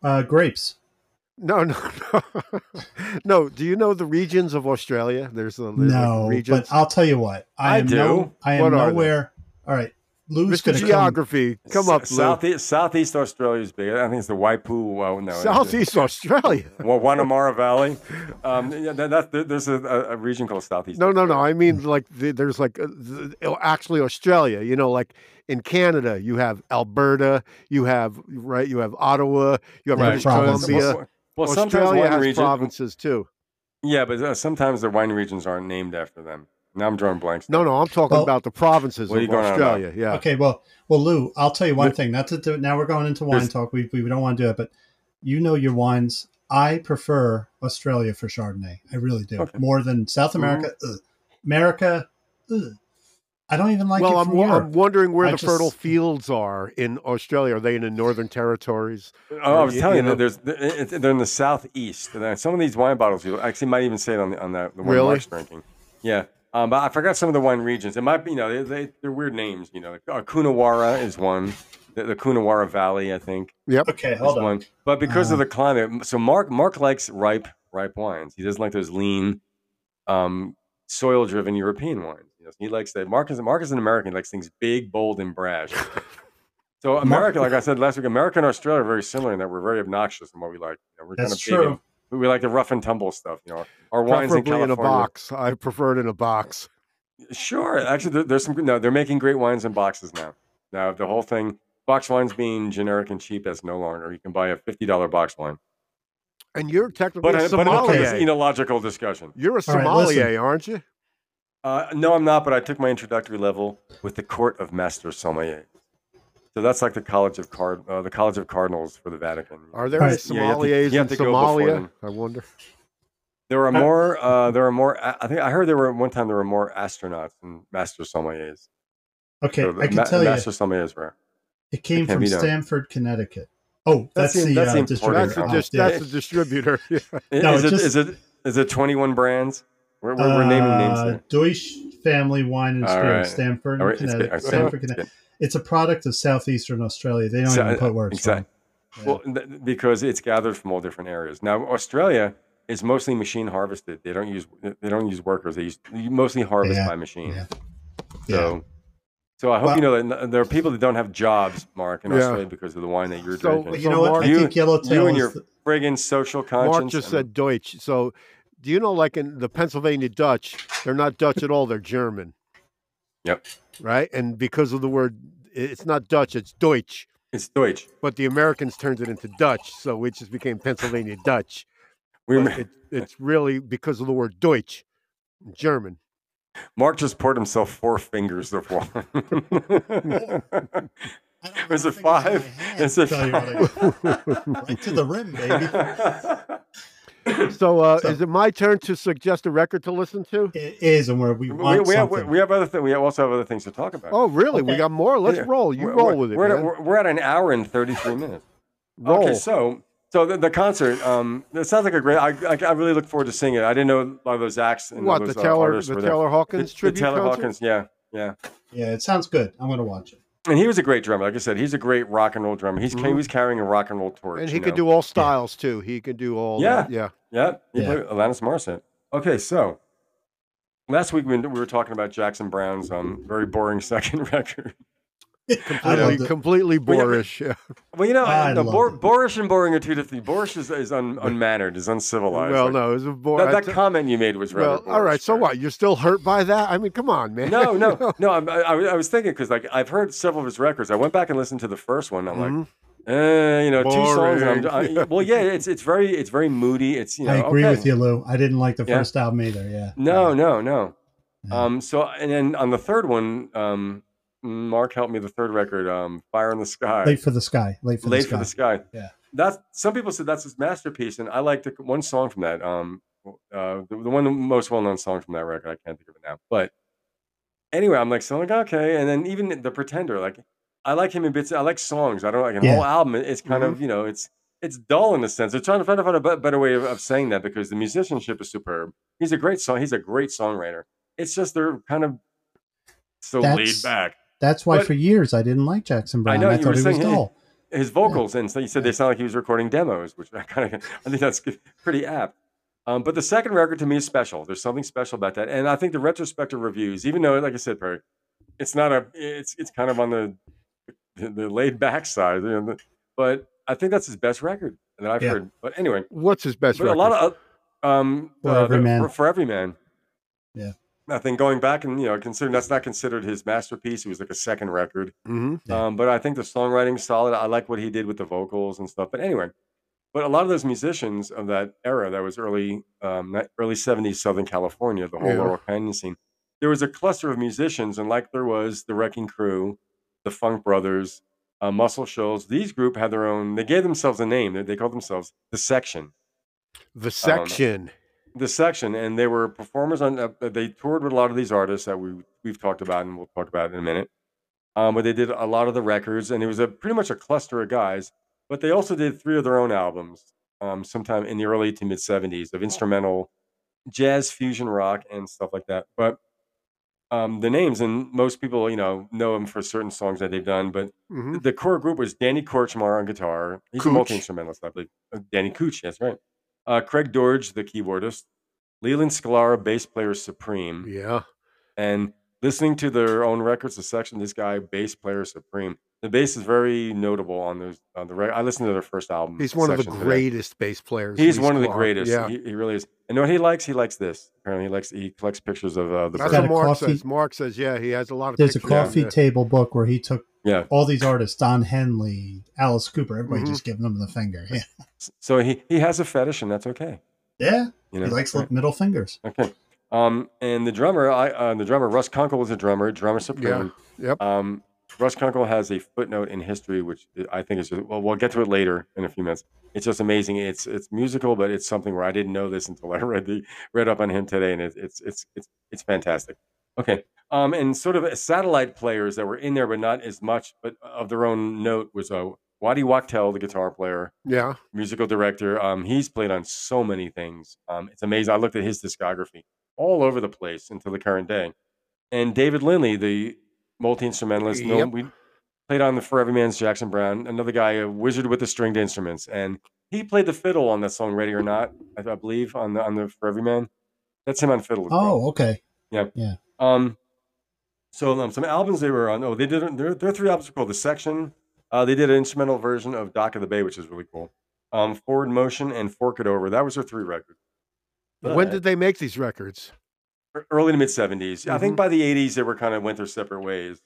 uh, grapes? No, [LAUGHS] no, no, no. Do you know the regions of Australia? There's the No, regions. but I'll tell you what. I, I am do. No, I am What are they? nowhere. All right, Lou's Mr. going to come. Geography, come up, S- Lou. Southeast, Southeast Australia is big. I think it's the Waipu. Well, no, it's- Southeast Australia. Wa- Wanamara Valley. Um, yeah, that, that, there- there's a, a a region called Southeast. No, no, no. I mean, like, the, there's like uh, the, oh, actually Australia. You know, like in Canada, you have Alberta, you have right, you have Ottawa, you have Right. British Provinces. Columbia. Well, well, sometimes Australia wine has region. provinces too. Yeah, but uh, sometimes the wine regions aren't named after them. Now I'm drawing blanks. No, no, I'm talking Well- about the provinces What are of you going on about? Australia. Yeah. Okay, well, well, Lou, I'll tell you one Lou- thing. Not to do it. Now we're going into wine There's- talk. We, we don't want to do it, but you know your wines. I prefer Australia for Chardonnay. I really do Okay. more than South America. Ugh. America, ugh. I don't even like well, it I'm, from wo- Europe. I'm wondering where I the fertile just- fields are in Australia. Are they in the northern territories? Oh, I was You- telling you you, know- that there's th- it- it- they're in the southeast. And then some of these wine bottles, you actually might even say it on the on the, the one Really? Mark's drinking. Yeah, um, but I forgot some of the wine regions. It might be you know they, they they're weird names. You know, uh, Coonawarra is one. The, the Coonawarra Valley, I think, Okay, is hold on. one. But because of Uh-huh. Uh, the climate, so Mark Mark likes ripe ripe wines. He doesn't like those lean, um, soil driven European wines. You know, he likes that. Mark is Mark is an American. He likes things big, bold, [LAUGHS] and brash. So America, like I said last week, America and Australia are very similar in that we're very obnoxious in what we like. You know, we're That's kind of big true. and- we like the rough and tumble stuff. You know, our wines in Preferably California. in a box. I prefer it in a box. Sure, actually, there, there's some. good- No, they're making great wines in boxes now. Now the whole thing, box wines being generic and cheap, that's no longer. You can buy a fifty dollar box wine. And you're technically But, a I- but sommelier. it's an enological discussion. You're a All right, listen. sommelier, aren't you? Uh, no, I'm not. But I took my introductory level with the Court of Master Sommelier. So that's like the College of Card, uh, the College of Cardinals for the Vatican. Are there All any right. Yeah, you have to- sommeliers you in have to go before Somalia? them. I wonder. There are Uh, more. Uh, there are more. I I think I heard there were one time there were more astronauts than master sommeliers. Okay, So the I can ma- tell you, master sommelier is rare. it came can't from be done. Stamford, Connecticut. Oh, That's that's, the, the- that's the uh, important distributor. That's a, Oh, dis- yeah. that's a [LAUGHS] distributor. Yeah. I- No, is, it's it, just- is it is it 21 brands? We're, we're, we're naming names. Uh, Here. Deutsch Family Wine and All Spirit, right. Stamford, All right, it's good, Connecticut. all right, Stamford, it's Connecticut. good. It's a product of southeastern Australia. They don't So- even put words. exact- on it. Yeah. Well, th- because it's gathered from all different areas. Now Australia is mostly machine harvested. They don't use they don't use workers. They use you mostly harvest Yeah, by machine. yeah. So. So I hope Well- you know that n- there are people that don't have jobs, Mark, in Yeah. Australia because of the wine that you're So, drinking. But Well, you know what? Mark- I You- think Yellowtail you and is your the- friggin' social conscience. Mark just I mean- said Deutsch. So, do you know, like in the Pennsylvania Dutch, they're not Dutch at all. They're German. Yep. Right, and because of the word, it's not Dutch. It's Deutsch. It's Deutsch. But the Americans turned it into Dutch, so it just became Pennsylvania Dutch. We But rem- it, it's really because of the word Deutsch, [LAUGHS] German. Mark just poured himself four fingers of wine. [LAUGHS] I don't Was have fingers it on five? my hand, Is it tell you [LAUGHS] five? what I- [LAUGHS] right to the rim, baby. So, uh, So- is it my turn to suggest a record to listen to? It is, and where we we, want we have, something. we have other things. We also have other things to talk about. Oh, really? We Okay. got more. Let's Yeah. roll. You We're- roll we're- with it. We're, at, man. Oh. we're, we're at an hour and thirty-three minutes. roll. Okay, so so the, the concert. Um, it sounds like a great. I, I I really look forward to seeing it. I didn't know a lot of those acts. And what those, the uh, Taylor artists the were there. Taylor The- Hawkins the tribute Taylor concert? Hawkins. Yeah, yeah. yeah, it sounds good. I'm going to watch it. And he was a great drummer. Like I said, he's a great rock and roll drummer. He's he Mhm. was carrying a rock and roll torch. and you he could know? do all styles too. He could do all. Yeah. that. yeah. Yeah, you Yeah. played Alanis Morissette. Okay, so [LAUGHS] last week we, we were talking about Jackson Brown's um, very boring second record. I completely, loved it. completely Well, yeah, but- boorish. Yeah. Well, you know, I no, loved Bor- it. boorish and boring are two different things. Boorish is, is un- unmannered, is uncivilized. Well, Like, no, it was a boor. That, I that t- comment you made was rather well, all right. boorish, So right? what? You're still hurt by that? I mean, come on, man. [LAUGHS] No, [LAUGHS] no, no. I'm, I, I was- I was thinking because like I've heard several of his records. I went back and listened to the first one. I'm like, Mhm. eh, you know, two songs. and Boring. [LAUGHS] I'm, I, well, yeah, it's it's very it's very moody. It's you know, I agree okay. with you, Lou. I didn't like the Yeah. first album either. Yeah. No, no, no. Yeah. Um, so and then on the third one, um, Mark helped me. The third record, um, Fire in the Sky. Late for the Sky. Late for Late the Sky. for the Sky. Yeah. That's some people said that's his masterpiece, and I like the one song from that. Um, uh, the, the one the most well known song from that record. I can't think of it now, but anyway, I'm like, so like okay, and then even the Pretender, like I like him in bits. I like songs. I don't like an Yeah. Mm-hmm. whole album. it- It's kind of you know it's it's dull in a sense. They're trying to find out a be- better way of, of saying that because the musicianship is superb. He's a great song. He's a great songwriter. It's just they're kind of so laid That's- back. That's why But- for years I didn't like Jackson Brown. I, know, you were thought he was saying- dull. his vocals, and so you said they sound like he was recording demos, which [LAUGHS] I kind of I think that's pretty apt. Um, but the second record to me is special. There's something special about that, and I think the retrospective reviews, even though, like I said, Perry, it's not a it's it's kind of on the the, the laid back side, you know, the- but I think that's his best record that I've Yeah. heard. But anyway, What's his best but record? a lot of uh, um For uh, the- Everyman. for, for every man. Yeah. I think going back and you know considering that's not considered his masterpiece. It was like a second record. hmm Yeah. Um, but I think the songwriting's solid. I like what he did with the vocals and stuff. But anyway, but a lot of those musicians of that era, that was early um, that early '70s Southern California, the whole Yeah. Laurel Canyon scene. There was a cluster of musicians, and like there was the Wrecking Crew, the Funk Brothers, uh, Muscle Shoals. These group had their own. They gave themselves a name. They, they called themselves the Section. The section. The Section, and they were performers on. Uh, they toured with a lot of these artists that we we've talked about, and we'll talk about in a minute um, but they did a lot of the records, and it was a pretty much a cluster of guys. But they also did three of their own albums, um, sometime in the early to mid '70s, of instrumental jazz, fusion rock, and stuff like that. But um, the names, and most people, you know, know them for certain songs that they've done. But hmm the core group was Danny Korchmar on guitar. He's Cooch. a multi instrumentalist, I believe. Uh, Danny Cooch, that's right. Uh, Craig Dorge, the keyboardist. Leland Sklar, bass player supreme Yeah. and listening to their own records the section this guy bass player supreme the bass is very notable on those on the re- i listened to their first album He's one of the Hmm. Section today. greatest bass players. he's Lee one of the Sklar. greatest Yeah. he, he really is and know what he likes he likes this apparently he likes he collects pictures of uh, the That's bird. Got what a Mark coffee- says. Mark says, yeah, he has a lot of There's a pictures. Yeah. coffee table book where he took Yeah. all these artists, Don Henley, Alice Cooper, everybody Mhm. just giving them the finger. Yeah. so he he has a fetish and that's okay Yeah. you He know likes the middle fingers. okay um and the drummer i uh, the drummer russ kunkel was a drummer drummer supreme Yep. Um, Russ Kunkel has a footnote in history, which I think is just, well, we'll get to it later in a few minutes. It's just amazing. It's it's musical, but it's something where I didn't know this until I [LAUGHS] read the read up on him today, and it, it's it's it's it's fantastic. Okay, um, and sort of satellite players that were in there, but not as much, but of their own note was uh, Waddy Wachtel, the guitar player, Yeah. musical director. Um, he's played on so many things. Um, it's amazing. I looked at his discography all over the place until the current day. And David Lindley, the multi instrumentalist, no, Yep. we played on the For Every Man's Jackson Brown, another guy, a wizard with the stringed instruments, and he played the fiddle on that song "Ready or Not," I, I believe, on the on the For Every Man. That's him on fiddle. as well. Oh, okay. Um, so um, some albums they were on. Oh, they did. Their, their three albums were called The Section. Uh, they did an instrumental version of Dock of the Bay, which is really cool. Um, Forward Motion and Fork It Over. That was their three records. When But did they make these records? early to mid 70s I Mhm. think by the eighties they were kind of went their separate ways.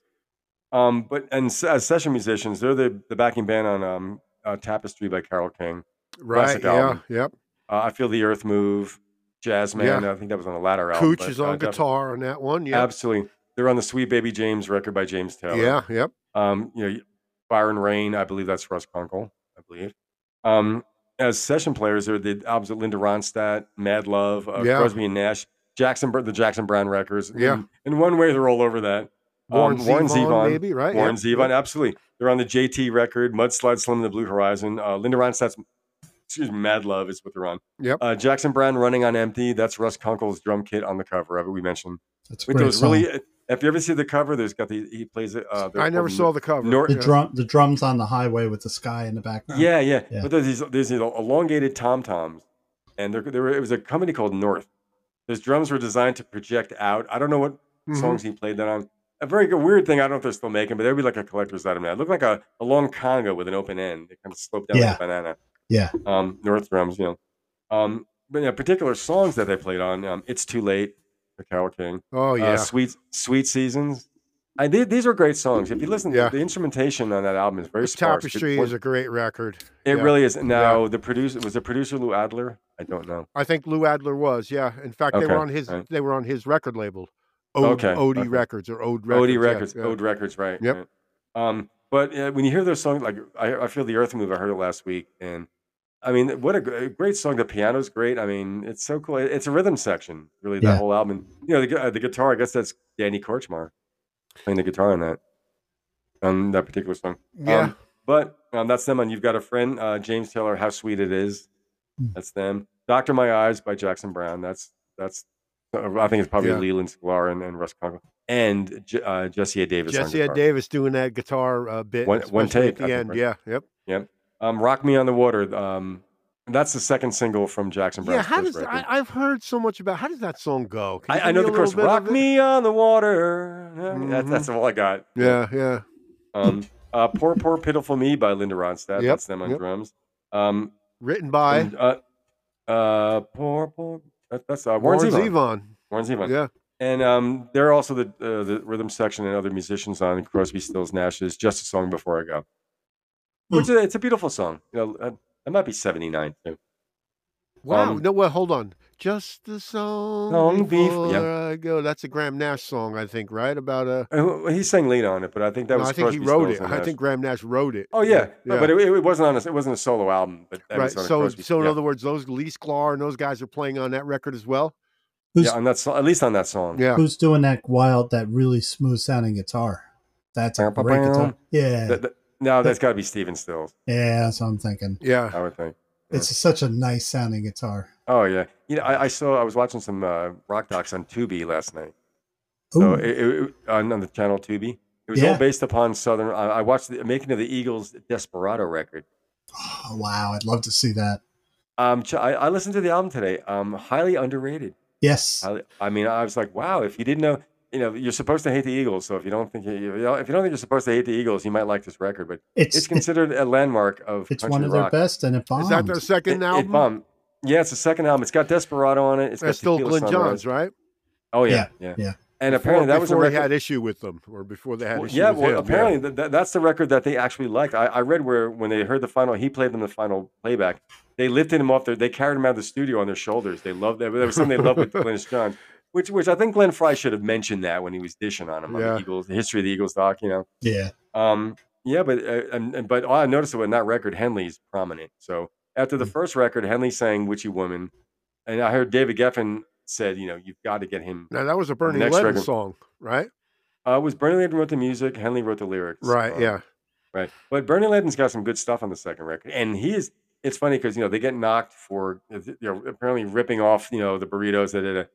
Um, but and s- as session musicians, they're the the backing band on um, uh, Tapestry by Carol King. Right. Classic Yeah. album. Yep. Uh, I Feel the Earth Move, Jazz Man. I think that was on the latter album. Cooch but, is uh, on def- guitar on that one. Yep. Absolutely, they're on the Sweet Baby James record by James Taylor. Yeah. Yep. Um, you know, Byron Rain, I believe that's Russ Kunkel, I believe. Um, as session players, there are the albums of Linda Ronstadt, Mad Love, uh, Yeah. Crosby and Nash, Jackson, Br- the Jackson Brown records. Yeah. In, in one way, they're all over that. Warren, Um, Zevon, Warren Zevon, maybe right. Warren Yep. Zevon, absolutely. They're on the JT record, Mudslide Slim and the Blue Horizon. Uh, Linda Ronstadt's, excuse me, Mad Love is what they're on. Yep. Uh, Jackson Brown running on empty. That's Russ Kunkel's drum kit on the cover of it. We mentioned That's a with great those song. really. If you ever see the cover, there's got the he plays it. Uh, they're I never called saw the cover. Nor- the Yeah. drum the drums on the highway with the sky in the background. Yeah, yeah. Yeah. But there's these there's these elongated tom toms, and there there were, it was a company called North. Those drums were designed to project out. I don't know what Mhm. songs he played that on. a very good, weird thing. I don't know if they're still making, but there'd be like a collector's item now. It looked like a, a long conga with an open end. It kind of sloped down Yeah. like a banana. Yeah. Um, North drums, you know. Um, but yeah, particular songs that they played on. Um, it's too late. The Cow King. Oh uh, yeah. sweet sweet seasons. I did, these are great songs. If you listen, Yeah. the instrumentation on that album is very The sparse. Tapestry it, is a great record. it yeah. really is. Now the producer was the producer Lou Adler. I don't know. I think Lou Adler was. Yeah. In fact, they Okay, were on his. right. They were on his record label. Ode, Okay, Odie okay. Records or Ode Records. Odie yeah, Records, yeah. Ode Records, right? Yep. yeah. Um, but uh, when you hear those songs, like I, I feel the Earth move. I heard it last week, and I mean, what a, gr- a great song. The piano's great. I mean, it's so cool. It- It's a rhythm section, really. That Yeah. whole album. And, you know, the, gu- uh, the guitar. I guess that's Danny Korchmar playing the guitar on that on that particular song. Yeah. Um, but um, that's them. And you've got a friend, uh, James Taylor. How sweet it is. Mm. That's them. Doctor My Eyes by Jackson Brown. That's that's. uh, I think it's probably Yeah. Leland Sklar and, and Russ Conklin and J- uh, Jesse A. Davis. on Jesse Ed guitar. Davis doing that guitar uh, bit. One- one especially take, at I the think, end. right? Yeah. Yep. Um, Rock Me on the Water. Um, that's the second single from Jackson Brown. yeah. How does I, I've heard so much about? How does that song go? Can I, you I give know me a the little chorus. bit of Rock it? me on the water. Yeah, that- Mhm. that's all I got. Yeah. Yeah. Um, uh, Poor, Poor, Pitiful Me by Linda Yep, Ronstadt. That's them on yep. drums. Um, Written by and, uh, uh, poor, poor. That, that's uh, Warren Warren Zevon. Zevon. Warren Zevon. Yeah. And um, they're also the uh, the rhythm section and other musicians on Crosby, Stills, Nash's "Just a Song Before I Go," which is, it's a beautiful song. You know, uh, that might be seventy nine too. Wow. Um, no, well, hold on. Just the song Song bef- before yeah. I go. That's a Graham Nash song, I think, right? About a. Uh, who- He sang lead on it, but I think that No, was. I think he Crosby, wrote Stills, it. and I Nash. think Graham Nash wrote it. Oh yeah, Yeah. No, but it, it wasn't on. A, it wasn't a solo album, but that right. was on a So, Crosby, so in yeah. other words, those Lee Sklar and those guys are playing on that record as well. yeah, on that song, at least on that song. Yeah. Who's doing that wild, that really smooth sounding guitar? That's a great guitar. Yeah, That- that- no, that's got to be Steven Stills, yeah, that's what I'm thinking. Yeah. I would think. It's such a nice sounding guitar. Oh yeah, you know, I, I saw. I was watching some uh, rock docs on Tubi last night. So Ooh, it, it, it- on, on the channel Tubi, it was all Yeah. based upon Southern. I, I watched the making of the Eagles' Desperado record. oh, wow, I'd love to see that. Um, ch- I, I listened to the album today. Um, highly underrated. Yes, I, I mean, I was like, wow. If you didn't know, you know, you're supposed to hate the Eagles. So if you don't think you, you know, if you don't think you're supposed to hate the Eagles, you might like this record. But it's it's it's, considered a landmark of country one of their rock. best, and it bombed. Is that their It, second it album? bombed. Yeah, it's the second album. It's got Desperado on it. It's That's got still Tequila Glenn Sunrise. Johns, right? Oh yeah, yeah, yeah. And Before- apparently that was a before record. he had issue with them, or before they had Well, issue yeah, with well, him. apparently th- th- that's the record that they actually liked. I, I read where when they heard the final, he played them the final playback. They lifted him off their, they carried him out of the studio on their shoulders. They loved that. There was something they [LAUGHS] loved with Glenn Johns, which which I think Glenn Fry should have mentioned that when he was dishing on him on Yeah. the Eagles, the history of the Eagles doc, you know. yeah, Um, yeah, but uh, and, and- but all I noticed when that record, Henley's prominent. So after the first record, Henley sang "Witchy Woman," and I heard David Geffen said, you know, you've got to get him. Now that was a Bernie next Ledden record- song, right? Uh, it was Bernie Ledden wrote the music, Henley wrote the lyrics. Right. Um, Yeah. Right. But Bernie Ledden's got some good stuff on the second record. And he is, it's funny because, you know, they get knocked for, uh, you know, apparently ripping off, you know, the burritos. That it,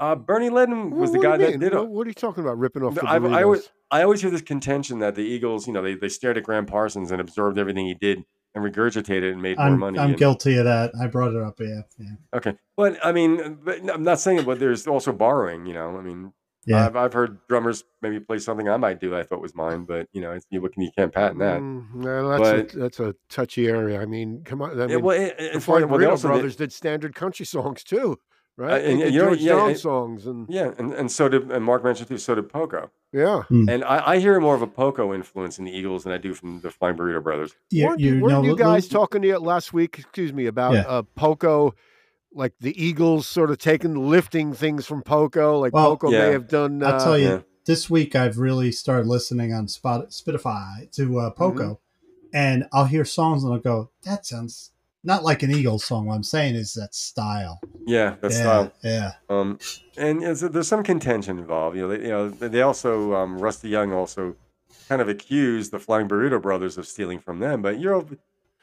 uh, Bernie Ledden was the What do guy you that mean? did What, it. what are you talking about? Ripping off The- the I- I burritos? was- I always hear this contention that the Eagles, you know, they, they stared at Graham Parsons and absorbed everything he did and regurgitated it and made more I'm money. I'm and- guilty of that. I brought it up. Yeah, yeah. Okay. But I mean, but I'm not saying it, but there's also borrowing, you know, I mean, Yeah. I've, I've heard drummers maybe play something I might do I thought was mine, but, you know, it's, you, what can- you can't patent that. Mm, no, that's, a, that's a touchy area. I mean, come on. I Yeah, mean, well, it- it- the it's funny, Flying well, they Burrito also did- Uh, Brothers did standard country songs too, right? and- they and did you know- George yeah, Jones and- songs and Yeah, and, and so did and Mark mentioned too. So did Poco, yeah. and I, I hear more of a Poco influence in the Eagles than I do from the Flying Burrito Brothers. You, weren't you, you know, weren't you guys Lou- talking to you last week? Excuse me about Yeah. uh, Poco, like the Eagles sort of taking lifting things from Poco. Like Well, Poco Yeah. may have done. I'll uh, tell you, yeah. this week I've really started listening on Spot Spotify to Mm-hmm. uh, Poco, and I'll hear songs and I'll go, "That sounds not like an Eagles song." What I'm saying is that style. Yeah, that's yeah, style. yeah, Um, and it's, there's some contention involved. You know, they, you know, they also um, Rusty Young also kind of accused the Flying Burrito Brothers of stealing from them, but you're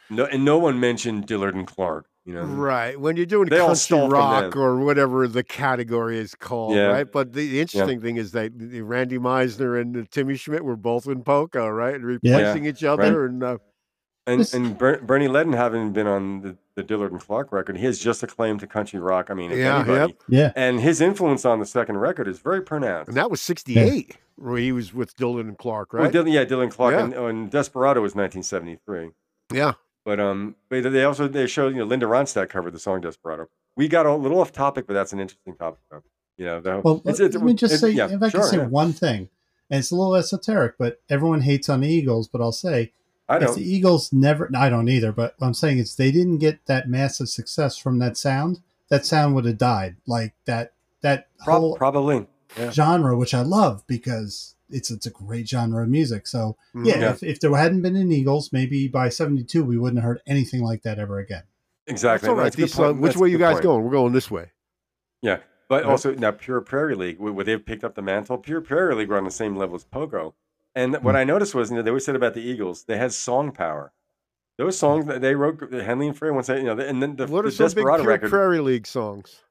no, and no one mentioned Dillard and Clark. You know, Right. When you're doing They all country stole from rock them. or whatever the category is called, Yeah. right? But the, the interesting thing is that the- Randy Meisner and uh, Timmy Schmidt were both in Poco, right? And replacing each other. And uh, And This- and Ber- Bernie Ledden having been on the, the Dillard and Clark record, he has just acclaimed to country rock. I mean, if Yeah, anybody. Yeah. And his influence on the second record is very pronounced. And that was 68 where he was with Dylan and Clark, Well, right? Dylan, yeah, Dylan Clark Yeah. And, oh, and Desperado was 1973. yeah. But um, but they also they showed you know Linda Ronstadt covered the song Desperado. We got a little off topic, but that's an interesting topic. Though. You know, the, Well, it's- let, it's- let me just it- say, yeah, if I sure, can say yeah. one thing, and it's a little esoteric, but everyone hates on the Eagles, but I'll say I if don't. the Eagles never, I don't either, but what I'm saying is they didn't get that massive success from that sound. That sound would have died. Like that, that prob- whole probably. genre, which I love because it's it's a great genre of music. So yeah, Mm-hmm. Yeah. If, if there hadn't been an Eagles, maybe by '72 we wouldn't have heard anything like that ever again. Exactly. That's all right. That's a good These- uh, point. which That's a way you good guys point. going? We're going this way. But Right. also now, Pure Prairie League, where where they've picked up the mantle. Pure Prairie League were on the same level as Pogo, and Hmm. what I noticed was, you know, they always said about the Eagles, they had song power. Those songs that they wrote, Henley and Frey, once they, you know, and then the, what the are some big Desperado Pure record, Prairie League songs?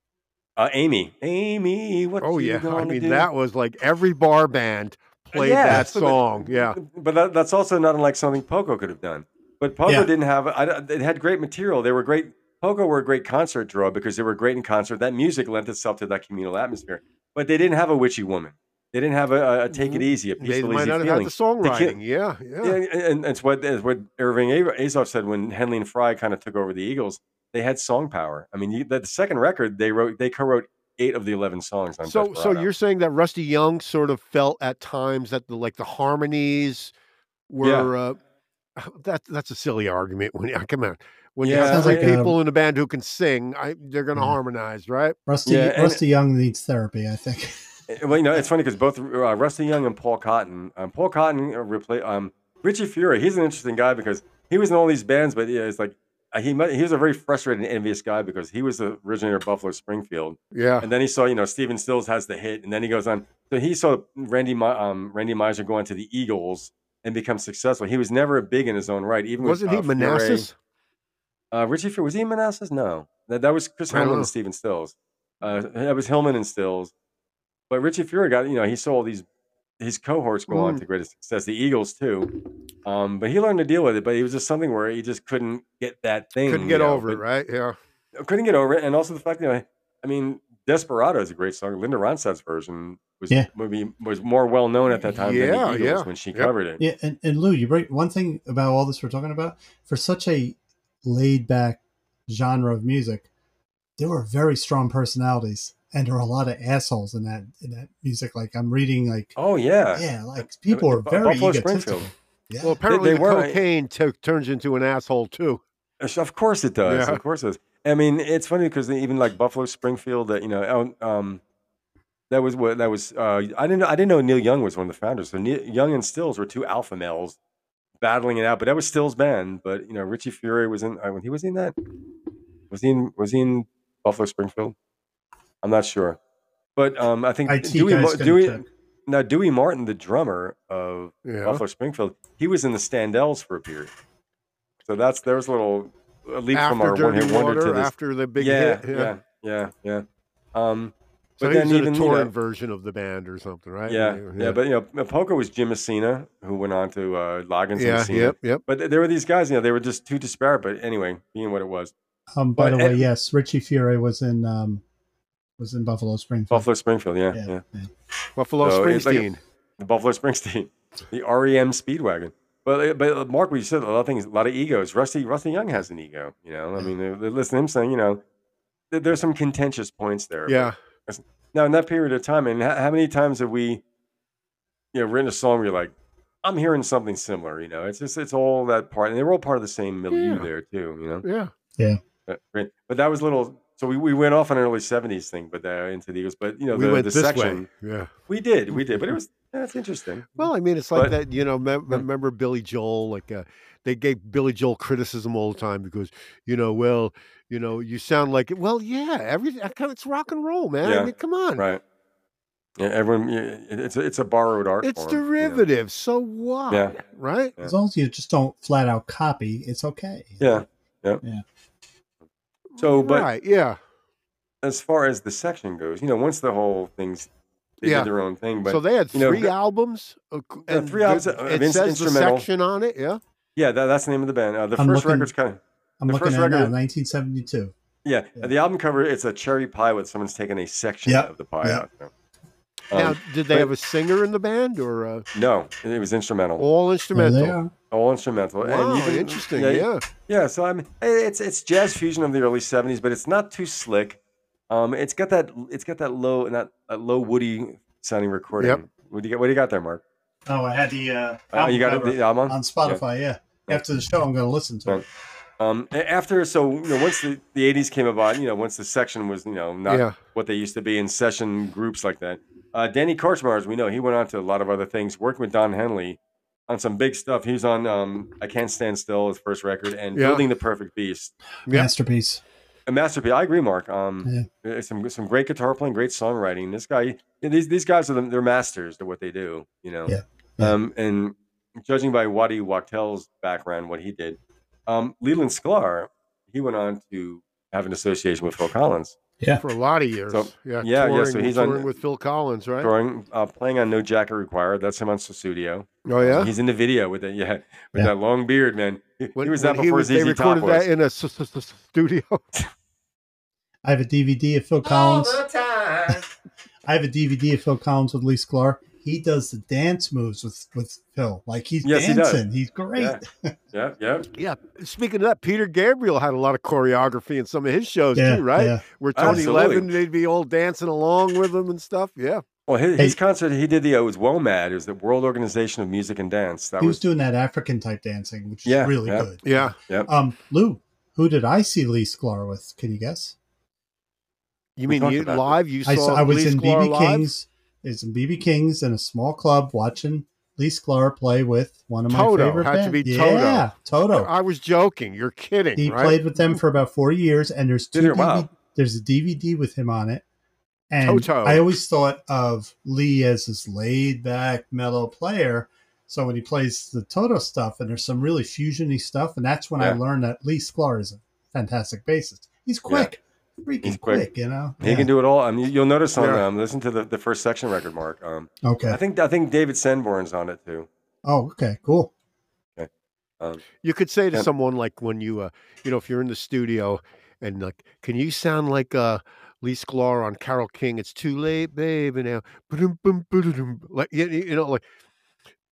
uh, Amy, Amy, what? Oh you yeah, I gonna mean do? that was like every bar band played Yeah, that so song. yeah, But that, that's also not unlike something Poco could have done. But Poco Yeah. didn't have. I, don't- it had great material. They were great. Poco were a great concert draw because they were great in concert. That music lent itself to that communal atmosphere. But they didn't have a witchy woman. They didn't have a, a, a take it easy, a Mm-hmm. they peaceful might easy not have had feeling. the songwriting. Yeah, yeah, Yeah, and- and it's what it's what Irving A- Azoff said when Henley and Fry kind of took over the Eagles. They had song power. I mean, you, the second record they wrote, they co-wrote eight of the eleven songs on. So, so Desperado. you're saying that Rusty Young sort of felt at times that the like the harmonies Yeah. were uh, [SIGHS] that that's a silly argument. When yeah, [LAUGHS] come on, when you Yeah, have Sounds three like, um, Mm-hmm. people in a band who can sing, I, they're going to Yeah. harmonize, right? Rusty Yeah, and- Rusty Young needs therapy, I think. Uh, Well, you know, it's funny because both uh, Rusty Young and Paul Cotton, um, Paul Cotton uh, replaced um, Richie Fury. He's an interesting guy because he was in all these bands, but yeah, it's like uh, he mu- he was a very frustrated and envious guy because he was the originator of Buffalo Springfield, Yeah, and then he saw you know Steven Stills has the hit, and then he goes on. So he saw Randy Mi- um, Randy Meisner go on to the Eagles and become successful. He was never big in his own right. Even with, wasn't he uh, Fury- Manassas? uh, Richie Fury was he in Manassas? No, that, that was Chris I don't Hillman know. and Steven Stills. Uh, that was Hillman and Stills. But Richie Fury got you know he saw all these his cohorts go on Mm. to greatest success, the Eagles too. Um, but he learned to deal with it. But it was just something where he just couldn't get that thing. Couldn't you get know, over it, Mm, but- right? [LAUGHS] Yeah, Couldn't get over it, and also the fact that I mean, Desperado is a great song. Linda Ronstadt's version was Yeah. maybe was more well known at that time than Yeah, the Eagles yeah. when she Yep. covered it. Yeah, and, and Lou, you bring one thing about all this we're talking about for such a laid back genre of music, there were very strong personalities, and there were a lot of assholes in that in that music. Like I'm reading, like Oh yeah, yeah, like people are Bu- very Buffalo egotistical. Springfield. Yeah. Well, apparently they the were- cocaine to- turns into an asshole too. Yes, Uh, Of course it does. Yeah. Of course it does. I mean, it's funny because even like Buffalo Springfield, that you know, out- um, that was what that was. Uh, I didn't. know- I didn't know Neil Young was one of the founders. So Neil, Young and Stills were two alpha males battling it out. But that was Stills' band. But you know, Richie Fury was in. Uh, when he was in that, was he in? Was he in Buffalo Springfield? I'm not sure. But um, I think IT Dewey, guys Ma- can Dewey check. now Dewey Martin, the drummer of Yeah, Buffalo Springfield. He was in the Standells for a period. So that's there was a little a leap from after our one Dirty hit wonder to Water, this. after the big yeah, hit. yeah, yeah, yeah, Um, So but he was then in even a you know, touring version of the band or something, right? yeah, yeah, but you know, Poker was Jim Messina who went on to uh, Loggins and yeah, Messina. yep, yep. But th- there were these guys, you know, they were just too disparate. But anyway, being what it was, Um, by but- the way, yes, Richie Fury was in um was in Buffalo Springfield. Buffalo Springfield, yeah, yeah, Buffalo So it's like a- Springsteen. [LAUGHS] the Buffalo Springsteen, [LAUGHS] the REM Speedwagon. But uh, but uh, Mark, what you said a lot of things, a lot of egos. Rusty Rusty Young has an ego, you know. I mean, they, they listen to him saying, you know, th- there's some contentious points there. but yeah. Now, in that period of time, and how, how many times have we, you know, written a song where you're like, I'm hearing something similar, you know? It's just, it's all that part. And they were all part of the same milieu Yeah. there, too, you know? Yeah. But, right. But that was little, so we, we went off on an early 70s thing, but uh, into the Eagles. But, you know, we the, went the this section, way. Yeah. we did, [LAUGHS] we did. But it was, that's interesting. Well, I mean, it's like But- that, you know, [LAUGHS] me- Hmm. remember Billy Joel? Like, uh, they gave Billy Joel criticism all the time because, you know, well, you know, you sound like, well, yeah, every, I kind of- it's rock and roll, man. I Yeah, mean, come on. right. Yeah, everyone, yeah, it- it's a, it's a borrowed art. It's form, you know? derivative. So what? Yeah. Right? As long as you just don't flat out copy, it's okay. Yeah. So, but- right. Yeah. As far as the section goes, you know, once the whole thing's, they Yeah. did their own thing, but so they had you know, three the- albums. uh, c- Yeah, and three albums good- of It ins- says the instrumental. Um, section on it. Yeah. Yeah, that, that's the name of the band. Uh, the I'm first looking- record's kind of I'm The looking first at it now, record- 1972. yeah, Yeah. The album cover it's a cherry pie with someone's taken a section Yep, of the pie yep. out. you know. Now, Um, did they but- have a singer in the band or uh, no, it was instrumental, all There they instrumental? are. all instrumental. And Oh. Wow, you can- interesting. yeah, Yeah, you- Yeah, so I mean, it's it's jazz fusion of the early '70s, but it's not too slick. Um, it's got that it's got that low not that low woody sounding recording. Yep. What do you got? What do you got there, Mark? Oh, I had the uh, Uh, you album got it, cover the album. on Spotify. Yeah. Yeah. After the show, I'm going to listen to it. Um, a- after so you know once the, the '80s came about, you know once the section was you know not yeah. what they used to be in session groups like that. Uh, Danny Korchmar, as we know, he went on to a lot of other things, working with Don Henley on some big stuff. He was on um, "I Can't Stand Still," his first record, and Yeah. "Building the Perfect Beast." Yeah. Masterpiece. a masterpiece. I agree, Mark. Um, uh, some some great guitar playing, great songwriting. This guy, yeah, these these guys are the, they're masters to what they do. You know. Yeah, yeah. Um, and judging by Waddy Wachtel's background, what he did, um, Leland Sklar, he went on to have an association with Phil Collins, for a lot of years. So- yeah, yeah, yeah, touring, so he's on- touring with Phil Collins, right? throwing, uh, playing on No Jacket Required. That's him on Studio. Oh yeah. He's in the video with that, yeah, with Yeah. that long beard, man. He, he When- was that when before was- they ZZ Top recorded that was. in a s- s- s- studio. [LAUGHS] I have a DVD Oh, of Phil All Collins. the time. I have a DVD of Phil Collins with Lee Sklar. He does the dance moves with with Phil. Like he's Yes, he does. dancing. he's great. Yeah. [LAUGHS] Yeah, yeah. yeah. Speaking of that, Peter Gabriel had a lot of choreography in some of his shows Yeah, too, right? yeah. Where Tony Absolutely. Levin, they'd be all dancing along with him and stuff. Yeah. Well, his, his Hey. concert he did the uh, it was WOMAD, it was the World Organization of Music and Dance. That He was was doing that African type dancing, which is Yeah, really yeah. good. Yeah. Um, Lou, who did I see Lee Sklar with? Can you guess? You We mean talked you, about live? You saw I, saw, I was Lee in Sklar BB live? King's. Is in BB King's in a small club watching Lee Sklar play with one of my Toto. favorite Had to bands. be Toto. yeah, Toto. I was joking. You're kidding, He right? played with them for about four years, and there's two. Did it? Wow. DVD There's a DVD with him on it, and Toto. I always thought of Lee as this laid back, mellow player. So when he plays the Toto stuff, and there's some really fusiony stuff, and that's when I Yeah. learned that Lee Sklar is a fantastic bassist. He's quick, freaking He's quick. quick. you know. He can do it all. I mean, you'll notice on Yeah. um, listen to the, the first section record, Mark. Um, I Okay. think I think David Sanborn's on it too. Oh, okay. Cool. Um, You could say to Yeah. someone like when you, uh, you know, if you're in the studio and like, can you sound like uh, Lee Sklar on Carol King? It's too late, baby. Now, Ba-dum, bum, ba-da-dum. like you, you you know, like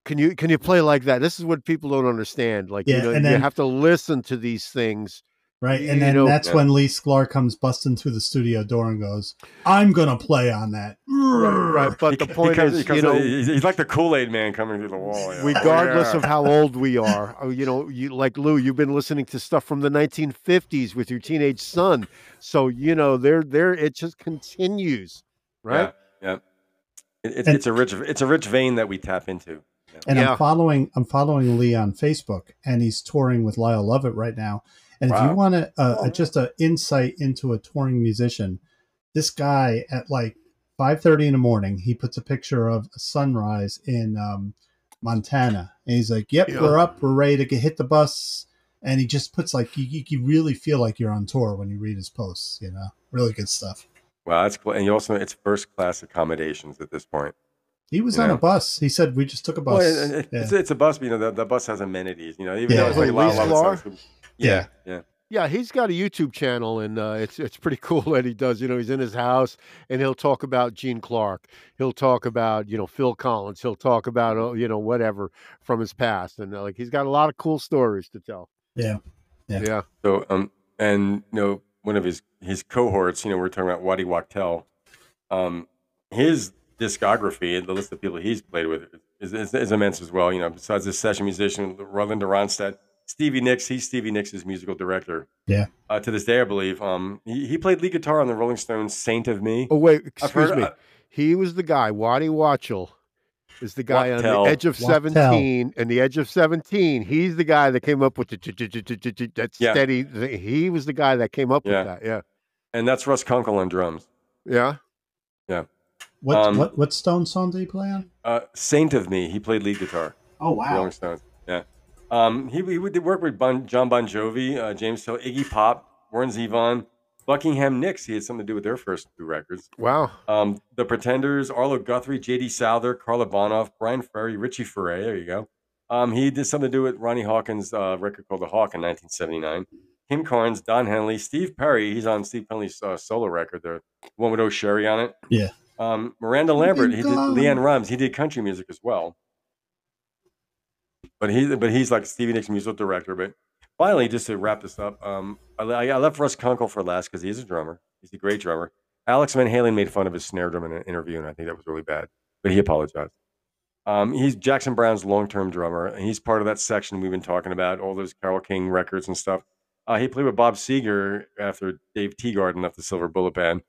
can you can you play like that? This is what people don't understand. Like you Yeah, know, and you then- have to listen to these things. Right. You And then know- that's when Lee Sklar comes busting through the studio door and goes, I'm going to play on that. Right, but the he point comes- he is, comes you out- know, he's, he's like the Kool Aid Man coming through the wall. yeah. regardless Yeah. of how old we are. oh, You know, you like Lou, you've been listening to stuff from the 1950s with your teenage son, so you know there, there, it just continues, right? Yeah, yeah. It, it's, And- it's a rich it's a rich vein that we tap into. And Yeah. I'm following I'm following Lee on Facebook and he's touring with Lyle Lovett right now. And if Wow. you want to uh, Oh, uh, just a insight into a touring musician, this guy at like 5:30 in the morning, he puts a picture of a sunrise in um, Montana. And he's like, "Yep, Yeah. we're up. We're ready to get, hit the bus." And he just puts like you, you- you really feel like you're on tour when you read his posts, you know. Really good stuff. Wow, that's cool. And you also know it's first class accommodations at this point. He was on Yeah. a bus. He said we just took a bus. Well, and- and Yeah. it's, it's a bus, but you know, the, the bus has amenities. You know, even Yeah. though it's like a lot, Police lot law? of stuff. Yeah, yeah. Yeah, he's got a YouTube channel, and uh, it's it's pretty [LAUGHS] cool that he does. You know, he's in his house, and he'll talk about Gene Clark. He'll talk about you know Phil Collins. He'll talk about oh, you know whatever from his past, and uh, like he's got a lot of cool stories to tell. Yeah. Yeah. yeah. So, um, and you know, one of his his cohorts, you know, we're talking about Waddy Wachtel. Um, his discography and the list of people he's played with is, is, is immense as well. You know, besides this session musician Roland Ronstadt, Stevie Nicks, he's Stevie Nicks' musical director. Yeah. Uh, to this day, I believe. Um, he, he played lead guitar on the Rolling Stones' "Saint of Me." Oh wait, I've excuse heard- uh, me. I- he was the guy. Waddy Watchell is the guy on Wachtel. the edge of Wachtel. seventeen, and the edge of seventeen. He's the guy that came up with the ch- ch- ch- ch- ch- that Yeah. steady. thi- He was the guy that came up Yeah. with that. Yeah, and that's Russ Kunkel on drums. yeah. What Um, what what Stone song did he play on? Uh, "Saint of Me," he played lead guitar. Oh Rolling Stones. Yeah. Um, he, he would work with bon, John Bon Jovi, uh, James Hill, Iggy Pop, Warren Zevon, Buckingham Nicks. He had something to do with their first two records. Wow. Um, the Pretenders, Arlo Guthrie, J.D. Souther, Carla Bonoff, Brian Ferry, Richie Foray. There you go. Um, he did something to do with Ronnie Hawkins' uh, record called The Hawk in 1979. Kim Carnes, Don Henley, Steve Perry. He's on Steve Henley's uh, solo record, the one with O'Sherry on it. Yeah. Um, Miranda Lambert. He did gone. Leanne Rhymes. He did country music as well. But he, but he's like Stevie Nicks musical director. But finally, just to wrap this up, um, I, le- I left Russ Kunkel for last because he is a drummer. He's a great drummer. Alex Van Halen made fun of his snare drum in an interview, and I think that was really bad. But he apologized. Um, he's Jackson Brown's long-term drummer, and he's part of that section we've been talking about, all those Carol King records and stuff. Uh, he played with Bob Seger after Dave Teagarden left the Silver Bullet Band.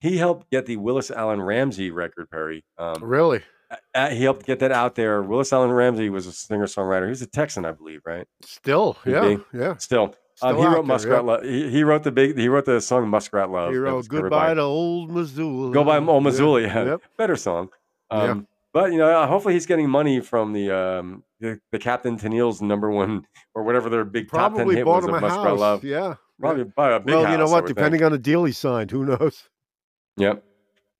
He helped get the Willis Allen Ramsey record, Perry. Um, Really? a- a- he helped get that out there. Willis Allen Ramsey was a singer-songwriter. He was a Texan, I believe, right? Still, Could yeah, be. yeah. Still, um, Still he out wrote there, Muskrat Love. He, he wrote the big. He wrote the song Muskrat yeah. Love. He that wrote was covered goodbye by- to old Missoula. Go by Old Missoula, Yeah, yeah. Yep. better song. Yeah. Um, But you know, hopefully he's getting money from the um, the, the Captain Tennille's number one [LAUGHS] or whatever their big top ten Probably hit bought was him of a Muskrat house. Love. Yeah. Probably buy a big well, you know house, I what? would think. Depending on the deal he signed, who knows? Yep.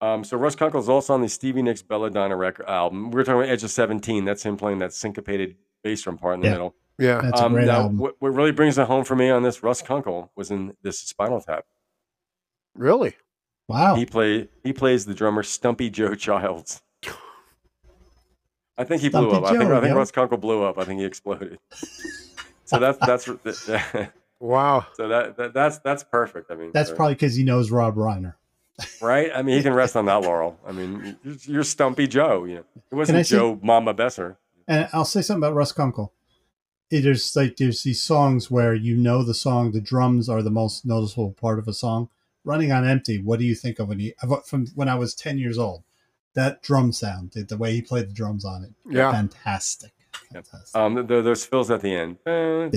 Um, so Russ Kunkel's also on the Stevie Nicks Belladonna record album. We were talking about Edge of Seventeen. That's him playing that syncopated bass drum part in the Yeah. middle. Um, Yeah. That's a great now, album. What, what really brings it home for me on this Russ Kunkel was in this Spinal Tap. Really? Wow. He play he plays the drummer Stumpy Joe Childs. I think he blew Stumpy up. I think Joe, I think yeah. Russ Kunkel blew up. I think he exploded. so that's that's [LAUGHS] so Wow. that, that that's that's perfect. I mean, That's so- probably because he knows Rob Reiner. right. I mean, he can rest on that laurel. I mean, you're, you're Stumpy Joe. You know, it I wasn't see- Joe Mama Besser. And I'll say something about Russ Kunkel. It is like there's these songs where you know the song, the drums are the most noticeable part of a song. Running on empty. What do you think of when he of- from when I was ten years old? That drum sound, the- the way he played the drums on it, Yeah. fantastic. Yep. Fantastic. Um, th- th- those fills at the end. Yeah.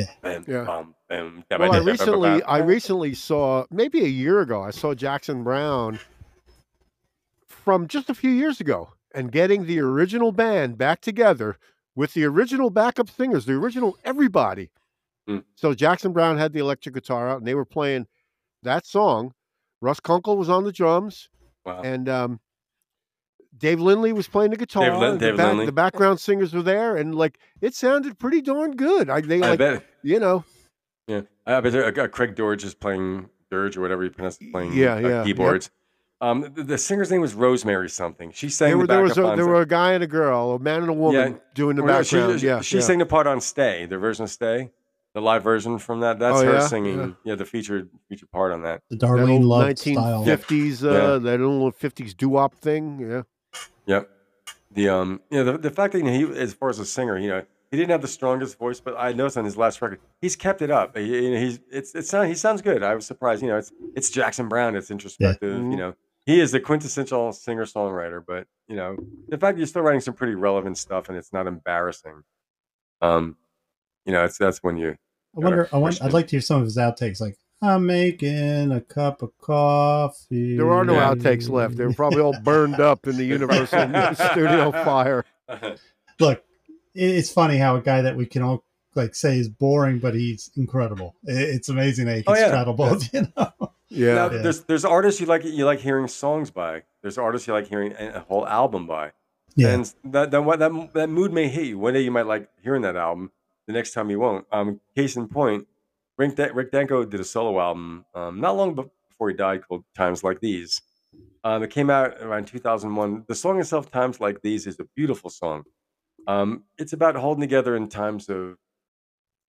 Yeah. Well, I Well, recently, I recently saw maybe a year ago. I saw Jackson Brown from just a few years ago, and getting the original band back together with the original backup singers, the original everybody. Mm. So Jackson Brown had the electric guitar out, and they were playing that song. Russ Kunkel was on the drums, Wow. and um, Dave Lindley was playing the guitar. Lin- and Dave the, back, Lindley. the background singers were there, and like it sounded pretty darn good. I they I like bet. you know Yeah, I bet there- uh, Craig Dorge is playing Dirge or whatever you pronounce it, playing Yeah, uh, yeah, yep. keyboards. Um, the, the singer's name was Rosemary something. She sang there, were, the there backup was a, on there were a guy and a girl, a man and a woman doing the or no, she- background. She, yeah, she yeah. sang the part on Stay, their version of Stay, the live version from that. That's Oh, her yeah? singing. Yeah. Yeah. the featured featured part on that. the that Darlene old Love style. 1950s, uh, that old 50s doo wop thing. Yeah, Yep. The um, you know, the, the fact that you know, he, as far as a singer, you know, he didn't have the strongest voice, but I noticed on his last record, he's kept it up. He, you know, he's it's it sound, he sounds good. I was surprised. You know, it's it's Jackson Brown. It's introspective. Mhm. You know, he is the quintessential singer songwriter. But you know, the fact that you're still writing some pretty relevant stuff and it's not embarrassing, um, you know, it's that's when you I wonder. I want, Christian. I'd like to hear some of his outtakes. Like I'm making a cup of coffee. there are no outtakes left. They were probably all burned up in the [LAUGHS] Universal Studio fire. Look, it, it's funny how a guy that we can all like say is boring, but he's incredible. It, it's amazing that he can Oh, yeah. straddle both. [LAUGHS] You know. Yeah, Now, Yeah. there's there's artists you like you like hearing songs by. There's artists you like hearing a a whole album by. Yeah. And that that what that that mood may hit you. One day you might like hearing that album. The next time you won't. Um, case in point, Rick, Dan- Rick Danko did a solo album um, not long bef- before he died called "Times Like These." Um, it came out around 2001. The song itself, "Times Like These," is a beautiful song. Um, it's about holding together in times of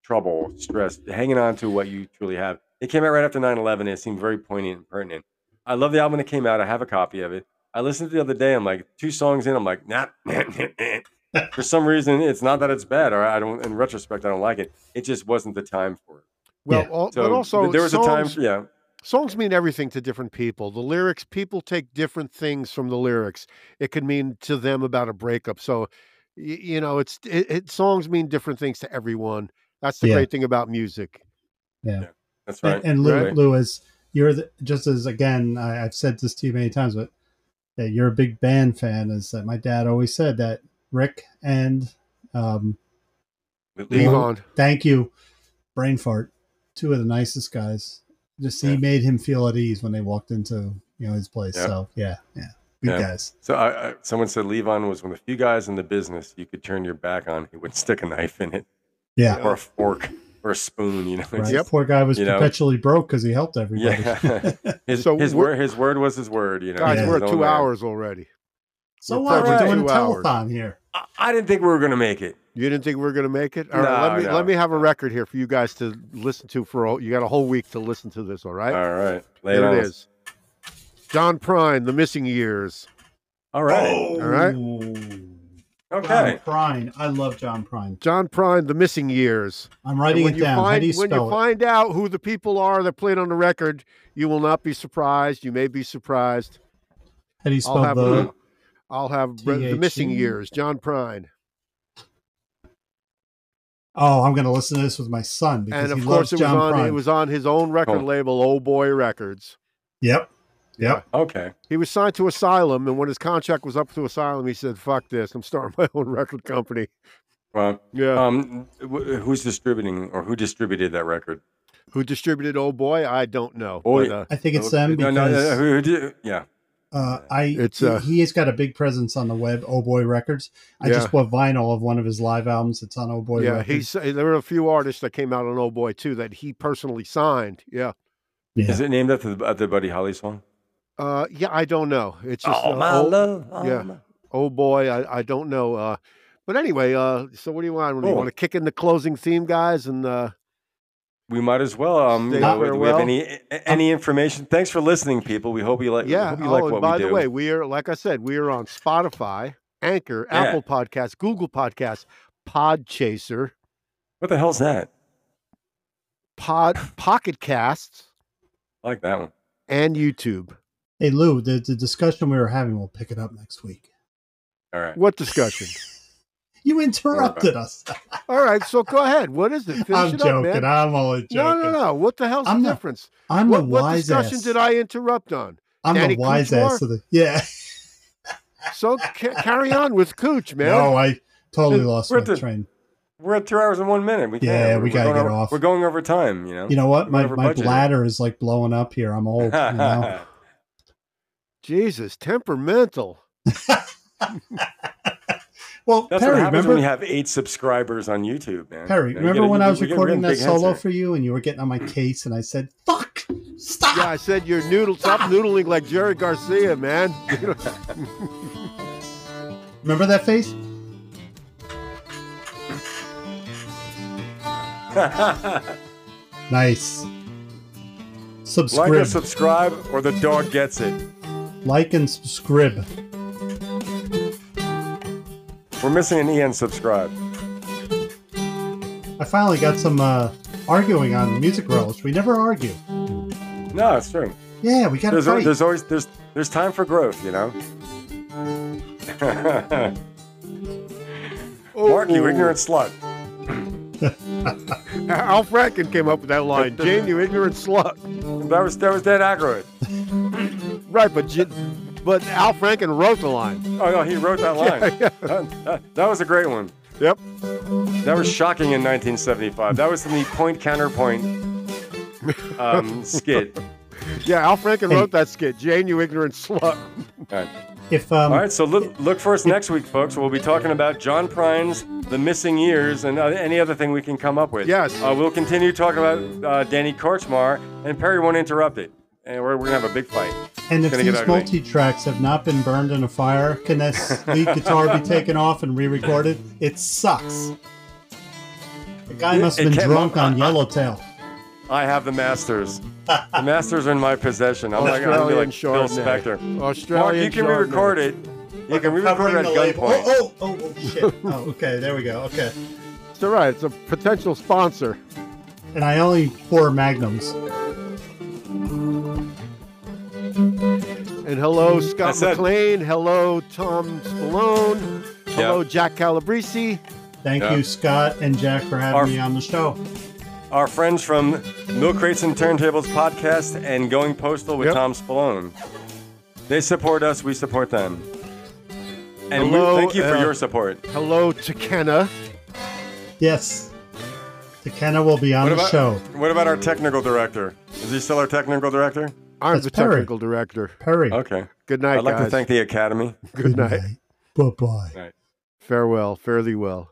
trouble, stress, hanging on to what you truly have. It came out right after 9 11. It seemed very poignant and pertinent. I love the album when it came out. I have a copy of it. I listened to it the other day. I'm like, two songs in, I'm like, nah. [LAUGHS] nah, nah, nah. for some reason, it's not that it's bad, or I don't, in retrospect, I don't like it. It just wasn't the time for it. well, Yeah. al- So but also there was songs, a time, for, yeah. songs mean everything to different people. The lyrics, people take different things from the lyrics. It could mean to them about a breakup. So, y- you know, it's it, it songs mean different things to everyone. That's the Yeah. great thing about music. That's right. And, and Lou, Right. Lou is you're the, just as again I, I've said this to you many times, but that you're a big band fan. Is that my dad always said that Rick and um, Leave Leave Lou- on. thank you, brain fart, two of the nicest guys. Just he Yeah. made him feel at ease when they walked into you know his place. Yeah. So yeah, yeah, Good Yeah. guys. So I, I, someone said Levon was one of the few guys in the business you could turn your back on. He would stick a knife in it Yeah. or a fork or a spoon. You know. Right. Yep. Poor guy was You know. perpetually broke because he helped [LAUGHS] everybody. Yeah. his So his we're- word his word was his word. You know. Guys, Yeah. we're His at own two man. hours already. so We're what? We're probably doing a two hours. telethon here. I, I didn't think we were gonna make it. You didn't think we were going to make it? All right, No, let me no. let me have a record here for you guys to listen to for all. You got a whole week to listen to this. All right, All right. Lay there on it us. is. John Prine, The Missing Years. All right. Oh. All right. Oh, Okay. John Prine. I love John Prine. John Prine, The Missing Years. I'm And writing when it you down. How find do you when you spell it? find out who the people are that played on the record, you will not be surprised. You may be surprised. How do you I'll spell have the? E? the, I'll have The Missing THE? Years. John Prine. Oh, I'm going to listen to this with my son because and of he course it loves was John on Prine. it was on his own record Cool. label old boy records Yep. Yep. Okay. he was signed to asylum and when his contract was up to asylum he said fuck this i'm starting my own record company Uh, Well, yeah um, wh- who's distributing or who distributed that record? who distributed old boy i don't know Oh, but, yeah. uh, I think it's Oh, them no, because no, no, who- who did- yeah. Uh, I It's, he- uh, he has got a big presence on the web. Oh boy, records. I Yeah. just bought vinyl of one of his live albums. It's on Oh boy. yeah records. he's there were a few artists that came out on old boy too that he personally signed yeah yeah. Is it named after the, after Buddy Holly song? uh yeah i don't know it's just uh, old, Oh, love. yeah. old boy I, I don't know uh but anyway uh so what do you want you Cool. want to kick in the closing theme guys and uh We might as well. Um, you Say know, do we have farewell. any a- any information? Thanks for listening, people. We hope you like. we yeah. hope you oh, like and what by we do. the way, we are like I said, we are on Spotify, Anchor, Yeah. Apple Podcasts, Google Podcasts, Podchaser, what the hell's that? [LAUGHS] Pod Pocket Casts, I like that one. and YouTube. Hey Lou, the, the discussion we were having, we'll pick it up next week. All right. What discussion? You interrupted us. All right, so go ahead. What is it? Finish I'm it up, joking. man. I'm only joking. no, no, no. What the hell's I'm the not- difference? I'm what, a what wise discussion ass. did I interrupt on? I'm Danny the wise Couture? ass of the. Yeah. So ca- carry on with Cooch, [LAUGHS] man. No, I totally Dude, lost we're my at the- train. We're at two hours and one minute. We can't. Yeah, We're- we we're gotta going get over- off. We're going over time. You know. [LAUGHS] You know what? My, Whatever my budget it- bladder is like blowing up here. I'm old. You [LAUGHS] know? Jesus, temperamental. Well, That's Perry, what happens remember when you have eight subscribers on YouTube, man. Perry, You know, you remember gotta- when you- I was we get- we're recording getting that big heads solo here. for you and you were getting on my case and I said, fuck, stop. Yeah, I said you're noodle stop noodling like Jerry Garcia, man. Remember that face? Nice. Subscribe. like or subscribe, or the dog gets it. like and subscribe. We're missing an E on subscribe. I finally got some uh, arguing on Music Relish. We never argue. No, it's true. Yeah, we got to There's, al- fight. there's always there's there's time for growth, you know. Mark, you Oh. Ooh. ignorant slut. Al Franken came up with that [LAUGHS] line. Jane, you ignorant slut. That was that was Dan [LAUGHS] Aykroyd. Right, but J- but Al Franken wrote the line. Oh no, he wrote that line. That, that- that was a great one. Yep. That was shocking in 1975. That was in the point counterpoint [LAUGHS] um, skit. Yeah, Al Franken Hey. wrote that skit. Jane, you ignorant slut. All right. if um, All right, so look, look for us next week, folks. We'll be talking about John Prine's The Missing Years and uh, any other thing we can come up with. Yes. Uh, we'll continue talking about uh, Danny Korchmar, and Perry won't interrupt it. And we're, we're going to have a big fight. and if gonna get these ugly. multi tracks have not been burned in a fire, can that [LAUGHS] lead guitar be taken off and re-recorded? It sucks. The guy It- must it have been can't- drunk on Yellowtail. I have the [LAUGHS] masters. the masters are in my possession. I'm like, I'm gonna be Australian like Bill Chardonnay. Spector. Mark, Australian you can Chardonnay. re-record it. You can re-record it at gunpoint. Oh, oh, oh, oh, [LAUGHS] shit. oh, okay, there we go. Okay. It's all right. It's a potential sponsor. And I only pour magnums. And hello, Scott That's it. McLean. Hello, Tom Spallone. Hello, Jack Calabrese. Thank Yeah. you, Scott and Jack, for having Our- me on the show. Our friends from Milk Crates and Turntables podcast and Going Postal with Yep. Tom Spallone. They support us. We support them. And Hello, we thank you for uh, your support. Hello, Takena. Yes. The Kenna will be on the show. What about our technical director? Is he still our technical director? I'm That's the Perry. technical director. Perry. Okay. Good night, I'd like guys. to thank the Academy. Good night. Bye bye. Farewell. Fare thee well.